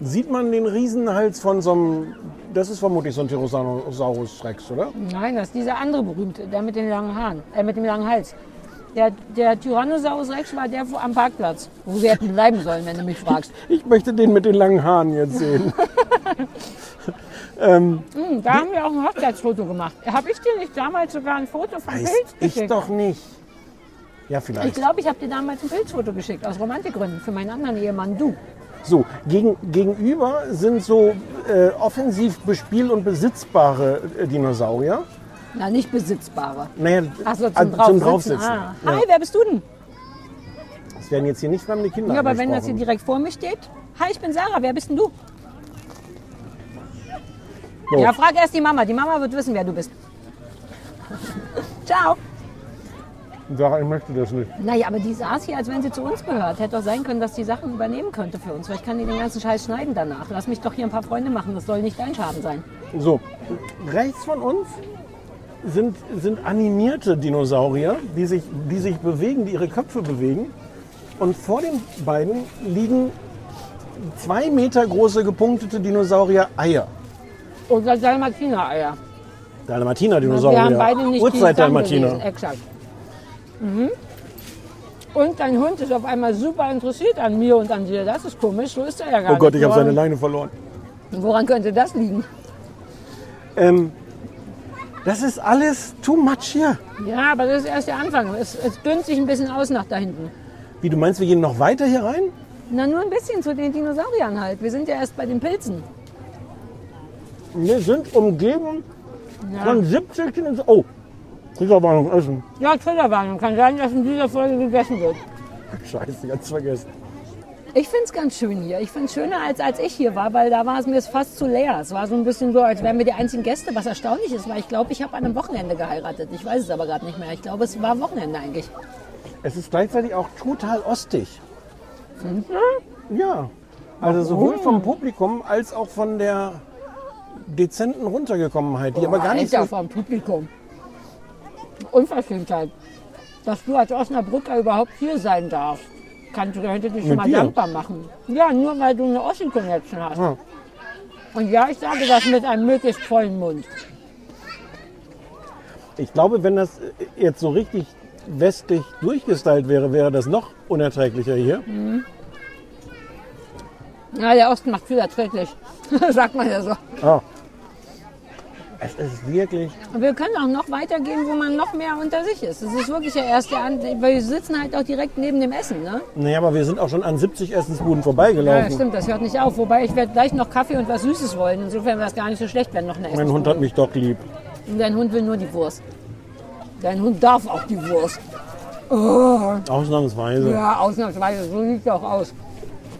[SPEAKER 2] sieht man den Riesenhals von so einem, das ist vermutlich so ein Tyrannosaurus Rex, oder?
[SPEAKER 3] Nein, das ist dieser andere berühmte, der mit den langen Haaren, äh, mit dem langen Hals. Der, der Tyrannosaurus Rex war der wo- am Parkplatz, wo wir hätten bleiben sollen, wenn du
[SPEAKER 2] [LAUGHS]
[SPEAKER 3] mich fragst.
[SPEAKER 2] Ich möchte den mit den langen Haaren jetzt
[SPEAKER 3] [LAUGHS]
[SPEAKER 2] sehen. ähm,
[SPEAKER 3] Hm, da haben wir auch ein Hochzeitsfoto gemacht. Habe ich dir nicht damals sogar ein Foto vom
[SPEAKER 2] weiß
[SPEAKER 3] Pilz
[SPEAKER 2] ich
[SPEAKER 3] geschickt?
[SPEAKER 2] doch nicht. Ja,
[SPEAKER 3] Ich
[SPEAKER 2] vielleicht.
[SPEAKER 3] glaube, ich habe dir damals ein Pilzfoto geschickt, aus Romantikgründen, für meinen anderen Ehemann, du.
[SPEAKER 2] So, gegen, gegenüber sind so äh, offensiv bespiel- und besitzbare äh, Dinosaurier.
[SPEAKER 3] Na, nicht besitzbare.
[SPEAKER 2] Naja,
[SPEAKER 3] Ach so, zum,
[SPEAKER 2] also
[SPEAKER 3] draufsitzen. Ah.
[SPEAKER 2] Draufsitzen.
[SPEAKER 3] Hi, wer bist du denn?
[SPEAKER 2] Das werden jetzt hier nicht fremde Kinder
[SPEAKER 3] Ja, aber wenn das hier
[SPEAKER 2] angesprochen.
[SPEAKER 3] direkt vor mir steht. Hi, ich bin Sarah, wer bist denn du?
[SPEAKER 2] So.
[SPEAKER 3] Ja, frag erst die Mama. Die Mama wird wissen, wer du bist. Ciao.
[SPEAKER 2] Sarah, ich möchte das nicht.
[SPEAKER 3] Naja, aber die saß hier, als wenn sie zu uns gehört. Hätte doch sein können, dass die Sachen übernehmen könnte für uns. Vielleicht kann die den ganzen Scheiß schneiden danach. Lass mich doch hier ein paar Freunde machen. Das soll nicht dein Schaden sein.
[SPEAKER 2] So, rechts von uns sind, sind animierte Dinosaurier, die sich, die sich bewegen, die ihre Köpfe bewegen. Und vor den beiden liegen zwei Meter große gepunktete Dinosaurier-Eier.
[SPEAKER 3] Oder Dalmatiner-Eier.
[SPEAKER 2] Dalmatiner-Dinosaurier.
[SPEAKER 3] Wir haben beide nicht
[SPEAKER 2] Urzeit-Dalmatiner.
[SPEAKER 3] gelesen. Exakt. Mhm. Und dein Hund ist auf einmal super interessiert an mir und an dir. Das ist komisch, so ist er ja gar
[SPEAKER 2] Oh Gott,
[SPEAKER 3] nicht.
[SPEAKER 2] ich habe seine
[SPEAKER 3] Woran-
[SPEAKER 2] Leine verloren.
[SPEAKER 3] Woran könnte das liegen?
[SPEAKER 2] Ähm, das ist alles too much hier.
[SPEAKER 3] Ja, aber das ist erst der Anfang. Es, es dünnt sich ein bisschen aus nach da hinten.
[SPEAKER 2] Wie, du meinst, wir gehen noch weiter hier rein?
[SPEAKER 3] Na, nur ein bisschen zu den Dinosauriern halt. Wir sind ja erst bei den Pilzen.
[SPEAKER 2] Wir sind umgeben
[SPEAKER 3] Ja,
[SPEAKER 2] von 70 Dinosaurier. Oh, Kriegerwarnung, Essen.
[SPEAKER 3] ja Triggerwarnung. Kann sein, dass in dieser Folge gegessen wird.
[SPEAKER 2] Scheiße, ganz vergessen.
[SPEAKER 3] Ich finde es ganz schön hier. Ich finde es schöner, als als ich hier war, weil da war es mir fast zu leer. Es war so ein bisschen so, als wären wir die einzigen Gäste, was erstaunlich ist, weil ich glaube, ich habe an einem Wochenende geheiratet. Ich weiß es aber gerade nicht mehr. Ich glaube, es war Wochenende eigentlich.
[SPEAKER 2] Es ist gleichzeitig auch total ostig. Ja. Also sowohl vom Publikum als auch von der dezenten Runtergekommenheit, die aber gar nicht
[SPEAKER 3] Oh, Alter,
[SPEAKER 2] so,
[SPEAKER 3] vom Publikum. Unverschämtheit. Dass du als Osnabrücker überhaupt hier sein darfst, kannst du hätte dich
[SPEAKER 2] Mit
[SPEAKER 3] mal
[SPEAKER 2] dir? Ah.
[SPEAKER 3] dankbar machen. Ja, nur weil du eine Ossi-Connection hast.
[SPEAKER 2] Ja.
[SPEAKER 3] Und ja, ich sage das mit einem möglichst vollen Mund.
[SPEAKER 2] Ich glaube, wenn das jetzt so richtig westlich durchgestylt wäre, wäre das noch unerträglicher hier.
[SPEAKER 3] Ja, der Osten macht viel erträglich. [LAUGHS] Sagt man ja so.
[SPEAKER 2] Ah. Es ist wirklich.
[SPEAKER 3] Und wir können auch noch weitergehen, wo man noch mehr unter sich ist. Das ist wirklich der erste An weil wir sitzen halt auch direkt neben dem Essen, ne?
[SPEAKER 2] Naja, aber wir sind auch schon an 70 Essensbuden
[SPEAKER 3] Ja,
[SPEAKER 2] vorbeigelaufen.
[SPEAKER 3] stimmt, das hört nicht auf. Wobei ich werde gleich noch Kaffee und was Süßes wollen. Insofern wäre es gar nicht so schlecht, wenn noch eine
[SPEAKER 2] mein Hund hat mich doch lieb.
[SPEAKER 3] Und Dein Hund will nur die Wurst. Dein Hund darf auch die Wurst.
[SPEAKER 2] Ausnahmsweise. Ja,
[SPEAKER 3] Ja, ausnahmsweise, so sieht es auch aus.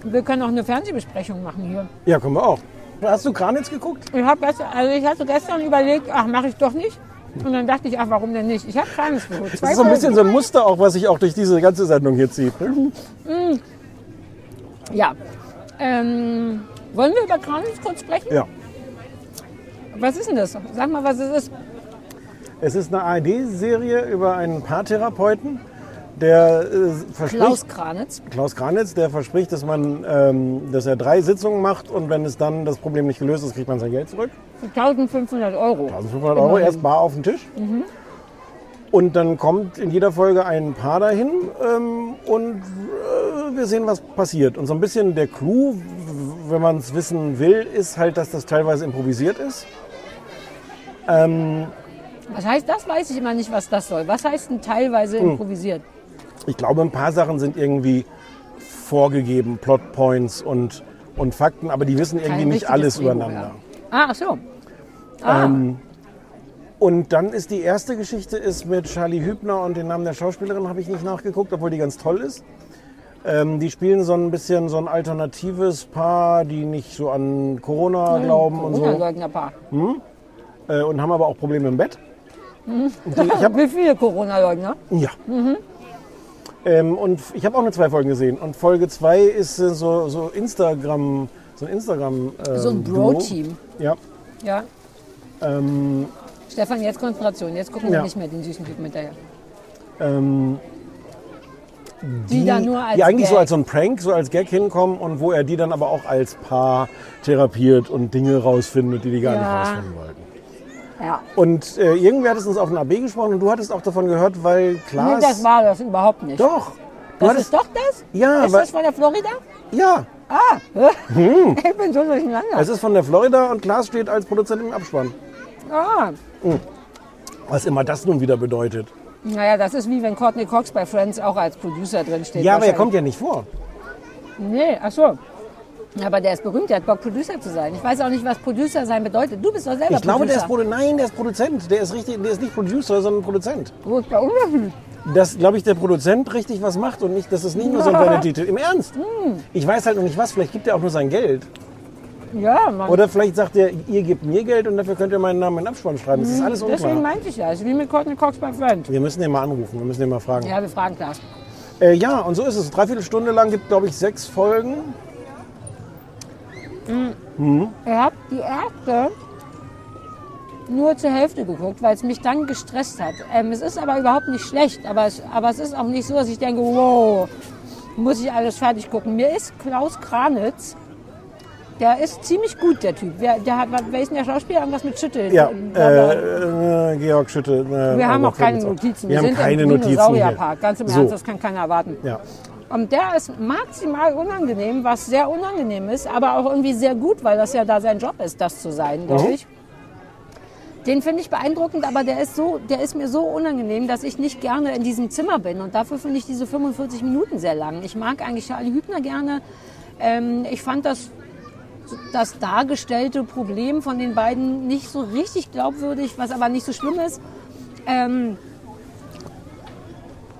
[SPEAKER 3] Wir können auch eine Fernsehbesprechung machen hier.
[SPEAKER 2] können wir auch. Hast du Kranitz geguckt?
[SPEAKER 3] Ich, hab gestern, also ich hatte gestern überlegt, ach, mache ich doch nicht. Und dann dachte ich, ach, warum denn nicht? Ich habe kleines geholt.
[SPEAKER 2] Das ist so ein bisschen so ein Muster auch, was sich auch durch diese ganze Sendung hier zieht. ne?
[SPEAKER 3] Ja. Ähm, wollen wir über Kranitz kurz sprechen?
[SPEAKER 2] Ja.
[SPEAKER 3] Was ist denn das? Sag mal, was es ist.
[SPEAKER 2] Es ist eine ARD-Serie über einen Paartherapeuten, der äh, verspricht,
[SPEAKER 3] Klaus
[SPEAKER 2] Klaus.
[SPEAKER 3] Kranitz.
[SPEAKER 2] Kranitz, der verspricht, dass, man, ähm, dass er drei Sitzungen macht und wenn es dann das Problem nicht gelöst ist, kriegt man sein Geld zurück.
[SPEAKER 3] Für 1500 Euro.
[SPEAKER 2] 1500 Euro erst bar auf den Tisch.
[SPEAKER 3] Mhm.
[SPEAKER 2] Und dann kommt in jeder Folge ein Paar dahin ähm, und äh, wir sehen, was passiert. Und so ein bisschen der Clou, w- wenn man es wissen will, ist halt, dass das teilweise improvisiert ist.
[SPEAKER 3] Was heißt das? Weiß ich immer nicht, was das soll. Was heißt denn teilweise
[SPEAKER 2] Oh.
[SPEAKER 3] improvisiert?
[SPEAKER 2] Ich glaube, ein paar Sachen sind irgendwie vorgegeben, Plotpoints und, und Fakten, aber die wissen irgendwie
[SPEAKER 3] Kein
[SPEAKER 2] nicht
[SPEAKER 3] richtiges
[SPEAKER 2] alles
[SPEAKER 3] Drehbuch,
[SPEAKER 2] übereinander.
[SPEAKER 3] ja. Ah, ach so. Ah,
[SPEAKER 2] Und dann ist die erste Geschichte ist mit Charlie Hübner und den Namen der Schauspielerin habe ich nicht nachgeguckt, obwohl die ganz toll ist. Ähm, die spielen so ein bisschen so ein alternatives Paar, die nicht so an
[SPEAKER 3] Mhm.
[SPEAKER 2] Corona glauben und so
[SPEAKER 3] Corona-Leugnerpaar.
[SPEAKER 2] äh, und haben aber auch Probleme im Bett.
[SPEAKER 3] Mhm.
[SPEAKER 2] Die,
[SPEAKER 3] [LAUGHS]
[SPEAKER 2] ich habe
[SPEAKER 3] Wie viele Corona-Leugner?
[SPEAKER 2] Ja.
[SPEAKER 3] Mhm.
[SPEAKER 2] Ähm, und f- ich habe auch nur zwei Folgen gesehen. Und Folge zwei ist äh, so, so Instagram, so ein Instagram. Ähm,
[SPEAKER 3] So ein
[SPEAKER 2] Duo.
[SPEAKER 3] Bro-Team.
[SPEAKER 2] Ja.
[SPEAKER 3] Ja.
[SPEAKER 2] Ähm,
[SPEAKER 3] Stefan, jetzt Konzentration. Jetzt gucken wir
[SPEAKER 2] Ja.
[SPEAKER 3] nicht mehr den süßen Typen hinterher.
[SPEAKER 2] ähm,
[SPEAKER 3] Die, da nur als
[SPEAKER 2] die Mhm. eigentlich so
[SPEAKER 3] Gag.
[SPEAKER 2] als so ein Prank, so als Gag hinkommen und wo er die dann aber auch als Paar therapiert und Dinge rausfindet, die die gar
[SPEAKER 3] Ja.
[SPEAKER 2] nicht rausfinden wollten.
[SPEAKER 3] Ja.
[SPEAKER 2] Und äh, irgendwer hat es uns auf den AB gesprochen und du hattest auch davon gehört, weil
[SPEAKER 3] Nee,
[SPEAKER 2] Klaas...
[SPEAKER 3] das war das überhaupt nicht.
[SPEAKER 2] doch. Du
[SPEAKER 3] das
[SPEAKER 2] hattest,
[SPEAKER 3] ist doch das?
[SPEAKER 2] Ja,
[SPEAKER 3] Ist
[SPEAKER 2] weil-
[SPEAKER 3] das von der Florida?
[SPEAKER 2] Ja,
[SPEAKER 3] Ah,
[SPEAKER 2] Hm.
[SPEAKER 3] [LAUGHS] ich bin so durcheinander.
[SPEAKER 2] es ist von der Florida und Klaas steht als Produzent im Abspann.
[SPEAKER 3] ah,
[SPEAKER 2] Was immer das nun wieder bedeutet.
[SPEAKER 3] Naja, das ist wie wenn Courtney Cox bei Friends auch als Producer drin steht.
[SPEAKER 2] Ja, aber er kommt ja nicht vor.
[SPEAKER 3] Nee, ach so. Aber der ist berühmt, der hat Bock, Producer zu sein. Ich weiß auch nicht, was Producer sein bedeutet. Du bist doch selber
[SPEAKER 2] Ich glaube, der ist
[SPEAKER 3] Producer.
[SPEAKER 2] Produzent. Nein, der ist Produzent. Der ist richtig, der ist nicht Producer, sondern Produzent.
[SPEAKER 3] Wo ist bei uns das denn?
[SPEAKER 2] Dass, glaube ich, der Produzent richtig was macht und nicht, dass es nicht nur
[SPEAKER 3] [LAUGHS]
[SPEAKER 2] so ein kleiner Titel. Im Ernst?
[SPEAKER 3] Hm.
[SPEAKER 2] Ich weiß halt noch nicht was. Vielleicht gibt er auch nur sein Geld.
[SPEAKER 3] Ja, man,
[SPEAKER 2] Oder vielleicht sagt er, ihr gebt mir Geld und dafür könnt ihr meinen Namen in den Abspann schreiben. Das ist alles
[SPEAKER 3] Hm, deswegen
[SPEAKER 2] unklar.
[SPEAKER 3] meinte ich ja. Es ist wie mit Courtney Cox bei Friends.
[SPEAKER 2] Wir müssen den mal anrufen, wir müssen den mal fragen. Ja,
[SPEAKER 3] Ja, wir fragen Klaas.
[SPEAKER 2] äh, ja und so ist es. Dreiviertel Stunde lang gibt, glaube ich, sechs Folgen.
[SPEAKER 3] Ich habe die erste nur zur Hälfte geguckt, weil es mich dann gestresst hat. Ähm, es ist aber überhaupt nicht schlecht, aber es, aber es ist auch nicht so, dass ich denke, wow, muss ich alles fertig gucken. Mir ist Klaus Kranitz, der ist ziemlich gut, der Typ. Wer, der hat, wer ist denn der Schauspieler? Irgendwas mit Schüttel.
[SPEAKER 2] Ja,
[SPEAKER 3] Blablabla.
[SPEAKER 2] äh, äh, Georg Schütte. äh,
[SPEAKER 3] wir haben
[SPEAKER 2] aber
[SPEAKER 3] auch keine
[SPEAKER 2] jetzt
[SPEAKER 3] Notizen.
[SPEAKER 2] Wir, haben
[SPEAKER 3] sind
[SPEAKER 2] keine
[SPEAKER 3] im
[SPEAKER 2] Notizen hier.
[SPEAKER 3] Dinosaurierpark. Ganz im
[SPEAKER 2] So.
[SPEAKER 3] Ernst, das kann keiner erwarten.
[SPEAKER 2] Ja.
[SPEAKER 3] Und der ist maximal unangenehm, was sehr unangenehm ist, aber auch irgendwie sehr gut, weil das ja da sein Job ist, das zu sein, glaube ich. Den finde ich beeindruckend, aber der ist, so, der ist mir so unangenehm, dass ich nicht gerne in diesem Zimmer bin. Und dafür finde ich diese 45 Minuten sehr lang. Ich mag eigentlich Charlie Hübner gerne. Ähm, ich fand das, das dargestellte Problem von den beiden nicht so richtig glaubwürdig, was aber nicht so schlimm ist. Ähm,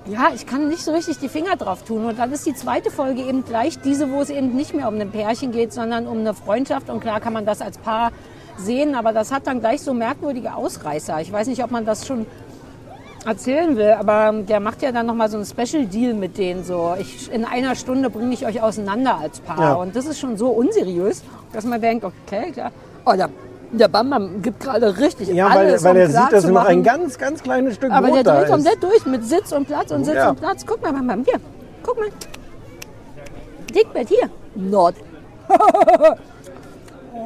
[SPEAKER 3] ja, ich kann nicht so richtig die Finger drauf tun. Und dann ist die zweite Folge eben gleich diese, wo es eben nicht mehr um ein Pärchen geht, sondern um eine Freundschaft. Und klar kann man das als Paar sehen, aber das hat dann gleich so merkwürdige Ausreißer. Ich weiß nicht, ob man das schon erzählen will, aber der macht ja dann nochmal so einen Special Deal mit denen. So, ich, in einer Stunde bringe ich euch auseinander als Paar.
[SPEAKER 2] Ja.
[SPEAKER 3] Und das ist schon so unseriös, dass man denkt, okay, klar.
[SPEAKER 10] Oh, der, der Bambam gibt gerade richtig
[SPEAKER 2] Ja,
[SPEAKER 10] alles,
[SPEAKER 2] weil, weil
[SPEAKER 10] um
[SPEAKER 2] er
[SPEAKER 10] klar
[SPEAKER 2] sieht, dass
[SPEAKER 10] zu
[SPEAKER 2] noch ein
[SPEAKER 10] machen.
[SPEAKER 2] ganz, ganz kleines Stück
[SPEAKER 3] Aber
[SPEAKER 2] Brot
[SPEAKER 3] der
[SPEAKER 2] da
[SPEAKER 3] dreht
[SPEAKER 2] ist.
[SPEAKER 3] komplett durch mit Sitz und Platz und Sitz
[SPEAKER 2] Ja.
[SPEAKER 3] und Platz. Guck mal, Bam Bam, hier. Guck mal. Dickbett, hier. Nord.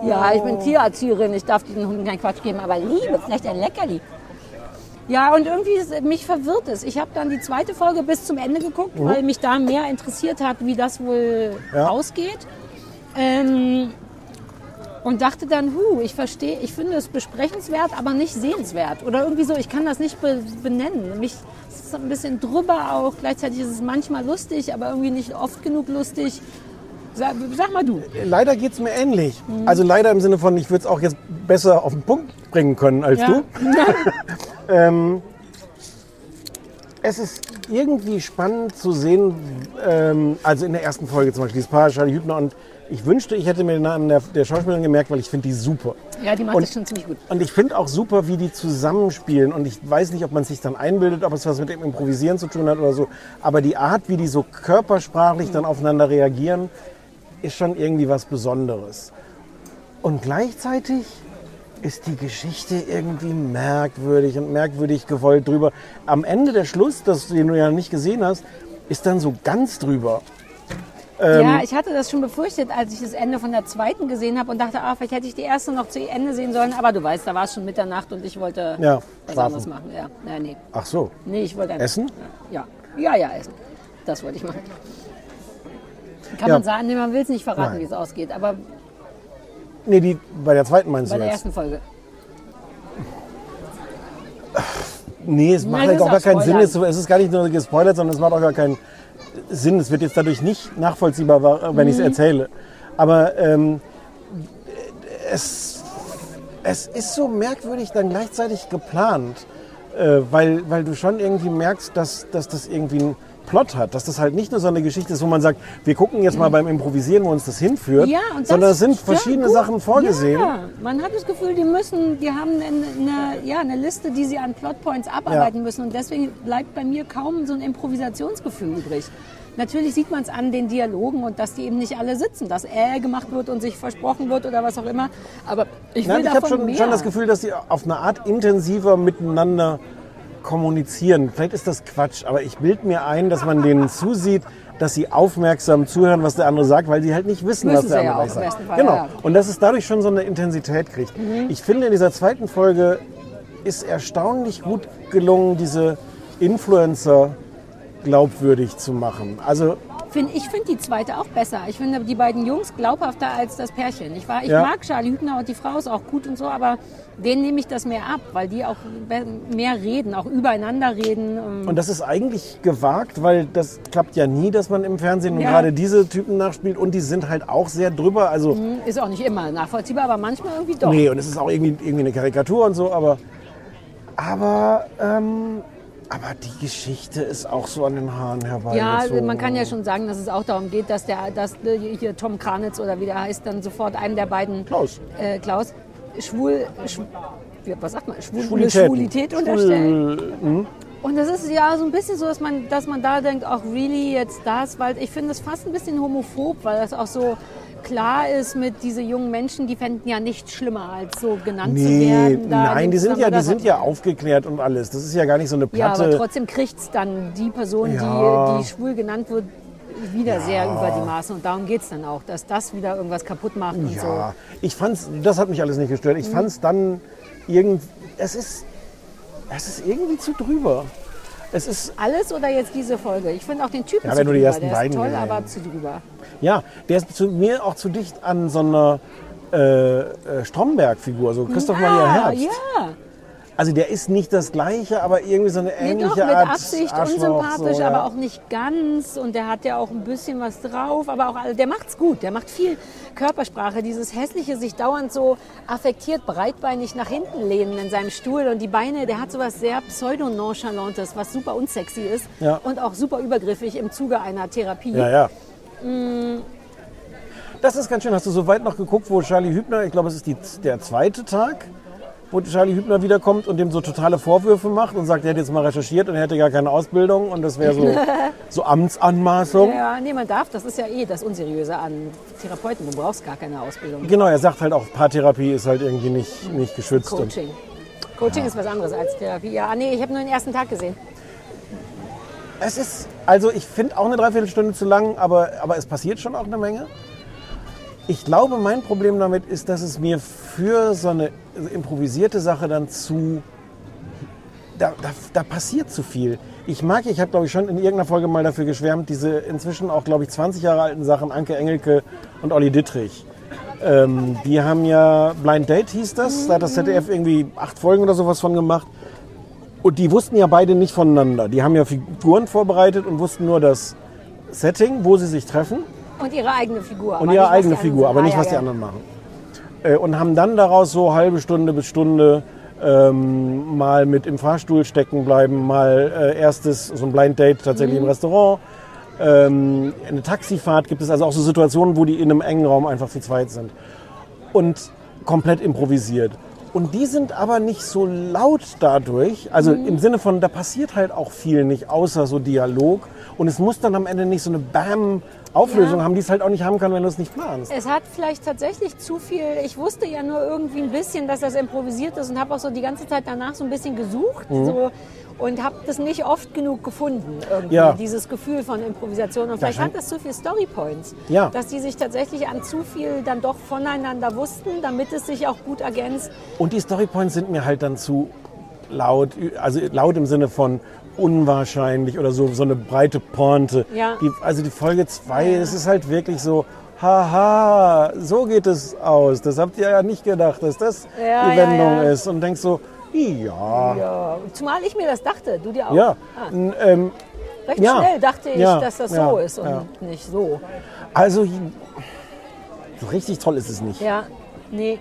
[SPEAKER 3] ja, ich bin Tiererzieherin. Ich darf diesen Hunden keinen Quatsch geben, aber Liebe, vielleicht ein Leckerli. Ja, und irgendwie ist, mich verwirrt es. Ich habe dann die zweite Folge bis zum Ende geguckt, weil mich da mehr interessiert hat, wie das wohl
[SPEAKER 2] Mhm. Ja.
[SPEAKER 3] ausgeht. Ähm, und dachte dann, hu, ich verstehe, ich finde es besprechenswert, aber nicht sehenswert. Oder irgendwie so, ich kann das nicht be benennen. Mich es ist ein bisschen drüber auch. Gleichzeitig ist es manchmal lustig, aber irgendwie nicht oft genug lustig. Sag, sag mal du.
[SPEAKER 2] Leider geht es mir ähnlich. Also leider im Sinne von, ich würde es auch jetzt besser auf den Punkt bringen können als du. ähm, es ist irgendwie spannend zu sehen, ähm, also in der ersten Folge zum Beispiel, dieses Paar Charlie Hübner und ich wünschte, ich hätte mir den Namen der, der Schauspielerin gemerkt, weil ich finde die super.
[SPEAKER 3] Ja, die macht
[SPEAKER 2] Und-
[SPEAKER 3] das schon ziemlich gut.
[SPEAKER 2] Und ich finde auch super, wie die zusammenspielen. Und ich weiß nicht, ob man sich dann einbildet, ob es was mit dem Improvisieren zu tun hat oder so. Aber die Art, wie die so körpersprachlich dann aufeinander reagieren, ist schon irgendwie was Besonderes. Und gleichzeitig ist die Geschichte irgendwie merkwürdig und merkwürdig gewollt drüber. Am Ende der Schluss, das den du ja nicht gesehen hast, ist dann so ganz drüber. Ähm,
[SPEAKER 3] ja, ich hatte das schon befürchtet, als ich das Ende von der zweiten gesehen habe und dachte, ah, vielleicht hätte ich die erste noch zu Ende sehen sollen. Aber du weißt, da war es schon Mitternacht und ich wollte
[SPEAKER 2] Ja,
[SPEAKER 3] was
[SPEAKER 2] schlafen.
[SPEAKER 3] anderes machen. Ja, nein, nee.
[SPEAKER 2] Ach so.
[SPEAKER 3] Nee, ich wollte einfach.
[SPEAKER 2] Essen?
[SPEAKER 3] Ja. ja, ja, essen. Das wollte ich machen. Kann
[SPEAKER 2] Ja.
[SPEAKER 3] man sagen, nee, man will es nicht verraten,
[SPEAKER 2] Nein.
[SPEAKER 3] wie es ausgeht, aber
[SPEAKER 2] Nee, die, bei der zweiten meinst
[SPEAKER 3] bei
[SPEAKER 2] du
[SPEAKER 3] der
[SPEAKER 2] jetzt?
[SPEAKER 3] ersten Folge.
[SPEAKER 2] Nee, es macht
[SPEAKER 3] Nein,
[SPEAKER 2] halt
[SPEAKER 3] das
[SPEAKER 2] auch gar
[SPEAKER 3] ist auch
[SPEAKER 2] keinen Sinn.
[SPEAKER 3] Spoilern.
[SPEAKER 2] Es es ist gar nicht nur gespoilert, sondern es macht auch gar keinen Sinn. Es wird jetzt dadurch nicht nachvollziehbar, wa- wenn ich
[SPEAKER 3] Mhm.
[SPEAKER 2] es erzähle. Aber ähm, es, es ist so merkwürdig dann gleichzeitig geplant, äh, weil, weil du schon irgendwie merkst, dass, dass das irgendwie einen Plot hat, dass das halt nicht nur so eine Geschichte ist, wo man sagt, wir gucken jetzt mal beim Improvisieren, wo uns das hinführt,
[SPEAKER 3] Mhm. Ja, und das,
[SPEAKER 2] sondern es sind
[SPEAKER 3] ja,
[SPEAKER 2] verschiedene
[SPEAKER 3] gut.
[SPEAKER 2] Sachen vorgesehen.
[SPEAKER 3] Ja, man hat das Gefühl, die müssen, die haben eine, eine, ja, eine Liste, die sie an Plotpoints abarbeiten müssen und deswegen bleibt bei mir kaum so ein Improvisationsgefühl übrig. Natürlich sieht man es an den Dialogen und dass die eben nicht alle sitzen, dass äh gemacht wird und sich versprochen wird oder was auch immer. Aber ich will
[SPEAKER 2] Nein, ich habe
[SPEAKER 3] davon
[SPEAKER 2] schon,
[SPEAKER 3] mehr.
[SPEAKER 2] schon das Gefühl, dass sie auf eine Art intensiver miteinander kommunizieren. Vielleicht ist das Quatsch, aber ich bilde mir ein, dass man denen zusieht, dass sie aufmerksam zuhören, was der andere sagt, weil sie halt nicht wissen,
[SPEAKER 3] Müssen
[SPEAKER 2] was der
[SPEAKER 3] sie ja
[SPEAKER 2] andere
[SPEAKER 3] auch im
[SPEAKER 2] sagt.
[SPEAKER 3] besten Fall,
[SPEAKER 2] genau.
[SPEAKER 3] ja. Mhm.
[SPEAKER 2] Und dass es dadurch schon so eine Intensität kriegt. Ich finde, in dieser zweiten Folge ist erstaunlich gut gelungen, diese Influencer glaubwürdig zu machen. Also
[SPEAKER 3] Find, ich finde die zweite auch besser. Ich finde die beiden Jungs glaubhafter als das Pärchen. Ich, war, ich
[SPEAKER 2] Ja.
[SPEAKER 3] mag Charlie Hübner und die Frau ist auch gut und so, aber denen nehme ich das mehr ab, weil die auch be- mehr reden, auch übereinander reden. ähm.
[SPEAKER 2] Und das ist eigentlich gewagt, weil das klappt ja nie, dass man im Fernsehen
[SPEAKER 3] Ja.
[SPEAKER 2] gerade diese Typen nachspielt und die sind halt auch sehr drüber. Also,
[SPEAKER 3] ähm, Ist auch nicht immer nachvollziehbar, aber manchmal irgendwie Mhm. doch.
[SPEAKER 2] nee, und es ist auch irgendwie, irgendwie eine Karikatur und so, aber. Aber, ähm, aber die Geschichte ist auch so an den Haaren herbei.
[SPEAKER 3] Ja, also man kann ja schon sagen, dass es auch darum geht, dass der, dass äh, hier Tom Kranitz oder wie der heißt, dann sofort einem der beiden
[SPEAKER 2] Klaus.
[SPEAKER 3] äh, Klaus schwul, schw, wie- was sagt man, schwul,
[SPEAKER 2] Schwulitäten.
[SPEAKER 3] Schwulität
[SPEAKER 2] Schwul-
[SPEAKER 3] unterstellt. Und das ist ja so ein bisschen so, dass man, dass man da denkt, auch really jetzt das, weil ich finde es fast ein bisschen homophob, weil das auch so klar ist mit diese jungen Menschen, die fänden ja nichts schlimmer als so genannt zu
[SPEAKER 2] Nee,
[SPEAKER 3] werden. da in
[SPEAKER 2] nein,
[SPEAKER 3] dem
[SPEAKER 2] die sind ja, die
[SPEAKER 3] Zusammenhang.
[SPEAKER 2] sind ja aufgeklärt und alles. Das ist ja gar nicht so eine
[SPEAKER 3] Ja, aber
[SPEAKER 2] Platte.
[SPEAKER 3] trotzdem kriegt's dann die Person,
[SPEAKER 2] Ja.
[SPEAKER 3] die, die schwul genannt wird, wieder sehr über die Maßen. Und darum geht's dann auch, dass das wieder irgendwas kaputt macht und
[SPEAKER 2] Ja, ich fand's, das hat mich alles nicht gestört.
[SPEAKER 3] Mhm.
[SPEAKER 2] Ich fand's dann irgend, es ist, es ist irgendwie zu drüber. Es ist,
[SPEAKER 3] so. Alles oder jetzt diese Folge? Ich finde auch den Typen
[SPEAKER 2] Ja,
[SPEAKER 3] zu
[SPEAKER 2] wenn du die
[SPEAKER 3] drüber.
[SPEAKER 2] ersten
[SPEAKER 3] Der
[SPEAKER 2] beiden
[SPEAKER 3] ist toll,
[SPEAKER 2] gesehen
[SPEAKER 3] aber
[SPEAKER 2] hast.
[SPEAKER 3] zu drüber.
[SPEAKER 2] ja, der ist zu mir auch zu dicht an so einer äh, äh, Stromberg-Figur, so Christoph Maria
[SPEAKER 3] ah,
[SPEAKER 2] Herbst.
[SPEAKER 3] ja.
[SPEAKER 2] Also der ist nicht das Gleiche, aber irgendwie so eine
[SPEAKER 3] Nee,
[SPEAKER 2] ähnliche
[SPEAKER 3] doch, mit
[SPEAKER 2] Art
[SPEAKER 3] Absicht
[SPEAKER 2] Arschloch,
[SPEAKER 3] unsympathisch,
[SPEAKER 2] so, ja.
[SPEAKER 3] aber auch nicht ganz. Und der hat ja auch ein bisschen was drauf. Aber auch, all- der macht's gut. Der macht viel Körpersprache. Dieses hässliche, sich dauernd so affektiert, breitbeinig nach hinten lehnen in seinem Stuhl. Und die Beine, der hat sowas sehr pseudo-nonchalantes, was super unsexy ist.
[SPEAKER 2] Ja.
[SPEAKER 3] Und auch super übergriffig im Zuge einer Therapie.
[SPEAKER 2] Ja, ja. Das ist ganz schön. Hast du so weit noch geguckt, wo Charlie Hübner, ich glaube, es ist die, der zweite Tag, wo Charlie Hübner wiederkommt und dem so totale Vorwürfe macht und sagt, er hätte jetzt mal recherchiert und er hätte gar keine Ausbildung und das wäre so, so Amtsanmaßung.
[SPEAKER 3] Ja, nee, man darf. Das ist ja eh das Unseriöse an Therapeuten. Du brauchst gar keine Ausbildung.
[SPEAKER 2] Genau, er sagt halt auch, Paartherapie ist halt irgendwie nicht, nicht geschützt. Und
[SPEAKER 3] Coaching. Coaching ist was anderes als Therapie. Ja, ah, nee, ich habe nur den ersten Tag gesehen.
[SPEAKER 2] es ist, also ich finde auch eine Dreiviertelstunde zu lang, aber, aber es passiert schon auch eine Menge. Ich glaube, mein Problem damit ist, dass es mir für so eine improvisierte Sache dann zu. Da, da, da passiert zu viel. Ich mag, ich habe glaube ich schon in irgendeiner Folge mal dafür geschwärmt, diese inzwischen auch glaube ich 20 Jahre alten Sachen Anke Engelke und Olli Dittrich. Ähm, die haben ja Blind Date hieß das, da hat das ZDF irgendwie acht Folgen oder sowas von gemacht. Und die wussten ja beide nicht voneinander. Die haben ja Figuren vorbereitet und wussten nur das Setting, wo sie sich treffen
[SPEAKER 3] Und ihre eigene Figur. aber
[SPEAKER 2] und
[SPEAKER 3] nicht,
[SPEAKER 2] ihre
[SPEAKER 3] was die
[SPEAKER 2] eigene
[SPEAKER 3] anderen
[SPEAKER 2] Figur,
[SPEAKER 3] sind.
[SPEAKER 2] aber
[SPEAKER 3] Ah,
[SPEAKER 2] nicht,
[SPEAKER 3] ja,
[SPEAKER 2] was die
[SPEAKER 3] ja.
[SPEAKER 2] anderen machen. Äh, Und haben dann daraus so halbe Stunde bis Stunde ähm, mal mit im Fahrstuhl stecken bleiben, mal äh, erstes so ein Blind Date tatsächlich
[SPEAKER 3] Mhm.
[SPEAKER 2] im Restaurant. Ähm, eine Taxifahrt gibt es also auch so Situationen, wo die in einem engen Raum einfach zu zweit sind. Und komplett improvisiert. Und die sind aber nicht so laut dadurch. Also im Sinne von, da passiert halt auch viel nicht, außer so Dialog. Und es muss dann am Ende nicht so eine Bam-Auflösung
[SPEAKER 3] Ja.
[SPEAKER 2] haben, die es halt auch nicht haben kann, wenn du es nicht planst.
[SPEAKER 3] Es hat vielleicht tatsächlich zu viel. Ich wusste ja nur irgendwie ein bisschen, dass das improvisiert ist und habe auch so die ganze Zeit danach so ein bisschen gesucht
[SPEAKER 2] Mhm.
[SPEAKER 3] so, und habe das nicht oft genug gefunden. Irgendwie,
[SPEAKER 2] Ja.
[SPEAKER 3] Dieses Gefühl von Improvisation. Und vielleicht
[SPEAKER 2] scheint-
[SPEAKER 3] hat das zu viel Storypoints,
[SPEAKER 2] Ja.
[SPEAKER 3] dass die sich tatsächlich an zu viel dann doch voneinander wussten, damit es sich auch gut ergänzt.
[SPEAKER 2] Und die Storypoints sind mir halt dann zu laut, also laut im Sinne von unwahrscheinlich oder so, so eine breite Pointe.
[SPEAKER 3] Ja.
[SPEAKER 2] Die, also die Folge 2, es ist halt wirklich so, haha, so geht es aus. Das habt ihr ja nicht gedacht, dass das
[SPEAKER 3] Ja,
[SPEAKER 2] die
[SPEAKER 3] ja,
[SPEAKER 2] Wendung
[SPEAKER 3] ja.
[SPEAKER 2] ist. Und denkst so, ja, ja.
[SPEAKER 3] Äh, Zumal ich mir das dachte, du dir auch. Ah,
[SPEAKER 2] N- Ähm,
[SPEAKER 3] recht
[SPEAKER 2] ja.
[SPEAKER 3] schnell dachte ich,
[SPEAKER 2] Ja,
[SPEAKER 3] dass das
[SPEAKER 2] ja,
[SPEAKER 3] so ist und
[SPEAKER 2] ja.
[SPEAKER 3] nicht so.
[SPEAKER 2] also, so richtig toll ist es nicht.
[SPEAKER 3] Ja, nee.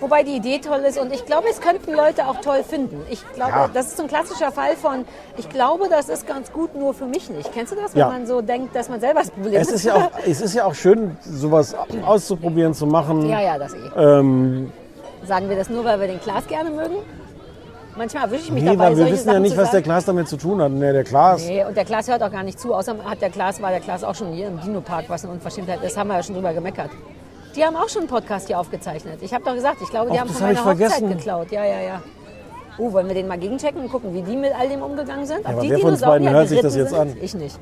[SPEAKER 3] Wobei die Idee toll ist und ich glaube, es könnten Leute auch toll finden. Ich glaube,
[SPEAKER 2] Ja.
[SPEAKER 3] das ist so ein klassischer Fall von, ich glaube, das ist ganz gut, nur für mich nicht. Kennst du das, wenn
[SPEAKER 2] Ja.
[SPEAKER 3] man so denkt, dass man selber das Problem
[SPEAKER 2] Es ist ja auch, es ist ja auch schön, sowas auszuprobieren, zu machen.
[SPEAKER 3] [LAUGHS] ja, ja, das eh.
[SPEAKER 2] Ähm,
[SPEAKER 3] Sagen wir das nur, weil wir den Klaas gerne mögen? Manchmal erwische ich mich
[SPEAKER 2] Nee,
[SPEAKER 3] dabei,
[SPEAKER 2] weil wir
[SPEAKER 3] solche
[SPEAKER 2] wissen
[SPEAKER 3] Sachen
[SPEAKER 2] ja nicht,
[SPEAKER 3] zu
[SPEAKER 2] was der
[SPEAKER 3] sagen.
[SPEAKER 2] Klaas damit zu tun hat. Nee, der Klaas.
[SPEAKER 3] Nee, und der Klaas hört auch gar nicht zu, außer hat der Klaas, war der Klaas auch schon hier im Dino-Park, was eine Unverschämtheit ist, haben wir ja schon drüber gemeckert. Die haben auch schon einen Podcast hier aufgezeichnet. Ich habe doch gesagt, ich glaube, die
[SPEAKER 2] Ach,
[SPEAKER 3] haben
[SPEAKER 2] das
[SPEAKER 3] von
[SPEAKER 2] hab ich
[SPEAKER 3] meiner Hochzeit
[SPEAKER 2] vergessen.
[SPEAKER 3] geklaut. Ja, ja, ja. Uh, wollen wir den mal gegenchecken und gucken, wie die mit all dem umgegangen sind? Ob
[SPEAKER 2] aber
[SPEAKER 3] die
[SPEAKER 2] wer von uns beiden
[SPEAKER 3] Dinosaurier
[SPEAKER 2] hört sich das
[SPEAKER 3] geritten
[SPEAKER 2] jetzt
[SPEAKER 3] sind?
[SPEAKER 2] an?
[SPEAKER 3] Ich nicht.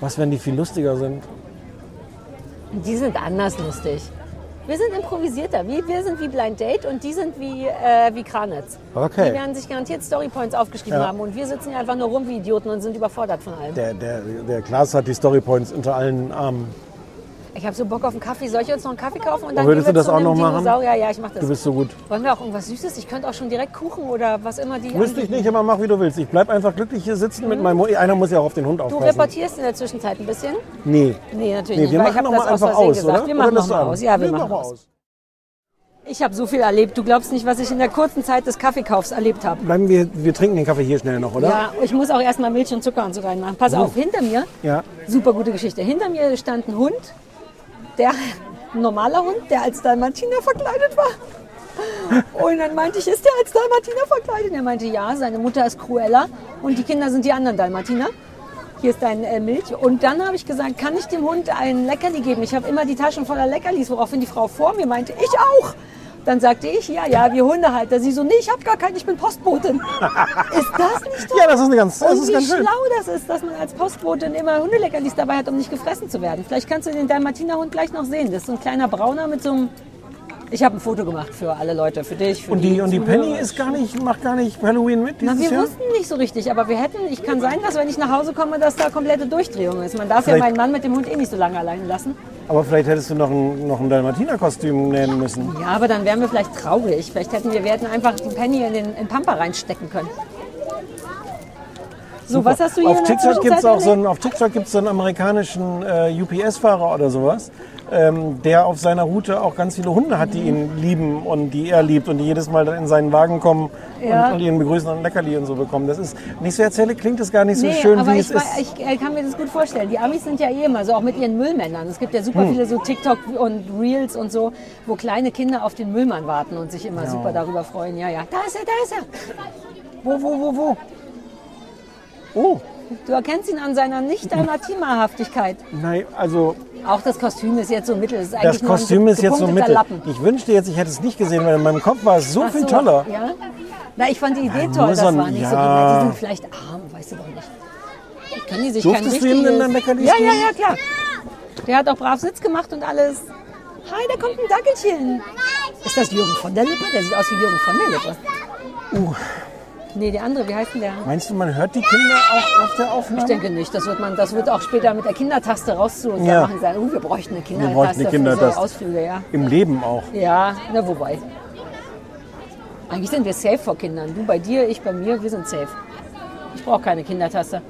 [SPEAKER 2] Was, wenn die viel lustiger sind?
[SPEAKER 3] Die sind anders lustig. Wir sind improvisierter. Wir, wir sind wie Blind Date und die sind wie, äh, wie Kranitz.
[SPEAKER 2] Okay.
[SPEAKER 3] Die werden sich garantiert Storypoints aufgeschrieben
[SPEAKER 2] Ja.
[SPEAKER 3] haben und wir sitzen hier einfach nur rum wie Idioten und sind überfordert von allem.
[SPEAKER 2] Der, der, der Klaas hat die Storypoints unter allen Armen.
[SPEAKER 3] Ich habe so Bock auf einen Kaffee. Soll ich uns noch einen Kaffee kaufen? Und dann
[SPEAKER 2] Oh, würdest
[SPEAKER 3] gehen
[SPEAKER 2] du
[SPEAKER 3] wir
[SPEAKER 2] das
[SPEAKER 3] zu
[SPEAKER 2] auch
[SPEAKER 3] einem
[SPEAKER 2] noch machen?
[SPEAKER 3] Dinosaurier? Ja, ich mach das.
[SPEAKER 2] Du bist so gut.
[SPEAKER 3] Wollen wir auch irgendwas Süßes? Ich könnte auch schon direkt Kuchen oder was immer die.
[SPEAKER 2] Müsste ich nicht immer machen, wie du willst. Ich bleib einfach glücklich hier sitzen mit meinem Hund. Einer muss ja auch auf den Hund
[SPEAKER 3] Mhm. Du
[SPEAKER 2] aufpassen.
[SPEAKER 3] reportierst in der Zwischenzeit ein bisschen?
[SPEAKER 2] nee.
[SPEAKER 3] Nee, natürlich
[SPEAKER 2] Nee,
[SPEAKER 3] nicht.
[SPEAKER 2] wir
[SPEAKER 3] weil ich
[SPEAKER 2] machen
[SPEAKER 3] hab
[SPEAKER 2] noch
[SPEAKER 3] das
[SPEAKER 2] mal
[SPEAKER 3] aus
[SPEAKER 2] einfach
[SPEAKER 3] Versehen
[SPEAKER 2] aus,
[SPEAKER 3] gesagt.
[SPEAKER 2] oder?
[SPEAKER 3] Wir machen
[SPEAKER 2] oder lässt
[SPEAKER 3] noch
[SPEAKER 2] du
[SPEAKER 3] mal
[SPEAKER 2] an?
[SPEAKER 3] aus. Ja, wir, machen aus. Ich habe so viel erlebt. Du glaubst nicht, was ich in der kurzen Zeit des Kaffeekaufs erlebt habe.
[SPEAKER 2] Bleiben wir, wir trinken den Kaffee hier schnell noch, oder?
[SPEAKER 3] Ja, ich muss auch erstmal Milch und Zucker und so reinmachen. Pass auf, hinter mir,
[SPEAKER 2] Ja.
[SPEAKER 3] super gute Geschichte, hinter mir stand ein Hund, der, ein normaler Hund, der als Dalmatiner verkleidet war. Und dann meinte ich, ist der als Dalmatiner verkleidet? Und er meinte, ja, seine Mutter ist Cruella und die Kinder sind die anderen Dalmatiner. Hier ist dein äh, Milch. Und dann habe ich gesagt, kann ich dem Hund ein Leckerli geben? Ich habe immer die Taschen voller Leckerlis, woraufhin die Frau vor mir meinte, ich auch. Dann sagte ich, ja, ja, wir Hundehalter. Sie so, nee, ich habe gar keinen, ich bin Postbotin. ist das
[SPEAKER 2] [LAUGHS]
[SPEAKER 3] nicht toll?
[SPEAKER 2] Ja, das ist eine ganz, das
[SPEAKER 3] Und
[SPEAKER 2] ist
[SPEAKER 3] wie
[SPEAKER 2] ganz schön.
[SPEAKER 3] schlau das ist, dass man als Postbotin immer Hundeleckerlis dabei hat, um nicht gefressen zu werden. Vielleicht kannst du den Dalmatinerhund gleich noch sehen. Das ist so ein kleiner Brauner mit so einem... Ich habe ein Foto gemacht für alle Leute, für dich, für
[SPEAKER 2] Und die, und die
[SPEAKER 3] Zuhörer.
[SPEAKER 2] Penny ist gar nicht, macht gar nicht Halloween mit
[SPEAKER 3] Na,
[SPEAKER 2] dieses
[SPEAKER 3] wir
[SPEAKER 2] Jahr?
[SPEAKER 3] wussten nicht so richtig, aber wir hätten, ich kann sein, dass wenn ich nach Hause komme, dass da komplette Durchdrehung ist. Man darf
[SPEAKER 2] Vielleicht-
[SPEAKER 3] ja meinen Mann mit dem Hund eh nicht so lange allein lassen.
[SPEAKER 2] Aber vielleicht hättest du noch ein, noch ein Dalmatiner-Kostüm nähen müssen.
[SPEAKER 3] Ja, aber dann wären wir vielleicht traurig. Vielleicht hätten wir, wir hätten einfach die Penny in den in Pampa reinstecken können. So, was hast du hier
[SPEAKER 2] auf
[SPEAKER 3] in der
[SPEAKER 2] TikTok
[SPEAKER 3] Zwischenzeit
[SPEAKER 2] gibt's auch so
[SPEAKER 3] erlebt?
[SPEAKER 2] einen, Auf TikTok gibt es so einen amerikanischen äh, UPS-Fahrer oder sowas, ähm, der auf seiner Route auch ganz viele Hunde hat, die ihn lieben und die er liebt und die jedes Mal dann in seinen Wagen kommen
[SPEAKER 3] Ja.
[SPEAKER 2] und, und ihn begrüßen und ein Leckerli und so bekommen. Das ist, wenn ich so erzähle, klingt das gar nicht so
[SPEAKER 3] Nee,
[SPEAKER 2] schön,
[SPEAKER 3] aber
[SPEAKER 2] wie
[SPEAKER 3] ich,
[SPEAKER 2] es
[SPEAKER 3] war,
[SPEAKER 2] ist.
[SPEAKER 3] ich äh, kann mir das gut vorstellen. Die Amis sind ja eh immer so, auch mit ihren Müllmännern. Es gibt ja super
[SPEAKER 2] Hm.
[SPEAKER 3] viele so TikTok und Reels und so, wo kleine Kinder auf den Müllmann warten und sich immer super darüber freuen. Ja, ja, da ist er, da ist er. Wo, wo, wo, wo?
[SPEAKER 2] oh,
[SPEAKER 3] Du erkennst ihn an seiner nicht deiner Teamerhaftigkeit.
[SPEAKER 2] nein, also
[SPEAKER 3] Auch das Kostüm ist jetzt so mittel. Es Ist
[SPEAKER 2] das
[SPEAKER 3] eigentlich nur ein
[SPEAKER 2] Kostüm ist jetzt so
[SPEAKER 3] gepunkteter
[SPEAKER 2] mittel.
[SPEAKER 3] Lappen.
[SPEAKER 2] Ich wünschte jetzt, ich hätte es nicht gesehen, weil in meinem Kopf war es so
[SPEAKER 3] Ach
[SPEAKER 2] viel
[SPEAKER 3] so,
[SPEAKER 2] toller.
[SPEAKER 3] Ja? Na, ich fand die Idee
[SPEAKER 2] muss
[SPEAKER 3] toll. Das war
[SPEAKER 2] man-
[SPEAKER 3] nicht
[SPEAKER 2] ja.
[SPEAKER 3] so genial. Die sind vielleicht arm, weißt du doch nicht. Können die sich
[SPEAKER 2] Durftest
[SPEAKER 3] kein
[SPEAKER 2] du ihm denn
[SPEAKER 3] richtiges-
[SPEAKER 2] dann Leckerlis
[SPEAKER 3] Ja, ja,
[SPEAKER 2] geben?
[SPEAKER 3] ja, klar. Der hat auch brav Sitz gemacht und alles. Hi, da kommt ein Dackelchen. Ist das Jürgen von der Lippe? Der sieht aus wie Jürgen von der Lippe. Uh. Nee, der andere, wie heißt denn der?
[SPEAKER 2] Meinst du, man hört die Kinder auch auf der
[SPEAKER 3] Ich
[SPEAKER 2] Aufnahme?
[SPEAKER 3] denke nicht, das wird, man, das wird auch später mit der Kindertaste rauszumachen
[SPEAKER 2] Ja.
[SPEAKER 3] machen sein. Uh, wir bräuchten
[SPEAKER 2] eine
[SPEAKER 3] eine Kindertaste für
[SPEAKER 2] Kindertaste.
[SPEAKER 3] so Ausflüge, ja.
[SPEAKER 2] Im Leben auch.
[SPEAKER 3] Ja, na wobei. Eigentlich sind wir safe vor Kindern. Du bei dir, ich bei mir, wir sind safe. Ich brauche keine Kindertasse.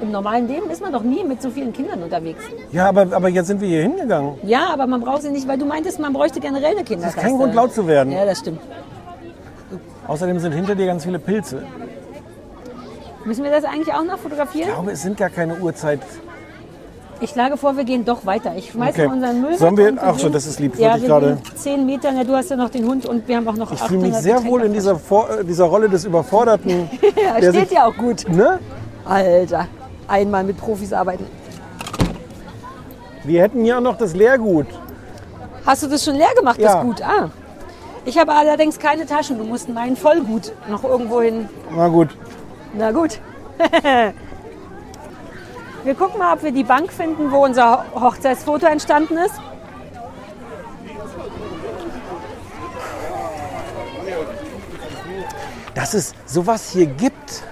[SPEAKER 3] Im normalen Leben ist man doch nie mit so vielen Kindern unterwegs.
[SPEAKER 2] Ja, aber, aber jetzt sind wir hier hingegangen.
[SPEAKER 3] Ja, aber man braucht sie nicht, weil du meintest, man bräuchte generell eine
[SPEAKER 2] Das
[SPEAKER 3] Kindertasse.
[SPEAKER 2] ist kein Grund, laut zu werden.
[SPEAKER 3] Ja, das stimmt.
[SPEAKER 2] Außerdem sind hinter dir ganz viele Pilze.
[SPEAKER 3] Müssen wir das eigentlich auch noch
[SPEAKER 2] Ich
[SPEAKER 3] fotografieren?
[SPEAKER 2] glaube, es sind gar keine Uhrzeit.
[SPEAKER 3] Ich schlage vor, wir gehen doch weiter. Ich schmeiße
[SPEAKER 2] Okay.
[SPEAKER 3] unseren Müll. weg
[SPEAKER 2] Sollen wir-
[SPEAKER 3] und
[SPEAKER 2] ach so,
[SPEAKER 3] gehen-
[SPEAKER 2] das ist lieb,
[SPEAKER 3] Ja,
[SPEAKER 2] wirklich
[SPEAKER 3] wir
[SPEAKER 2] gerade.
[SPEAKER 3] gehen Zehn Meter, na, du hast ja noch den Hund und wir haben auch noch
[SPEAKER 2] Ich fühle mich sehr wohl in
[SPEAKER 3] diesem.
[SPEAKER 2] dieser, Vor äh, dieser Rolle des Überforderten.
[SPEAKER 3] [LAUGHS] Ja,
[SPEAKER 2] der
[SPEAKER 3] steht
[SPEAKER 2] sich-
[SPEAKER 3] ja auch gut.
[SPEAKER 2] Ne?
[SPEAKER 3] Alter, einmal mit Profis arbeiten.
[SPEAKER 2] Wir hätten hier auch noch das Leergut.
[SPEAKER 3] Hast du das schon leer gemacht,
[SPEAKER 2] Ja.
[SPEAKER 3] das Gut? Ah. Ich habe allerdings keine Taschen. Du musst meinen Vollgut noch irgendwo hin.
[SPEAKER 2] Na gut.
[SPEAKER 3] Na gut. [LAUGHS] wir gucken mal, ob wir die Bank finden, wo unser Ho- Hochzeitsfoto entstanden ist.
[SPEAKER 2] Dass es sowas hier gibt.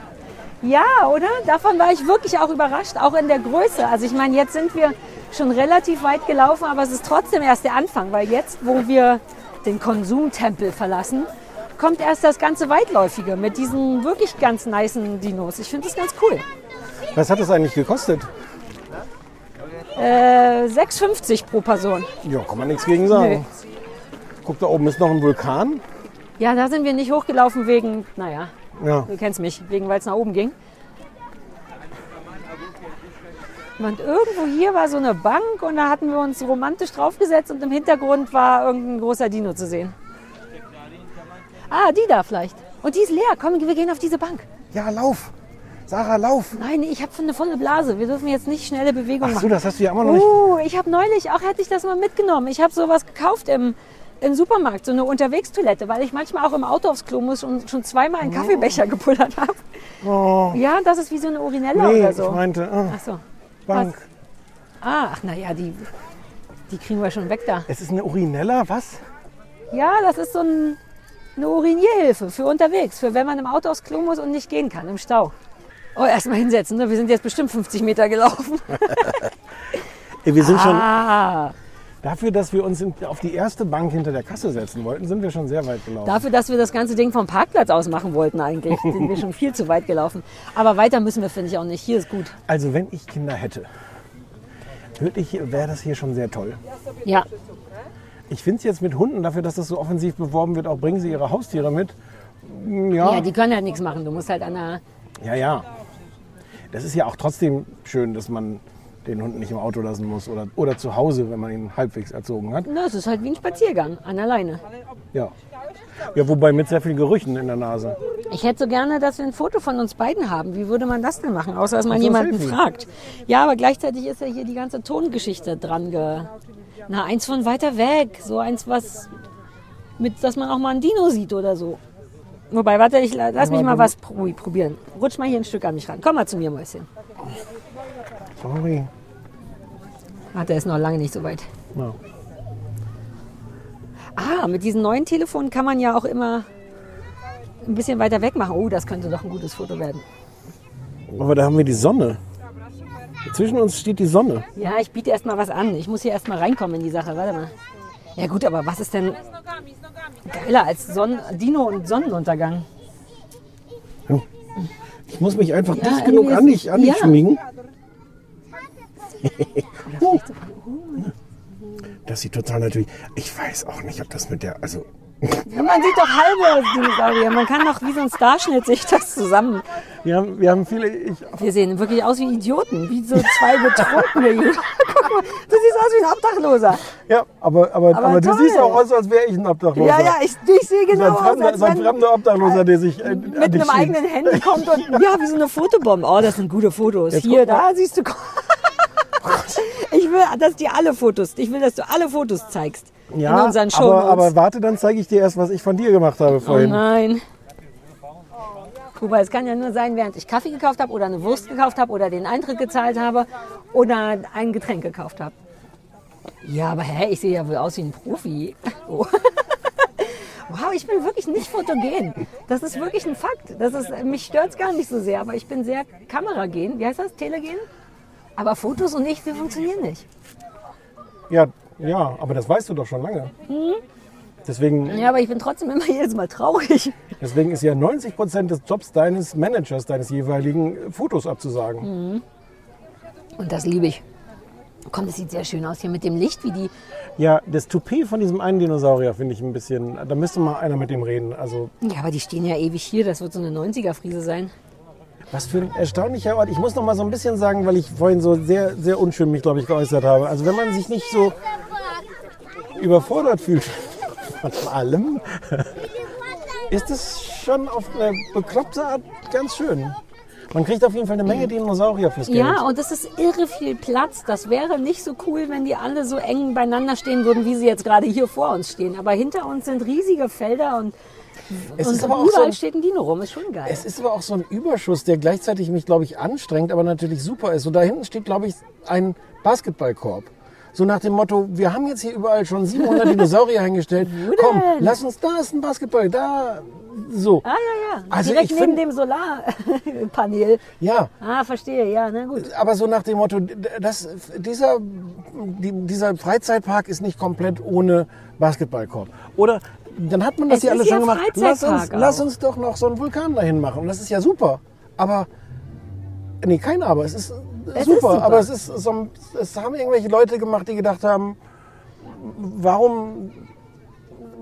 [SPEAKER 3] Ja, oder? Davon war ich wirklich auch überrascht, auch in der Größe. Also ich meine, jetzt sind wir schon relativ weit gelaufen, aber es ist trotzdem erst der Anfang, weil jetzt, wo wir den Konsumtempel verlassen, kommt erst das ganze Weitläufige mit diesen wirklich ganz nicen Dinos. Ich finde das ganz cool.
[SPEAKER 2] Was hat das eigentlich gekostet?
[SPEAKER 3] Äh, 6,50 pro Person.
[SPEAKER 2] Ja, kann man nichts gegen sagen. Guck, da oben ist noch ein Vulkan.
[SPEAKER 3] Ja, da sind wir nicht hochgelaufen wegen, naja,
[SPEAKER 2] Ja.
[SPEAKER 3] du kennst mich, wegen weil es nach oben ging. Und irgendwo hier war so eine Bank und da hatten wir uns romantisch draufgesetzt und im Hintergrund war irgendein großer Dino zu sehen. Ah, die da vielleicht. Und die ist leer. Komm, wir gehen auf diese Bank.
[SPEAKER 2] Ja, lauf. Sarah, lauf.
[SPEAKER 3] Nein, ich habe eine volle Blase. Wir dürfen jetzt nicht schnelle Bewegungen
[SPEAKER 2] Ach
[SPEAKER 3] machen.
[SPEAKER 2] so, das hast du ja immer noch nicht.
[SPEAKER 3] Uh, ich habe neulich, auch hätte ich das mal mitgenommen. Ich habe sowas gekauft im, im Supermarkt, so eine Unterwegstoilette, weil ich manchmal auch im Auto aufs Klo muss und schon zweimal einen Kaffeebecher gepullert habe. Ja, das ist wie so eine Urinella
[SPEAKER 2] Oh, Nee,
[SPEAKER 3] oder
[SPEAKER 2] ich
[SPEAKER 3] so.
[SPEAKER 2] meinte, ah,
[SPEAKER 3] Ach so.
[SPEAKER 2] Bank.
[SPEAKER 3] Ah, ach naja, die Die kriegen wir schon weg da.
[SPEAKER 2] Es ist eine Urinella, was?
[SPEAKER 3] Ja, das ist so ein, eine Urinierhilfe für unterwegs, für wenn man im Auto aufs Klo muss und nicht gehen kann, im Stau. Oh, erstmal hinsetzen, ne? wir sind jetzt bestimmt 50 Meter gelaufen.
[SPEAKER 2] Ey, Wir sind schon
[SPEAKER 3] Ah,
[SPEAKER 2] dafür, dass wir uns in, auf die erste Bank hinter der Kasse setzen wollten, sind wir schon sehr weit gelaufen.
[SPEAKER 3] dafür, dass wir das ganze Ding vom Parkplatz aus machen wollten eigentlich, sind wir schon viel zu weit gelaufen. Aber weiter müssen wir, finde ich, auch nicht. Hier ist gut.
[SPEAKER 2] Also wenn ich Kinder hätte, würde ich, wäre das hier schon sehr toll.
[SPEAKER 3] Ja,
[SPEAKER 2] Ich finde es jetzt mit Hunden, dafür, dass das so offensiv beworben wird, auch bringen sie ihre Haustiere mit. Mm, Ja,
[SPEAKER 3] ja die können halt nichts machen. Du musst halt an der...
[SPEAKER 2] ja, ja. Das ist ja auch trotzdem schön, dass man den Hund nicht im Auto lassen muss oder, oder zu Hause, wenn man ihn halbwegs erzogen hat.
[SPEAKER 3] Na, es ist halt wie ein Spaziergang, an der Leine.
[SPEAKER 2] Ja. Ja, wobei mit sehr vielen Gerüchen in der Nase.
[SPEAKER 3] Ich hätte so gerne, dass wir ein Foto von uns beiden haben. Wie würde man das denn machen? Außer, dass man
[SPEAKER 2] Also
[SPEAKER 3] jemanden
[SPEAKER 2] Selfie.
[SPEAKER 3] fragt. Ja, aber gleichzeitig ist ja hier die ganze Tongeschichte dran ge... Na, eins von weiter weg. So eins, was... Mit, dass man auch mal einen Dino sieht oder so. Wobei, warte, ich la- lass mich mal was probi- probieren. Rutsch mal hier ein Stück an mich ran. Komm mal zu mir, Mäuschen.
[SPEAKER 2] Sorry.
[SPEAKER 3] Warte, er Ah, ist noch lange nicht so weit.
[SPEAKER 2] Ja.
[SPEAKER 3] Ah, mit diesen neuen Telefonen kann man ja auch immer ein bisschen weiter weg machen. Oh, das könnte doch ein gutes Foto werden.
[SPEAKER 2] Aber da haben wir die Sonne. Zwischen uns steht die Sonne.
[SPEAKER 3] Ja, ich biete erst mal was an. Ich muss hier erst mal reinkommen in die Sache. Warte mal. Ja gut, aber was ist denn geiler als Sonn Dino und Sonnenuntergang?
[SPEAKER 2] Ich muss mich einfach
[SPEAKER 3] Ja,
[SPEAKER 2] dicht genug
[SPEAKER 3] irgendwie
[SPEAKER 2] an
[SPEAKER 3] ist-
[SPEAKER 2] dich, an dich
[SPEAKER 3] ja. [LAUGHS]
[SPEAKER 2] schmiegen. Huh. das sieht total natürlich. Ich weiß auch nicht, ob das mit der. Also,
[SPEAKER 3] Ja, man sieht doch halbe Dinosaurier. Man kann doch wie so ein Starschnitt sich das zusammen.
[SPEAKER 2] wir haben, wir haben viele. Ich,
[SPEAKER 3] Wir sehen wirklich aus wie Idioten, wie so zwei Betrunkene. [LAUGHS] Guck mal, du siehst aus wie ein Obdachloser.
[SPEAKER 2] ja, aber, aber, aber,
[SPEAKER 3] Aber
[SPEAKER 2] du
[SPEAKER 3] toll.
[SPEAKER 2] siehst auch aus, als wäre ich ein Obdachloser.
[SPEAKER 3] Ja, ja, ich, ich sehe
[SPEAKER 2] so ein
[SPEAKER 3] genau aus,
[SPEAKER 2] fremder,
[SPEAKER 3] als
[SPEAKER 2] so ein
[SPEAKER 3] wenn
[SPEAKER 2] fremder Obdachloser, der sich äh, an
[SPEAKER 3] mit
[SPEAKER 2] dich
[SPEAKER 3] einem
[SPEAKER 2] schmiegt.
[SPEAKER 3] eigenen Handy
[SPEAKER 2] [LAUGHS]
[SPEAKER 3] kommt und ja, wie so eine Fotobombe. Oh, das sind gute Fotos.
[SPEAKER 2] Jetzt
[SPEAKER 3] Hier,
[SPEAKER 2] guck mal.
[SPEAKER 3] da siehst du. [LAUGHS] Ich will, dass die alle Fotos. Ich will, dass du alle Fotos zeigst in
[SPEAKER 2] Ja,
[SPEAKER 3] unseren Show.
[SPEAKER 2] aber, aber warte, dann zeige ich dir erst, was ich von dir gemacht habe
[SPEAKER 3] oh
[SPEAKER 2] vorhin.
[SPEAKER 3] nein. Kuba, es kann ja nur sein, während ich Kaffee gekauft habe oder eine Wurst gekauft habe oder den Eintritt gezahlt habe oder ein Getränk gekauft habe. Ja, aber hä, ich sehe ja wohl aus wie ein Profi. [LAUGHS] Oh. Wow, ich bin wirklich nicht fotogen. Das ist wirklich ein Fakt. Das ist, mich stört es gar nicht so sehr, aber ich bin sehr kameragen. Wie heißt das? Telegen? Aber Fotos und ich, wir funktionieren nicht.
[SPEAKER 2] Ja, ja, aber das weißt du doch schon lange.
[SPEAKER 3] Hm?
[SPEAKER 2] Deswegen,
[SPEAKER 3] Ja, aber ich bin trotzdem immer [LAUGHS] jedes Mal traurig.
[SPEAKER 2] deswegen ist ja 90 Prozent des Jobs deines Managers, deines jeweiligen, Fotos abzusagen.
[SPEAKER 3] Und das liebe ich. Komm, das sieht sehr schön aus hier mit dem Licht, wie die.
[SPEAKER 2] Ja, das Toupet von diesem einen Dinosaurier finde ich ein bisschen. Da müsste mal einer mit dem reden. Also,
[SPEAKER 3] Ja, aber die stehen ja ewig hier. Das wird so eine 90er-Friese sein.
[SPEAKER 2] was für ein erstaunlicher Ort. Ich muss noch mal so ein bisschen sagen, weil ich vorhin so sehr, sehr unschön mich, glaube ich, geäußert habe. Also, wenn man sich nicht so überfordert fühlt [LAUGHS] von allem, [LAUGHS] ist es schon auf eine bekloppte Art ganz schön. Man kriegt auf jeden Fall eine Menge Dinosaurier fürs Geld.
[SPEAKER 3] Hm. Ja, und das ist irre viel Platz. Das wäre nicht so cool, wenn die alle so eng beieinander stehen würden, wie sie jetzt gerade hier vor uns stehen. Aber hinter uns sind riesige Felder und,
[SPEAKER 2] es
[SPEAKER 3] und
[SPEAKER 2] ist aber auch so
[SPEAKER 3] überall
[SPEAKER 2] ein,
[SPEAKER 3] steht ein Dino rum. Ist schon geil.
[SPEAKER 2] es ist aber auch so ein Überschuss, der gleichzeitig mich, glaube ich, anstrengt, aber natürlich super ist. So da hinten steht, glaube ich, ein Basketballkorb. So nach dem Motto, wir haben jetzt hier überall schon
[SPEAKER 3] [LAUGHS]
[SPEAKER 2] 700 Dinosaurier hingestellt. Komm, lass uns, da ist ein Basketball, da, so.
[SPEAKER 3] ah, ja, ja.
[SPEAKER 2] Also
[SPEAKER 3] Direkt
[SPEAKER 2] ich
[SPEAKER 3] neben
[SPEAKER 2] find-
[SPEAKER 3] dem Solarpanel.
[SPEAKER 2] Ja,
[SPEAKER 3] Ah, verstehe. Ja, na gut.
[SPEAKER 2] aber so nach dem Motto, d- das, dieser, die, dieser Freizeitpark ist nicht komplett ohne Basketballkorb. Oder dann hat man das
[SPEAKER 3] Es
[SPEAKER 2] ja alles
[SPEAKER 3] ist ja
[SPEAKER 2] schon gemacht. Lass uns,
[SPEAKER 3] Freizeitpark
[SPEAKER 2] lass
[SPEAKER 3] auch.
[SPEAKER 2] uns doch noch so einen Vulkan dahin machen. Und das ist ja super. Aber, nee, kein Aber. Es ist, äh, super,
[SPEAKER 3] Es ist super.
[SPEAKER 2] Aber es ist so, ein- es haben irgendwelche Leute gemacht, die gedacht haben, warum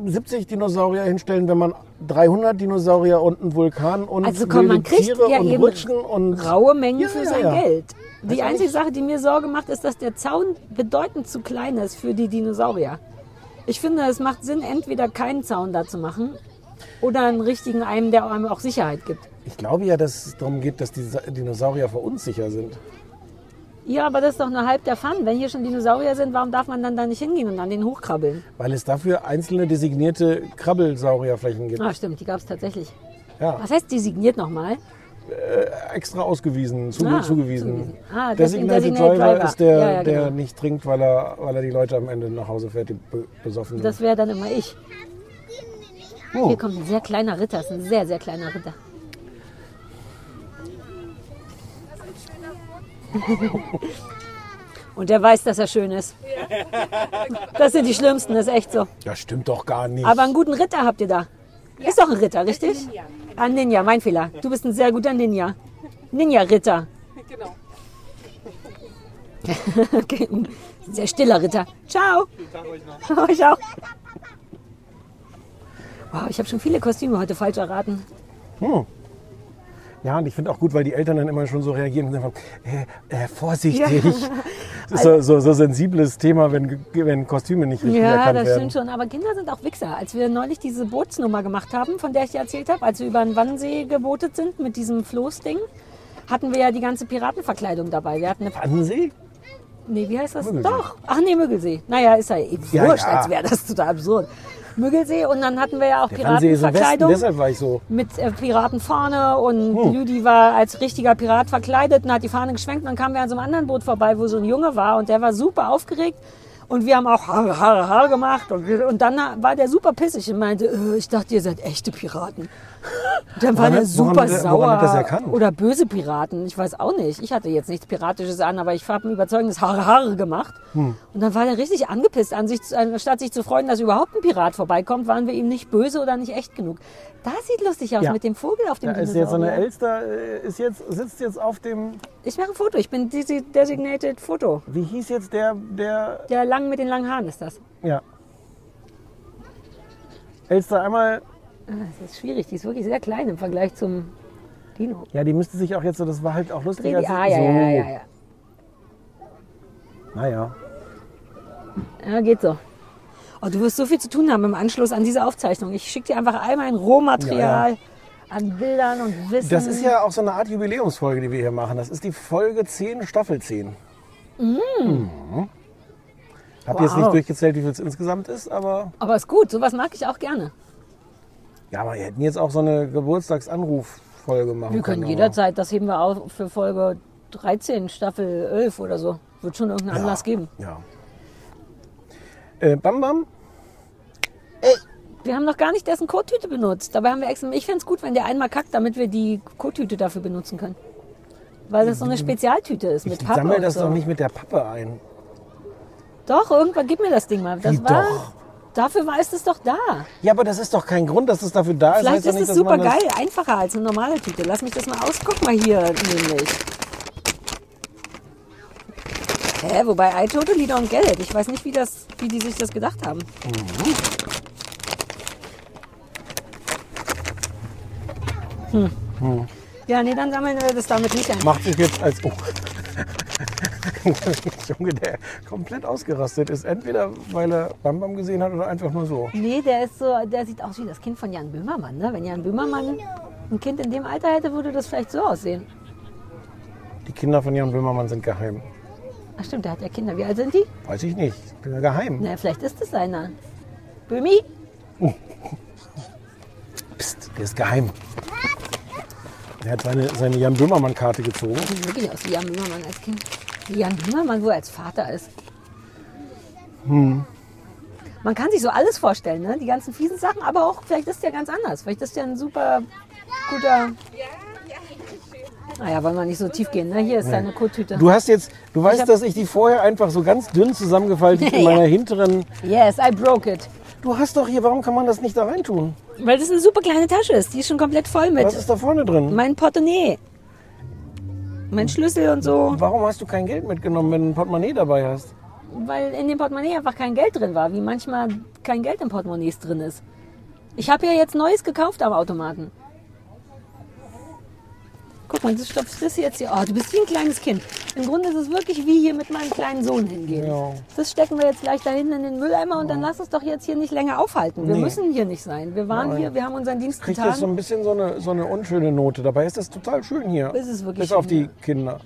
[SPEAKER 2] 70 Dinosaurier hinstellen, wenn man 300 Dinosaurier und einen Vulkan und
[SPEAKER 3] Also komm,
[SPEAKER 2] wilde
[SPEAKER 3] man kriegt
[SPEAKER 2] Tiere
[SPEAKER 3] ja
[SPEAKER 2] und
[SPEAKER 3] eben
[SPEAKER 2] Rutschen und
[SPEAKER 3] raue Mengen
[SPEAKER 2] Ja,
[SPEAKER 3] für
[SPEAKER 2] ja,
[SPEAKER 3] sein
[SPEAKER 2] ja.
[SPEAKER 3] Geld. Die einzige Sache, die mir Sorge macht, ist, dass der Zaun bedeutend zu klein ist für die Dinosaurier. Ich finde, es macht Sinn, entweder keinen Zaun da zu machen oder einen richtigen, einem, der einem auch Sicherheit gibt.
[SPEAKER 2] Ich glaube ja, dass es darum geht, dass die Sa- Dinosaurier verunsicher sind.
[SPEAKER 3] Ja, aber das ist doch nur halb der Fun. Wenn hier schon Dinosaurier sind, warum darf man dann da nicht hingehen und an den hochkrabbeln?
[SPEAKER 2] Weil es dafür einzelne designierte Krabbelsaurierflächen gibt.
[SPEAKER 3] Ah, stimmt, die gab es tatsächlich.
[SPEAKER 2] Ja.
[SPEAKER 3] Was heißt designiert nochmal?
[SPEAKER 2] äh, extra ausgewiesen, zu,
[SPEAKER 3] Ah,
[SPEAKER 2] zugewiesen.
[SPEAKER 3] zugewiesen. Ah, deswegen
[SPEAKER 2] Designated,
[SPEAKER 3] Designated
[SPEAKER 2] Driver,
[SPEAKER 3] Driver.
[SPEAKER 2] ist der,
[SPEAKER 3] Ja, ja,
[SPEAKER 2] der
[SPEAKER 3] genau.
[SPEAKER 2] nicht trinkt, weil er, weil er die Leute am Ende nach Hause fährt, die be- besoffen sind.
[SPEAKER 3] Das wäre dann immer ich.
[SPEAKER 2] Hm. Oh.
[SPEAKER 3] Hier kommt ein sehr kleiner Ritter, das ist ein sehr, sehr kleiner Ritter. Und der weiß, dass er schön ist. Das sind die Schlimmsten, das ist echt so.
[SPEAKER 2] das stimmt doch gar nicht.
[SPEAKER 3] Aber einen guten Ritter habt ihr da. Ist doch ein Ritter, richtig? Ein Ninja, mein Fehler. Du bist ein sehr guter Ninja. Ninja-Ritter. Genau. [LAUGHS] okay. ein Sehr stiller Ritter. Ciao. [LAUGHS] Euch auch. Wow, ich habe schon viele Kostüme heute falsch erraten.
[SPEAKER 2] Hm. Ja, und ich finde auch gut, weil die Eltern dann immer schon so reagieren und sagen, äh, äh, vorsichtig. Das ist [LAUGHS] so, so, so sensibles Thema, wenn, ge- wenn Kostüme nicht richtig
[SPEAKER 3] Ja,
[SPEAKER 2] erkannt
[SPEAKER 3] das
[SPEAKER 2] werden.
[SPEAKER 3] stimmt schon. Aber Kinder sind auch Wichser. Als wir neulich diese Bootsnummer gemacht haben, von der ich dir erzählt habe, als wir über den Wannsee gebootet sind mit diesem Floßding, hatten wir ja die ganze Piratenverkleidung dabei. Wir hatten eine
[SPEAKER 2] Wannsee?
[SPEAKER 3] Nee, wie heißt das?
[SPEAKER 2] Müggelsee.
[SPEAKER 3] Doch. Ach nee, Müggelsee. Naja, ist ja eh
[SPEAKER 2] Ja,
[SPEAKER 3] wurscht,
[SPEAKER 2] ja.
[SPEAKER 3] als wäre das total absurd. Müggelsee und dann hatten wir ja auch
[SPEAKER 2] Der Wannsee ist im Westen,
[SPEAKER 3] Piratenverkleidung
[SPEAKER 2] deshalb Hm. war ich so.
[SPEAKER 3] mit äh, Piratenfahne und Lüdi war als richtiger Pirat verkleidet und hat die Fahne geschwenkt und dann kamen wir an so einem anderen Boot vorbei, wo so ein Junge war und der war super aufgeregt und wir haben auch Haare, Haare, Haare gemacht und, wir- und dann war der super pissig und meinte, äh, ich dachte, ihr seid echte
[SPEAKER 2] [LAUGHS]
[SPEAKER 3] Piraten. Und dann war
[SPEAKER 2] Woran
[SPEAKER 3] der
[SPEAKER 2] hat-
[SPEAKER 3] super
[SPEAKER 2] woran hat er-
[SPEAKER 3] sauer.
[SPEAKER 2] woran hat er das erkannt?
[SPEAKER 3] Oder böse Piraten, ich weiß auch nicht. Ich hatte jetzt nichts Piratisches an, aber ich habe ein überzeugendes Haare, Haare gemacht.
[SPEAKER 2] Hm.
[SPEAKER 3] Und dann war der richtig angepisst an sich, anstatt sich zu freuen, dass überhaupt ein Pirat vorbeikommt, waren wir ihm nicht böse oder nicht echt genug. Das sieht lustig aus
[SPEAKER 2] Ja.
[SPEAKER 3] mit dem Vogel auf dem
[SPEAKER 2] Da ist jetzt so eine
[SPEAKER 3] Dinosaurier.
[SPEAKER 2] Elster, äh, ist jetzt, sitzt jetzt auf dem,
[SPEAKER 3] Ich mache ein Foto, ich bin desi- designated Foto.
[SPEAKER 2] wie hieß jetzt der, der,
[SPEAKER 3] Der lang mit den langen Haaren ist das.
[SPEAKER 2] ja. Elster einmal,
[SPEAKER 3] Das ist schwierig, die ist wirklich sehr klein im Vergleich zum Dino.
[SPEAKER 2] ja, die müsste sich auch jetzt so, das war halt auch lustig.
[SPEAKER 3] Dreh
[SPEAKER 2] als-
[SPEAKER 3] die- Ah, ja,
[SPEAKER 2] so.
[SPEAKER 3] ja, ja, ja.
[SPEAKER 2] Naja.
[SPEAKER 3] Ja, geht so. Oh, du wirst so viel zu tun haben im Anschluss an diese Aufzeichnung. Ich schicke dir einfach all mein Rohmaterial an Bildern und Wissen.
[SPEAKER 2] Das ist ja auch so eine Art Jubiläumsfolge, die wir hier machen. Das ist die Folge 10, Staffel 10. Mhm. Hab jetzt
[SPEAKER 3] Wow.
[SPEAKER 2] nicht durchgezählt, wie viel es insgesamt ist, aber
[SPEAKER 3] Aber ist gut, sowas mag ich auch gerne.
[SPEAKER 2] ja, wir hätten jetzt auch so eine Geburtstagsanruf-Folge machen
[SPEAKER 3] Wir können
[SPEAKER 2] aber-
[SPEAKER 3] jederzeit, das heben wir auf für Folge 13, Staffel 11 oder so. Wird schon irgendeinen
[SPEAKER 2] ja.
[SPEAKER 3] Anlass geben.
[SPEAKER 2] Ja. Äh, bam Bam,
[SPEAKER 3] Wir haben noch gar nicht dessen Kottüte benutzt. Dabei haben wir extra. Ich fände es gut, wenn der einmal kackt, damit wir die Kottüte dafür benutzen können. Weil das so eine Spezialtüte ist mit
[SPEAKER 2] ich
[SPEAKER 3] Pappe.
[SPEAKER 2] sammle
[SPEAKER 3] und
[SPEAKER 2] das
[SPEAKER 3] so.
[SPEAKER 2] doch nicht mit der Pappe ein.
[SPEAKER 3] Doch, irgendwann gib mir das Ding mal. Das
[SPEAKER 2] Wie
[SPEAKER 3] war.
[SPEAKER 2] doch?
[SPEAKER 3] Dafür war es das doch da.
[SPEAKER 2] Ja, aber das ist doch kein Grund, dass es dafür da ist.
[SPEAKER 3] Vielleicht
[SPEAKER 2] Heißt doch
[SPEAKER 3] ist
[SPEAKER 2] nicht,
[SPEAKER 3] es
[SPEAKER 2] dass
[SPEAKER 3] super
[SPEAKER 2] man das-
[SPEAKER 3] geil, einfacher als eine normale Tüte. Lass mich das mal aus. Guck mal hier nämlich. Hä, wobei I totally don't get it. Ich weiß nicht, wie, das, wie die sich das gedacht haben.
[SPEAKER 2] Mhm.
[SPEAKER 3] Hm. Ja, nee, dann sammeln wir das damit nicht ein.
[SPEAKER 2] macht sich jetzt als. Oh. [LAUGHS] Der Junge, der komplett ausgerastet ist. Entweder weil er Bam Bam gesehen hat oder einfach nur so.
[SPEAKER 3] Nee, der ist so, der sieht aus wie das Kind von Jan Böhmermann. Ne? Wenn Jan Böhmermann ein Kind in dem Alter hätte, würde das vielleicht so aussehen.
[SPEAKER 2] Die Kinder von Jan Böhmermann sind geheim.
[SPEAKER 3] Ach stimmt, der hat ja Kinder. Wie alt sind die?
[SPEAKER 2] Weiß ich nicht. Bin ja geheim.
[SPEAKER 3] Na, vielleicht ist es einer. Bömi?
[SPEAKER 2] Psst, der ist geheim. Er hat seine, seine Jan Böhmermann-Karte gezogen.
[SPEAKER 3] Sieht wirklich aus wie Jan Böhmermann als Kind. Wie Jan Böhmermann wohl als Vater ist.
[SPEAKER 2] Hm.
[SPEAKER 3] Man kann sich so alles vorstellen, ne? Die ganzen fiesen Sachen, aber auch, vielleicht ist der ganz anders. Vielleicht ist der ein super guter. Naja, wollen wir nicht so tief gehen, ne? Hier ist seine Kottüte.
[SPEAKER 2] Du hast jetzt, du weißt,
[SPEAKER 3] hab-
[SPEAKER 2] dass ich die vorher einfach so ganz dünn
[SPEAKER 3] [LAUGHS]
[SPEAKER 2] zusammengefaltet in meiner hinteren.
[SPEAKER 3] Yes, I broke it.
[SPEAKER 2] Du hast doch hier, warum kann man das nicht da reintun?
[SPEAKER 3] Weil das eine super kleine Tasche ist. Die ist schon komplett voll mit
[SPEAKER 2] Was ist da vorne drin?
[SPEAKER 3] mein Portemonnaie. Mein Schlüssel und so.
[SPEAKER 2] Warum hast du kein Geld mitgenommen, wenn du ein Portemonnaie dabei hast?
[SPEAKER 3] weil in dem Portemonnaie einfach kein Geld drin war, wie manchmal kein Geld im Portemonnaie drin ist. Ich habe ja jetzt Neues gekauft am Automaten. Guck mal, das stopfst das jetzt hier. Oh, du bist wie ein kleines Kind. Im Grunde ist es wirklich wie hier mit meinem kleinen Sohn hingehen.
[SPEAKER 2] Ja.
[SPEAKER 3] Das stecken wir jetzt gleich da hinten in den Mülleimer und dann lass uns doch jetzt hier nicht länger aufhalten. Wir
[SPEAKER 2] Nee.
[SPEAKER 3] müssen hier nicht sein. Wir waren
[SPEAKER 2] Nein.
[SPEAKER 3] hier, wir haben unseren Dienst
[SPEAKER 2] Kriegt jetzt so
[SPEAKER 3] getan.
[SPEAKER 2] ein bisschen so eine, so eine unschöne Note. Dabei ist das total schön hier.
[SPEAKER 3] Es ist wirklich
[SPEAKER 2] Bis auf
[SPEAKER 3] schön,
[SPEAKER 2] die Kinder.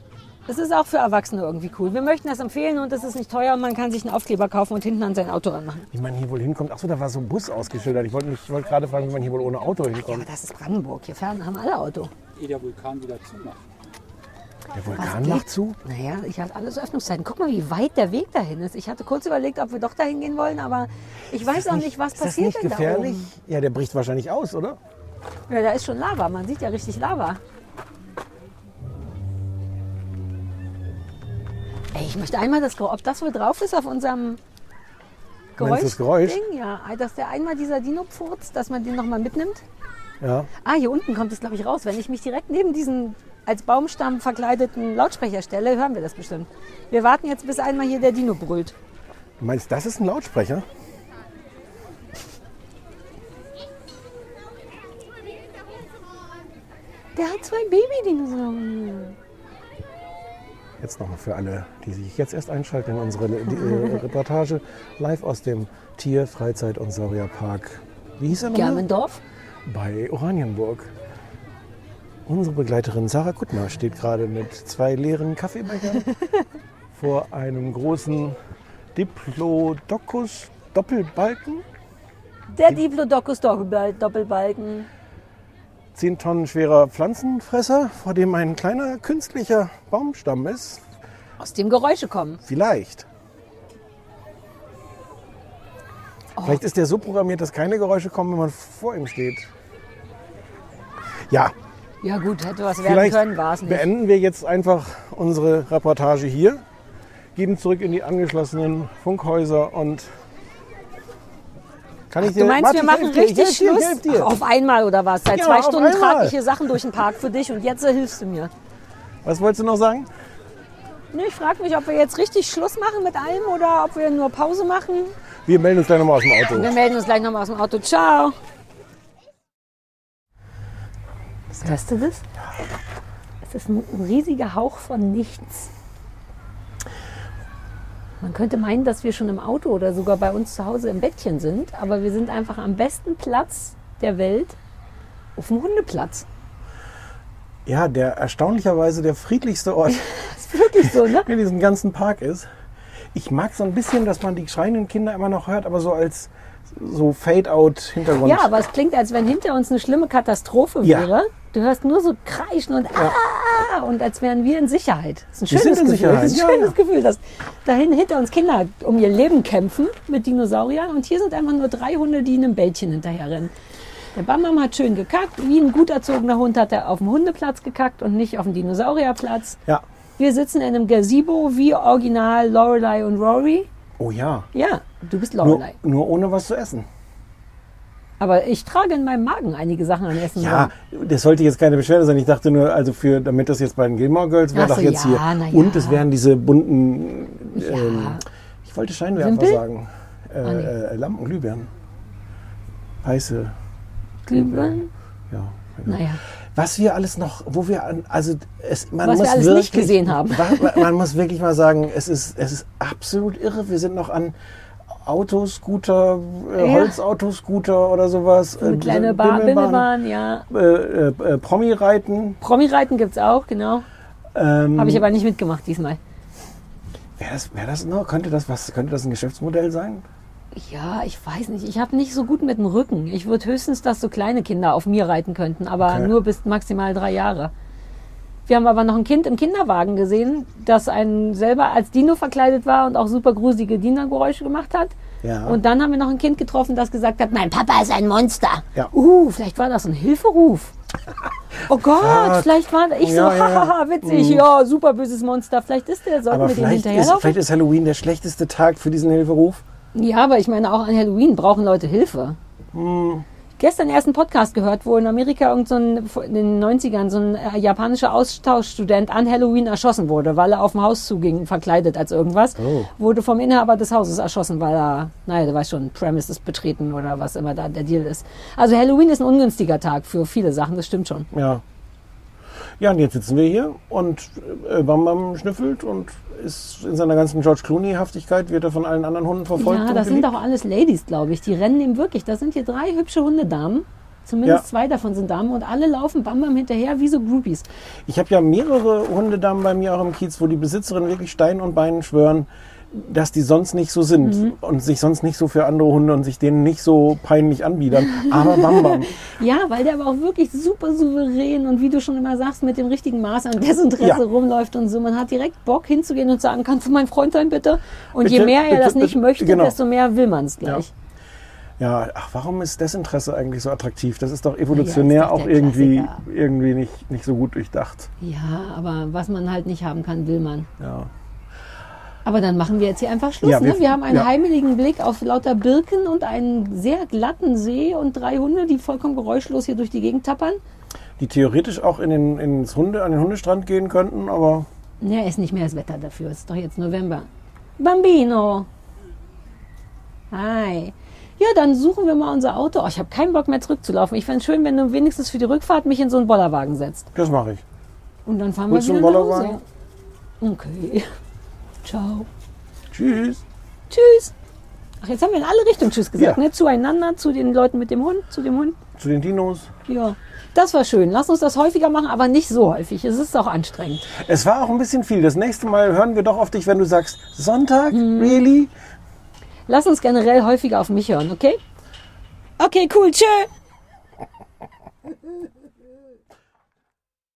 [SPEAKER 3] Das ist auch für Erwachsene irgendwie cool. Wir möchten das empfehlen und das ist nicht teuer und man kann sich einen Aufkleber kaufen und hinten an sein Auto ranmachen.
[SPEAKER 2] Wie man hier wohl hinkommt. Achso, da war so ein Bus ausgeschildert. Ich wollte mich- ich wollte gerade fragen, wie man hier wohl ohne Auto
[SPEAKER 3] Aber
[SPEAKER 2] hinkommt.
[SPEAKER 3] das ist Brandenburg. Hier fahren, haben alle Auto.
[SPEAKER 11] Ehe der Vulkan wieder zumacht.
[SPEAKER 2] Der Vulkan macht zu.
[SPEAKER 3] Naja, ich hatte alles Öffnungszeiten. Guck mal, wie weit der Weg dahin ist. Ich hatte kurz überlegt, ob wir doch dahin gehen wollen, aber ich weiß auch nicht, was
[SPEAKER 2] ist das
[SPEAKER 3] passiert
[SPEAKER 2] nicht
[SPEAKER 3] denn
[SPEAKER 2] gefährlich? Ja, der bricht wahrscheinlich aus, oder?
[SPEAKER 3] da oben. Ja, da ist schon Lava. Man sieht ja richtig Lava. Ey, ich möchte einmal das Geräusch, ob das wohl drauf ist auf unserem Geräusch.
[SPEAKER 2] Meinst du das Geräusch?
[SPEAKER 3] Ding, ja, ah, dass der einmal dieser Dino furzt, dass man den nochmal mitnimmt.
[SPEAKER 2] Ja.
[SPEAKER 3] Ah, hier unten kommt es, glaube ich, raus. Wenn ich mich direkt neben diesen als Baumstamm verkleideten Lautsprecher stelle, hören wir das bestimmt. Wir warten jetzt, bis einmal hier der Dino brüllt.
[SPEAKER 2] Du meinst, das ist ein Lautsprecher?
[SPEAKER 3] Der hat zwei Baby-Dinosaurier.
[SPEAKER 2] Jetzt nochmal für alle, die sich jetzt erst einschalten in unsere die,
[SPEAKER 3] [LAUGHS]
[SPEAKER 2] äh, Reportage live aus dem Tier-, Freizeit- und Saurierpark. Wie hieß er nochmal?
[SPEAKER 3] Germendorf?
[SPEAKER 2] Bei Oranienburg. Unsere Begleiterin Sarah Kuttner steht gerade mit zwei leeren Kaffeebechern vor einem großen Diplodocus Doppelbalken.
[SPEAKER 3] Der Diplodocus Doppelbal- Doppelbalken.
[SPEAKER 2] 10 Tonnen schwerer Pflanzenfresser, vor dem ein kleiner künstlicher Baumstamm ist.
[SPEAKER 3] Aus dem Geräusche kommen.
[SPEAKER 2] Vielleicht. Vielleicht ist der so programmiert, dass keine Geräusche kommen, wenn man vor ihm steht. Ja,
[SPEAKER 3] Ja gut, hätte was werden
[SPEAKER 2] vielleicht
[SPEAKER 3] können, war es nicht.
[SPEAKER 2] beenden wir jetzt einfach unsere Reportage hier, geben zurück in die angeschlossenen Funkhäuser und kann ich dir
[SPEAKER 3] Du meinst,
[SPEAKER 2] Warte,
[SPEAKER 3] wir
[SPEAKER 2] ich
[SPEAKER 3] machen
[SPEAKER 2] helf dir, ich
[SPEAKER 3] richtig
[SPEAKER 2] helf dir, ich
[SPEAKER 3] Schluss?
[SPEAKER 2] helf dir.
[SPEAKER 3] Ach, auf einmal oder was? Seit
[SPEAKER 2] Ja,
[SPEAKER 3] zwei
[SPEAKER 2] auf
[SPEAKER 3] Stunden trage
[SPEAKER 2] einmal.
[SPEAKER 3] ich hier Sachen durch den Park für dich und jetzt hilfst du mir.
[SPEAKER 2] Was wolltest du noch sagen?
[SPEAKER 3] Nee, Ich frage mich, ob wir jetzt richtig Schluss machen mit allem oder ob wir nur Pause machen.
[SPEAKER 2] Wir melden uns gleich nochmal aus dem Auto.
[SPEAKER 3] Wir melden uns gleich nochmal aus dem Auto. Ciao. Hörst du das? Es ist ein riesiger Hauch von nichts. Man könnte meinen, dass wir schon im Auto oder sogar bei uns zu Hause im Bettchen sind, aber wir sind einfach am besten Platz der Welt auf dem Hundeplatz.
[SPEAKER 2] Ja, der erstaunlicherweise der friedlichste Ort [LAUGHS]
[SPEAKER 3] Das ist wirklich so, ne?
[SPEAKER 2] in diesem ganzen Park ist. Ich mag so ein bisschen, dass man die schreienden Kinder immer noch hört, aber so als so Fade-out-Hintergrund.
[SPEAKER 3] Ja, aber es klingt, als wenn hinter uns eine schlimme Katastrophe
[SPEAKER 2] Ja.
[SPEAKER 3] wäre. Du hörst nur so kreischen und ah, und als wären wir in Sicherheit. Das ist ein
[SPEAKER 2] Wir
[SPEAKER 3] schönes
[SPEAKER 2] sind in
[SPEAKER 3] Gefühl. Das ist ein
[SPEAKER 2] Sicherheit, ja,
[SPEAKER 3] schönes Gefühl, dass dahin hinter uns Kinder um ihr Leben kämpfen mit Dinosauriern und hier sind einfach nur drei Hunde, die in einem Bällchen hinterherrennen. Der Bamam hat schön gekackt. Wie ein gut erzogener Hund hat er auf dem Hundeplatz gekackt und nicht auf dem Dinosaurierplatz.
[SPEAKER 2] ja.
[SPEAKER 3] Wir sitzen in einem Gazebo wie original Lorelei und Rory.
[SPEAKER 2] Oh ja.
[SPEAKER 3] Ja, du bist
[SPEAKER 2] Nur,
[SPEAKER 3] Lorelei.
[SPEAKER 2] nur ohne was zu essen.
[SPEAKER 3] Aber ich trage in meinem Magen einige Sachen an Essen. rum.
[SPEAKER 2] Ja, das sollte jetzt keine Beschwerde sein. Ich dachte nur, also für, damit das jetzt bei den Gilmore Girls wäre
[SPEAKER 3] Ach so,
[SPEAKER 2] doch jetzt
[SPEAKER 3] ja, na
[SPEAKER 2] hier.
[SPEAKER 3] ja.
[SPEAKER 2] Und es wären diese bunten, ähm,
[SPEAKER 3] Ja.
[SPEAKER 2] ich wollte Scheinwerfer
[SPEAKER 3] Wimpel? Ah,
[SPEAKER 2] sagen, äh, äh, Lampen, Glühbirnen. Heiße,
[SPEAKER 3] Glühwein?
[SPEAKER 2] ja.
[SPEAKER 3] Naja.
[SPEAKER 2] Was wir alles noch, wo wir an, also es, man
[SPEAKER 3] Was wir
[SPEAKER 2] muss
[SPEAKER 3] alles
[SPEAKER 2] wirklich,
[SPEAKER 3] nicht gesehen haben.
[SPEAKER 2] [LAUGHS] wa- wa- Man muss wirklich mal sagen, es ist, es ist absolut irre. Wir sind noch an Autoscooter, äh,
[SPEAKER 3] Ja.
[SPEAKER 2] Holzautoscooter oder sowas.
[SPEAKER 3] Eine kleine Bar Bimmelbahn, ja.
[SPEAKER 2] Äh, äh, äh, Promi-Reiten.
[SPEAKER 3] Promi-Reiten gibt's auch, genau.
[SPEAKER 2] Ähm,
[SPEAKER 3] Habe ich aber nicht mitgemacht diesmal.
[SPEAKER 2] Wäre das, wär das noch? Könnte das was? Könnte das ein Geschäftsmodell sein?
[SPEAKER 3] Ja, ich weiß nicht. Ich habe nicht so gut mit dem Rücken. Ich würde höchstens, dass so kleine Kinder auf mir reiten könnten, aber
[SPEAKER 2] Okay.
[SPEAKER 3] nur bis maximal drei Jahre. Wir haben aber noch ein Kind im Kinderwagen gesehen, das einen selber als Dino verkleidet war und auch super gruselige Dino-Geräusche gemacht hat.
[SPEAKER 2] Ja.
[SPEAKER 3] Und dann haben wir noch ein Kind getroffen, das gesagt hat, mein Papa ist ein Monster.
[SPEAKER 2] Ja.
[SPEAKER 3] Uh, vielleicht war das ein
[SPEAKER 2] [LAUGHS]
[SPEAKER 3] Hilferuf. Oh Gott, vielleicht war ich
[SPEAKER 2] Ja,
[SPEAKER 3] so,
[SPEAKER 2] ja. Mhm.
[SPEAKER 3] hahaha, [LAUGHS] witzig, ja, super böses Monster. Vielleicht ist der, sollten
[SPEAKER 2] aber
[SPEAKER 3] wir dem
[SPEAKER 2] vielleicht ist,
[SPEAKER 3] hinterherlaufen?
[SPEAKER 2] vielleicht ist Halloween der schlechteste Tag für diesen Hilferuf.
[SPEAKER 3] Ja, aber ich meine, auch an Halloween brauchen Leute Hilfe.
[SPEAKER 2] Hm.
[SPEAKER 3] Gestern erst einen Podcast gehört, wo in Amerika irgend so ein, in den 90ern so ein äh, japanischer Austauschstudent an Halloween erschossen wurde, weil er auf dem Haus zuging, verkleidet als irgendwas.
[SPEAKER 2] Oh.
[SPEAKER 3] Wurde vom Inhaber des Hauses erschossen, weil er, naja, du weißt schon, Premises betreten oder was immer da der Deal ist. Also Halloween ist ein ungünstiger Tag für viele Sachen, das stimmt schon.
[SPEAKER 2] Ja. Ja, und jetzt sitzen wir hier und äh, Bam Bam schnüffelt und ist in seiner ganzen George Clooney-Haftigkeit, wird er von allen anderen Hunden verfolgt.
[SPEAKER 3] Ja,
[SPEAKER 2] und
[SPEAKER 3] das sind
[SPEAKER 2] geliebt.
[SPEAKER 3] auch alles Ladies, glaube ich. Die rennen ihm wirklich. Das sind hier drei hübsche Hundedamen. Zumindest
[SPEAKER 2] Ja.
[SPEAKER 3] zwei davon sind Damen und alle laufen Bam Bam hinterher wie so Groupies.
[SPEAKER 2] Ich habe ja mehrere Hundedamen bei mir auch im Kiez, wo die Besitzerin wirklich Stein und Beinen schwören, dass die sonst nicht so sind
[SPEAKER 3] Mhm.
[SPEAKER 2] und sich sonst nicht so für andere Hunde und sich denen nicht so peinlich anbiedern. Aber Bam
[SPEAKER 3] [LAUGHS]
[SPEAKER 2] Bam.
[SPEAKER 3] Ja, weil der aber auch wirklich super souverän und wie du schon immer sagst, mit dem richtigen Maß an Desinteresse
[SPEAKER 2] Ja.
[SPEAKER 3] rumläuft und so. Man hat direkt Bock hinzugehen und sagen, kannst du mein Freund sein bitte? Und je
[SPEAKER 2] Bitte,
[SPEAKER 3] mehr er
[SPEAKER 2] bitte,
[SPEAKER 3] das nicht
[SPEAKER 2] bitte,
[SPEAKER 3] möchte,
[SPEAKER 2] genau.
[SPEAKER 3] desto mehr will man es gleich.
[SPEAKER 2] Ja, ach, warum ist Desinteresse eigentlich so attraktiv? Das ist doch
[SPEAKER 3] Ja,
[SPEAKER 2] evolutionär
[SPEAKER 3] ist doch
[SPEAKER 2] auch
[SPEAKER 3] der
[SPEAKER 2] irgendwie,
[SPEAKER 3] Klassiker.
[SPEAKER 2] irgendwie nicht, nicht so gut durchdacht.
[SPEAKER 3] Ja. aber was man halt nicht haben kann, will man.
[SPEAKER 2] Ja.
[SPEAKER 3] Aber dann machen wir jetzt hier einfach Schluss.
[SPEAKER 2] Ja,
[SPEAKER 3] wir,
[SPEAKER 2] wir-
[SPEAKER 3] ne? wir haben einen
[SPEAKER 2] ja.
[SPEAKER 3] heimeligen Blick auf lauter Birken und einen sehr glatten See und drei Hunde, die vollkommen geräuschlos hier durch die Gegend tappern.
[SPEAKER 2] Die theoretisch auch in den, ins Hunde, an den Hundestrand gehen könnten, aber
[SPEAKER 3] Ja, ist nicht mehr das Wetter dafür. Es ist doch jetzt November. Bambino. Hi. Ja, dann suchen wir mal unser Auto. Oh, ich habe keinen Bock mehr zurückzulaufen. Ich fände es schön, wenn du wenigstens für die Rückfahrt mich in so einen Bollerwagen setzt.
[SPEAKER 2] das mache ich.
[SPEAKER 3] Und dann fahren
[SPEAKER 2] Willst du
[SPEAKER 3] wir
[SPEAKER 2] einen
[SPEAKER 3] wieder nach
[SPEAKER 2] Bollerwagen?
[SPEAKER 3] Hause. Okay. [LAUGHS] Ciao.
[SPEAKER 2] Tschüss.
[SPEAKER 3] Tschüss. Ach, jetzt haben wir in alle Richtungen Tschüss gesagt.
[SPEAKER 2] Ja.
[SPEAKER 3] Ne? Zueinander, zu den Leuten mit dem Hund, zu dem Hund.
[SPEAKER 2] Zu den Dinos.
[SPEAKER 3] Ja. Das war schön. Lass uns das häufiger machen, aber nicht so häufig. Es ist auch anstrengend.
[SPEAKER 2] Es war auch ein bisschen viel. Das nächste Mal hören wir doch auf dich, wenn du sagst, Sonntag?
[SPEAKER 3] Hm.
[SPEAKER 2] Really?
[SPEAKER 3] Lass uns generell häufiger auf mich hören, okay? Okay, cool, tschö.